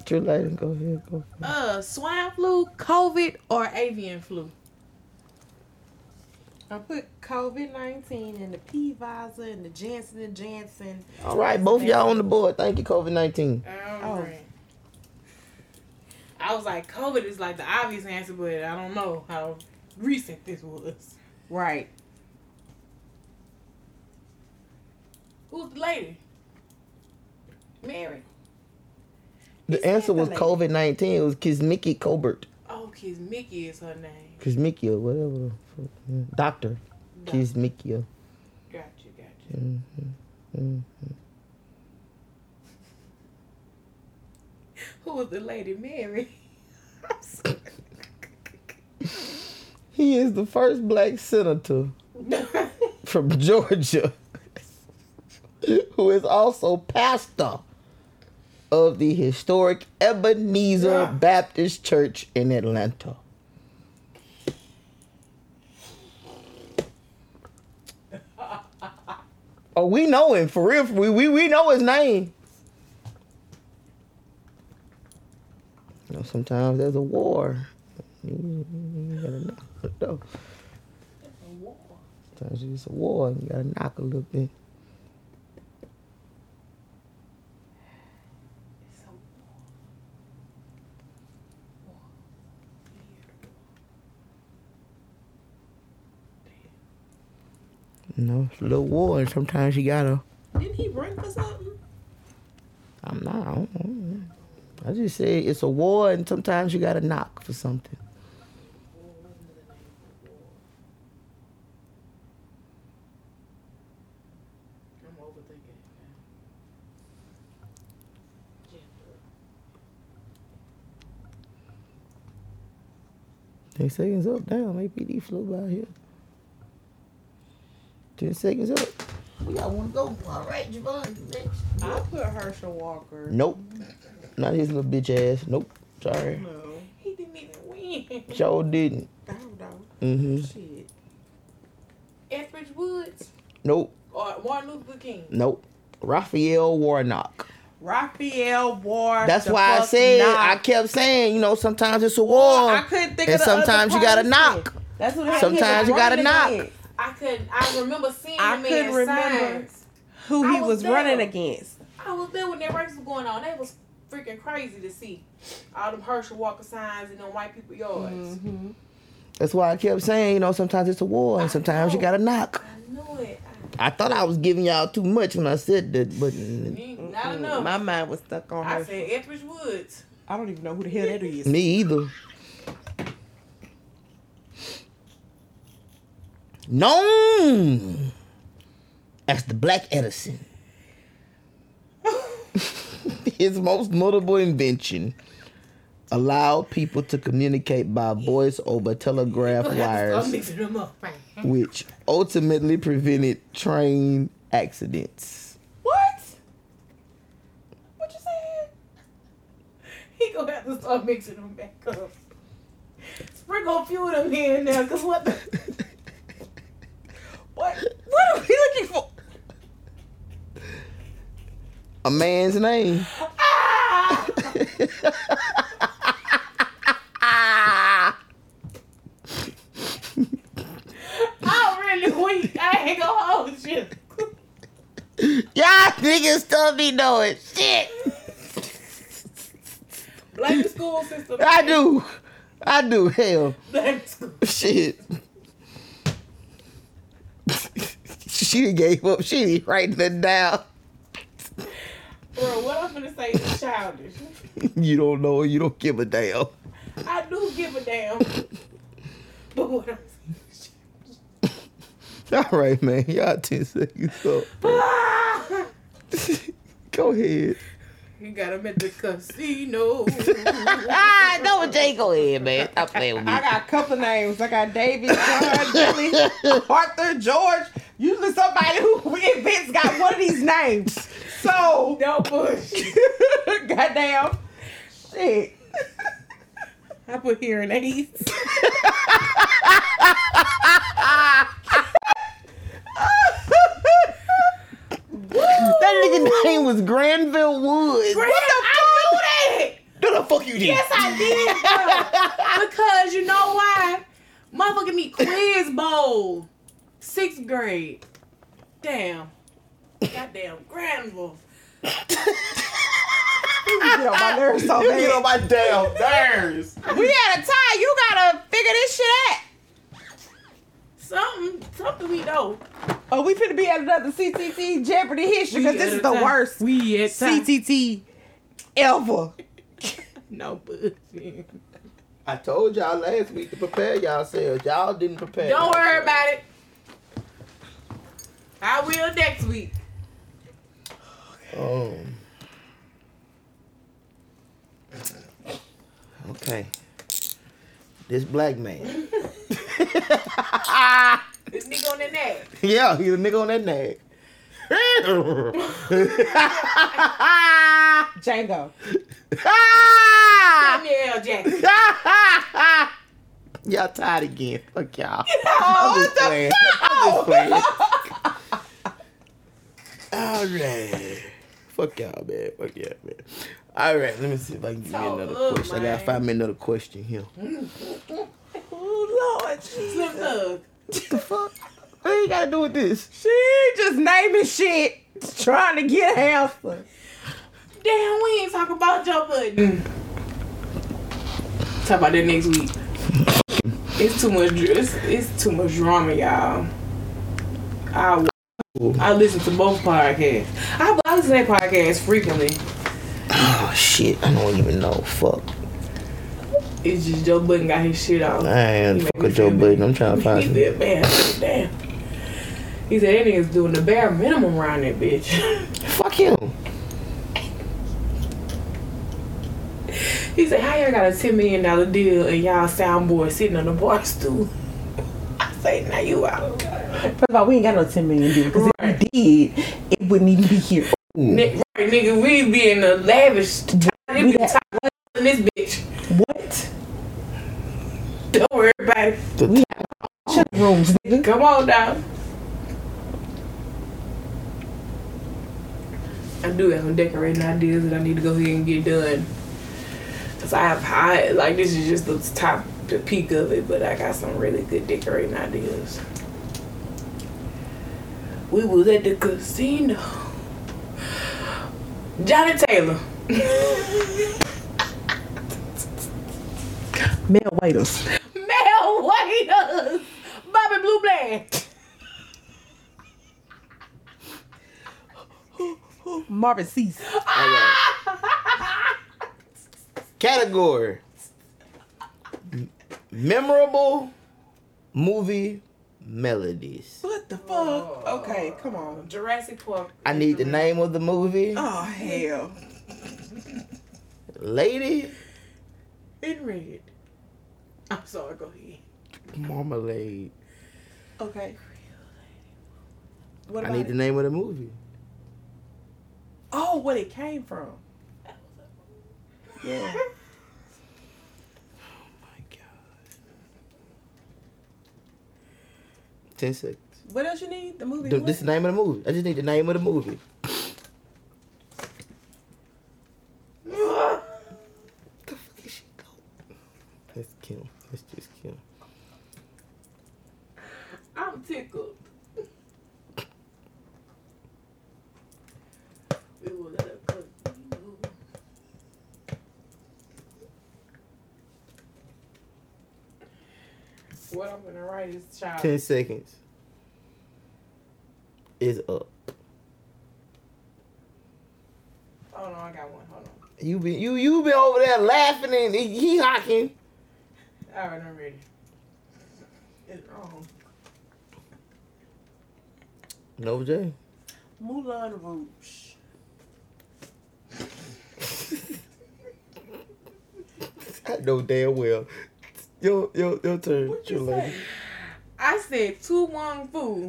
Speaker 2: Too late and go ahead, go for it.
Speaker 3: Uh, swine flu, COVID, or avian flu?
Speaker 7: I put COVID nineteen and the P Visor and the Janssen and Janssen.
Speaker 2: All right, both of y'all on the board. Thank you, COVID 19.
Speaker 7: Oh,
Speaker 3: Alright. I was like, COVID is like the obvious answer, but I don't know how recent this was.
Speaker 7: Right.
Speaker 3: Who's the lady? Mary.
Speaker 2: The answer was
Speaker 7: Santa
Speaker 2: COVID 19. It was Kismiki Colbert.
Speaker 3: Oh, kids, Mickey is her name.
Speaker 2: Kismiki, or whatever. The fuck. yeah. Doctor. Kismiki.
Speaker 3: Gotcha, gotcha.
Speaker 2: hmm hmm
Speaker 3: Who was the lady? Mary. I'm sorry.
Speaker 2: He is the first black senator from Georgia who is also pastor of the historic Ebenezer Baptist Church in Atlanta. Oh, we know him for real. We we, we know his name. You know, sometimes there's a war. You, you gotta knock it though. Sometimes it's just a war. You gotta knock a little bit. You know, it's a little war, and sometimes you gotta.
Speaker 7: Didn't he run for something?
Speaker 2: I'm not. I, don't know. I just say it's a war, and sometimes you gotta knock for something.
Speaker 3: I'm overthinking. it now.
Speaker 2: Ten seconds up. Damn, APD flew by here. Ten seconds up. We got one to go. All right, Javon, you next.
Speaker 7: I put Herschel Walker.
Speaker 2: Nope. Not his little bitch ass. Nope. Sorry.
Speaker 7: No.
Speaker 3: He didn't even win.
Speaker 2: Joe didn't.
Speaker 7: I don't know.
Speaker 2: Mm-hmm.
Speaker 7: Shit.
Speaker 3: Etheridge Woods
Speaker 2: Nope.
Speaker 3: or Martin Luther King?
Speaker 2: Nope. Raphael Warnock.
Speaker 7: Raphael Ward.
Speaker 2: That's
Speaker 7: the
Speaker 2: why I
Speaker 7: fuck
Speaker 2: said
Speaker 7: knock.
Speaker 2: I kept saying, you know, sometimes it's a
Speaker 7: Well,
Speaker 2: war.
Speaker 7: I couldn't think
Speaker 2: and
Speaker 7: of the other
Speaker 2: sometimes you gotta
Speaker 7: person.
Speaker 2: knock.
Speaker 7: That's what I
Speaker 2: Sometimes you gotta knock.
Speaker 3: I couldn't. I remember seeing
Speaker 7: I
Speaker 3: the man's
Speaker 7: couldn't remember.
Speaker 3: signs.
Speaker 7: Who
Speaker 3: I
Speaker 7: he was,
Speaker 3: was there.
Speaker 7: running against.
Speaker 3: I was there when their race was going on. That was freaking crazy to see all them Herschel Walker signs and them white people yards.
Speaker 7: Mm-hmm.
Speaker 2: That's why I kept saying, you know, sometimes it's a war and
Speaker 3: I
Speaker 2: sometimes you
Speaker 3: know.
Speaker 2: gotta knock.
Speaker 3: I knew it.
Speaker 2: I thought I was giving y'all too much when I said that, but
Speaker 3: I, not enough.
Speaker 7: My mind was stuck on
Speaker 3: I
Speaker 7: her.
Speaker 3: said Etheridge Woods.
Speaker 7: I don't even know who the hell that is.
Speaker 2: me either. Known as the Black Edison. His most notable invention allowed people to communicate by voice over telegraph
Speaker 3: I'm
Speaker 2: wires,
Speaker 3: mixing them up. man.
Speaker 2: which ultimately prevented train accidents.
Speaker 3: What? What you saying? He gonna have to start mixing them back up. Sprinkle a few of them here and there, cause what the what what are we looking for?
Speaker 2: A man's name.
Speaker 3: Ah! I'm really weak. I ain't gonna hold you.
Speaker 2: Y'all niggas still be knowing shit.
Speaker 3: Blame the school system.
Speaker 2: I do. I do. Hell.
Speaker 3: Blame the school.
Speaker 2: Shit. she done gave up. She didn't write nothing down.
Speaker 3: Bro, what I'm gonna say is childish.
Speaker 2: You don't know. You don't give a damn.
Speaker 3: I do give a damn. But what I'm saying is
Speaker 2: All right, man. Y'all 10 seconds up.
Speaker 3: childish.
Speaker 2: Go ahead.
Speaker 3: He got him at the casino.
Speaker 2: Ah, no, Jay, go ahead, man. Stop playing with me.
Speaker 1: I got a couple names. I got David, John, Billy, Arthur, George. Usually somebody who invents got one of these names. So
Speaker 3: Don't push.
Speaker 1: goddamn shit.
Speaker 3: I put hearing aids.
Speaker 2: That nigga name was Granville Woods.
Speaker 3: Graham, I knew that.
Speaker 2: no, the fuck you did.
Speaker 3: Yes, I did. Bro. because you know why? Motherfucking me quiz bowl, sixth grade. Damn. Goddamn, Granville.
Speaker 1: Get on my nerves so
Speaker 2: You get
Speaker 1: bad.
Speaker 2: on my damn nerves.
Speaker 1: We had a tie. You gotta figure this shit out.
Speaker 3: Something, something we know.
Speaker 1: Oh, we finna be at another CTT Jeopardy history
Speaker 3: We
Speaker 1: because this
Speaker 3: at a
Speaker 1: is the
Speaker 3: time.
Speaker 1: worst
Speaker 3: We at time.
Speaker 1: CTT ever.
Speaker 3: No pussy.
Speaker 2: I told y'all last week to prepare yourselves. Y'all didn't prepare.
Speaker 3: Don't worry about it. I will next week.
Speaker 2: Oh. Okay. This black man.
Speaker 3: This nigga on the neck.
Speaker 2: yeah, he's a nigga on that nag.
Speaker 1: Django.
Speaker 3: Samuel L. Jackson.
Speaker 2: y'all tired again. Fuck y'all. I'm just playing. I'm just playing. All right. Fuck y'all, man. Fuck y'all, man. All right, let me see if I can give you
Speaker 3: So,
Speaker 2: another
Speaker 3: look,
Speaker 2: question. I
Speaker 3: man.
Speaker 2: gotta find me another question here.
Speaker 1: Oh Lord, she,
Speaker 3: Slim Thug.
Speaker 2: the fuck? What you gotta do with this?
Speaker 1: she just naming shit, trying to get an answer.
Speaker 3: Damn, we ain't talking about Joe Budden. Talk about that next week. It's too much. dr- It's, it's too much drama, y'all. I I listen to both podcasts. I, I listen to that podcast frequently.
Speaker 2: Oh shit, I don't even know. Fuck.
Speaker 3: It's just Joe Budden got his shit off.
Speaker 2: I ain't
Speaker 3: He
Speaker 2: fuck
Speaker 3: made me
Speaker 2: with Joe
Speaker 3: feel
Speaker 2: Budden. I'm trying to
Speaker 3: bad.
Speaker 2: find
Speaker 3: He
Speaker 2: some.
Speaker 3: said, man, I said, damn. He said that nigga's doing the bare minimum around that bitch.
Speaker 2: Fuck him.
Speaker 3: He said, how y'all got a ten million dollar deal and y'all soundboard sitting on the bar stool? I say, now you out.
Speaker 1: First of all, we ain't got no ten million dude. Because if we did, it wouldn't even be here.
Speaker 3: Ni- Right, nigga, we be in a lavish. Top, it be top in this bitch.
Speaker 1: What?
Speaker 3: Don't worry about it.
Speaker 1: Shut the rooms, nigga.
Speaker 3: Come on now. I do have some decorating ideas that I need to go ahead and get done. Cause I have high, like this is just the top, the peak of it, but I got some really good decorating ideas. We was at the casino. Johnny Taylor.
Speaker 1: Male waiters.
Speaker 3: Mel Waiters. Bobby Blue Black.
Speaker 1: Marvin Cease.
Speaker 2: Category. M- Memorable movie melodies.
Speaker 1: What the fuck? Okay, come on.
Speaker 3: Jurassic Park.
Speaker 2: I need the name of the movie,
Speaker 1: Oh hell.
Speaker 2: Lady
Speaker 3: In red. I'm sorry, go ahead.
Speaker 2: Marmalade.
Speaker 1: Okay. What
Speaker 2: I
Speaker 1: about
Speaker 2: need the
Speaker 1: it?
Speaker 2: name of the movie.
Speaker 1: Oh, what it came from. Yeah.
Speaker 2: My God. Ten seconds.
Speaker 1: What else you need? The movie.
Speaker 2: The-
Speaker 1: what?
Speaker 2: This is the name of the movie. I just need the name of the movie. the fuck is she going? Let's kill. Let's just kill.
Speaker 3: I'm tickled. we will let her cook. What I'm gonna write is
Speaker 2: Ten
Speaker 3: child.
Speaker 2: seconds. Is up.
Speaker 3: Oh no, I got one. Hold on.
Speaker 2: You been you you been over there laughing and he hocking.
Speaker 3: All right, I'm ready. It's wrong.
Speaker 2: No Jay.
Speaker 1: Moulin Rouge.
Speaker 2: I know damn well. Your your your turn. What you like?
Speaker 3: I said Tu Wong Fu.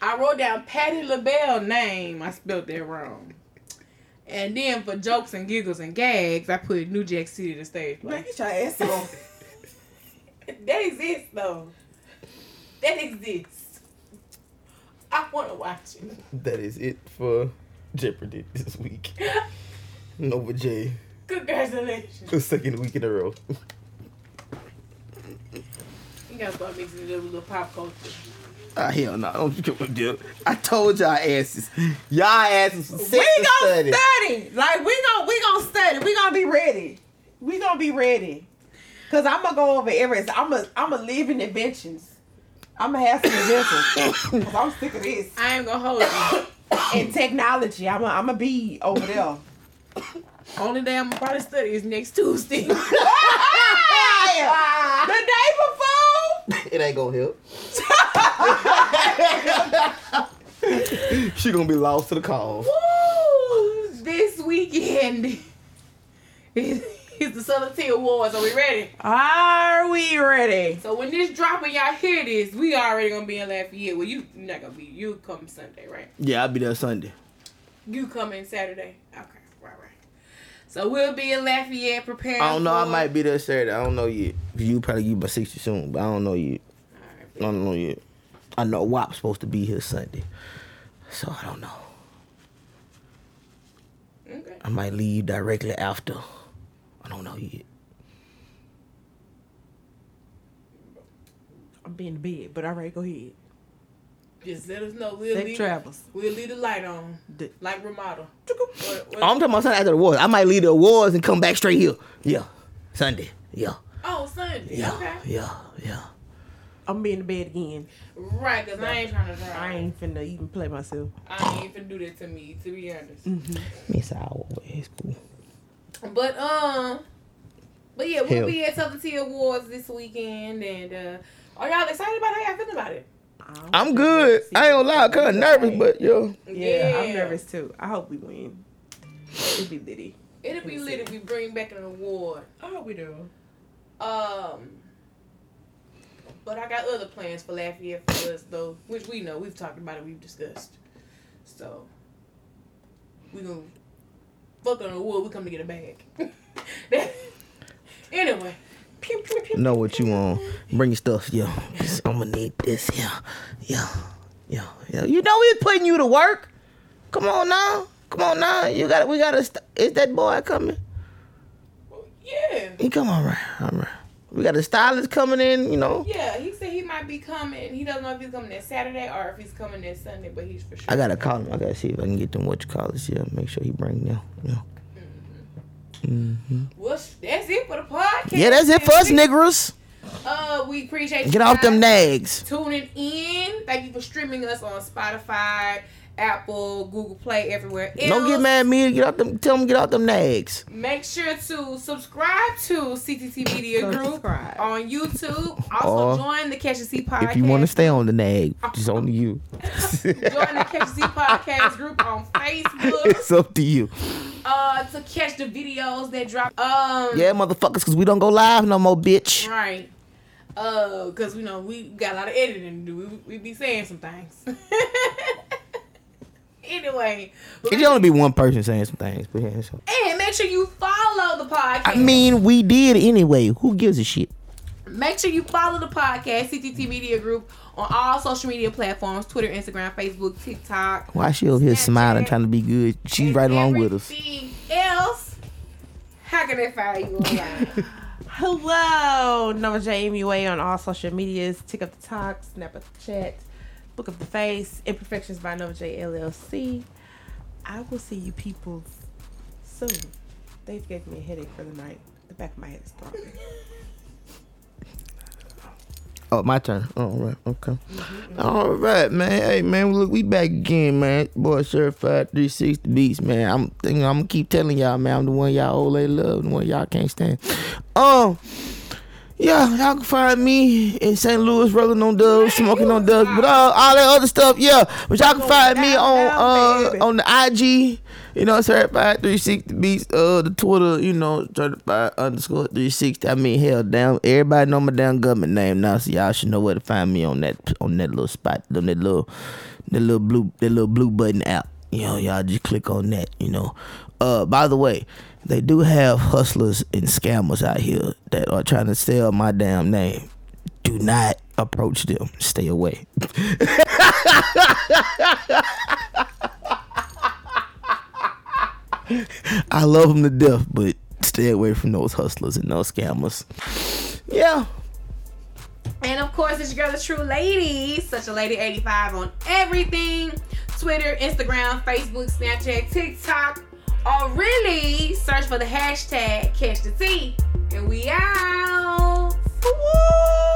Speaker 3: I wrote down Patty LaBelle name. I spelled that wrong. And then for jokes and giggles and gags, I put New Jack City to stage play.
Speaker 1: Man, get your ass off.
Speaker 3: That exists though. That exists. I want to watch it.
Speaker 2: That is it for Jeopardy this week. Nova J,
Speaker 3: Congratulations.
Speaker 2: the second week in a row.
Speaker 3: You gotta start mixing it up with a little pop culture.
Speaker 2: Ah, hell no! Don't you come deal. I told y'all asses. Y'all asses. was set
Speaker 1: we
Speaker 2: to
Speaker 1: gonna
Speaker 2: study.
Speaker 1: study. Like we gonna we gonna study. We gonna be ready. We gonna be ready. Cause I'm gonna go over everything. I'm gonna I'm gonna live in inventions. I'm gonna have some inventions. Cause I'm sick of this.
Speaker 3: I ain't gonna hold you.
Speaker 1: And technology. I'm gonna I'm gonna be over there.
Speaker 3: Only day I'm gonna probably study is next Tuesday.
Speaker 1: the day before.
Speaker 2: It ain't gonna help. she gonna be lost to the cause.
Speaker 3: Woo! This weekend is is the Southern Tea Awards. Are we ready?
Speaker 1: Are we ready?
Speaker 3: So when this drop and y'all hear this, we already gonna be in Lafayette. Well, you you're not gonna be. You come Sunday, right?
Speaker 2: Yeah, I'll be there Sunday.
Speaker 3: You come in Saturday. Okay, right, right. So we'll be in Lafayette preparing.
Speaker 2: I don't know. I
Speaker 3: for-
Speaker 2: might be there Saturday. I don't know yet. You probably get by sixty soon, but I don't know yet. I don't know yet. I know WAP's supposed to be here Sunday, so I don't know.
Speaker 3: Okay.
Speaker 2: I might leave directly after. I don't know yet.
Speaker 1: I'm being in bed, but all right, go ahead.
Speaker 3: Just let us know. We'll
Speaker 1: Safe
Speaker 3: leave.
Speaker 1: travels.
Speaker 3: We'll leave the light on,
Speaker 1: D-
Speaker 3: like Ramada. Or- or-
Speaker 2: I'm talking about Sunday after the awards. I might leave the awards and come back straight here. Yeah, Sunday. Yeah,
Speaker 3: oh, Sunday.
Speaker 2: yeah,
Speaker 3: Okay.
Speaker 2: yeah, yeah.
Speaker 1: I'm being in bed again.
Speaker 3: Right, cause I ain't trying to drive.
Speaker 1: I ain't finna even play myself.
Speaker 3: I ain't finna do that to me, to be honest.
Speaker 1: Mm.
Speaker 2: Miss our always cool.
Speaker 3: But um, but yeah, we'll
Speaker 2: Hell.
Speaker 3: be at Southern Tea Awards this weekend, and uh, are y'all excited about it? how y'all feeling about it?
Speaker 2: I'm good. I ain't gonna lie, I'm kind of nervous, but yo,
Speaker 1: Yeah, I'm nervous too. I hope we win. It'd be litty.
Speaker 3: It'll be lit if we bring back an award.
Speaker 1: I hope Oh, we do.
Speaker 3: Um, but I got other plans for Lafayette for us though, which we know we've talked about it, we've discussed. So we gonna fuck on the wood. We come to get a bag. anyway, pew, pew, pew.
Speaker 2: know what you want. Bring your stuff, yo. I'm gonna need this, yeah, yeah, yeah, yeah. You know we putting you to work. Come on now, come on now. You got to We got to. St- is that boy coming?
Speaker 3: yeah.
Speaker 2: He come on right, all right. We got a stylist coming in, you know.
Speaker 3: Yeah, he said he might be coming. He doesn't know if he's coming that Saturday or if he's coming that Sunday, but he's for sure.
Speaker 2: I gotta call him. I gotta see if I can get them what you call this. Yeah, make sure he bring them. Yeah.
Speaker 3: Well, sh- that's it for the podcast.
Speaker 2: yeah, that's it for us, niggas.
Speaker 3: Uh, we appreciate you
Speaker 2: Get off
Speaker 3: guys
Speaker 2: them nags.
Speaker 3: tuning in. Thank you for streaming us on Spotify, Apple, Google Play, everywhere.
Speaker 2: Don't get
Speaker 3: else.
Speaker 2: mad at me. Get off them. Tell them get off them nags.
Speaker 3: Make sure to subscribe to CTT Media Group
Speaker 1: Subscribe.
Speaker 3: on YouTube. Also
Speaker 2: Or
Speaker 3: join the Catch and See podcast.
Speaker 2: If you want to stay on the nag, it's only you.
Speaker 3: join the Catch and See podcast group on Facebook.
Speaker 2: it's up to you.
Speaker 3: Uh, to catch the videos that drop. Um,
Speaker 2: Yeah, motherfuckers, cause we don't go live no more, bitch.
Speaker 3: Right. Uh, cause we know we got a lot of editing to do. We, we be saying some things. anyway, but-
Speaker 2: It only be one person saying some things, but yeah, it's-
Speaker 3: and make sure you follow the podcast.
Speaker 2: I mean, we did anyway. Who gives a shit?
Speaker 3: make sure you follow the podcast CTT Media Group on all social media platforms: Twitter, Instagram, Facebook, TikTok.
Speaker 2: Why she over here smiling, trying to be good? She's right along with us.
Speaker 3: Everything Else, how can they find you online?
Speaker 1: Hello, Nova J MUA on all social medias. Tick up the talk, snap up the chat, book up the face. Imperfections by Nova J LLC. I will see you people soon. They've gave me a headache for the night. The back of my head is throbbing.
Speaker 2: Oh, my turn. All right, okay. All right, man. Hey, man, look, we back again, man. Boy, certified 360 beats, man. I'm thinking, I'm gonna keep telling y'all, man. I'm the one y'all old lady love, the one y'all can't stand. Um, Yeah, y'all can find me in St. Louis, rolling on dubs, smoking on dubs, but all, all that other stuff, yeah. But y'all can find me on uh on the IG, you know, certified 360 beats, uh the Twitter, you know, certified underscore 360. I mean, hell, damn, everybody know my damn government name now, so y'all should know where to find me on that on that little spot, on that little that little blue that little blue button app. You know, y'all just click on that, you know. Uh by the way, they do have hustlers and scammers out here that are trying to sell my damn name. Do not approach them. Stay away. I love them to death, but stay away from those hustlers and those scammers. Yeah.
Speaker 9: And of course, it's your girl, the true lady, such a lady 85 on everything Twitter, Instagram, Facebook, Snapchat, TikTok. Or really search for the hashtag catch the tea. And we out. Woo!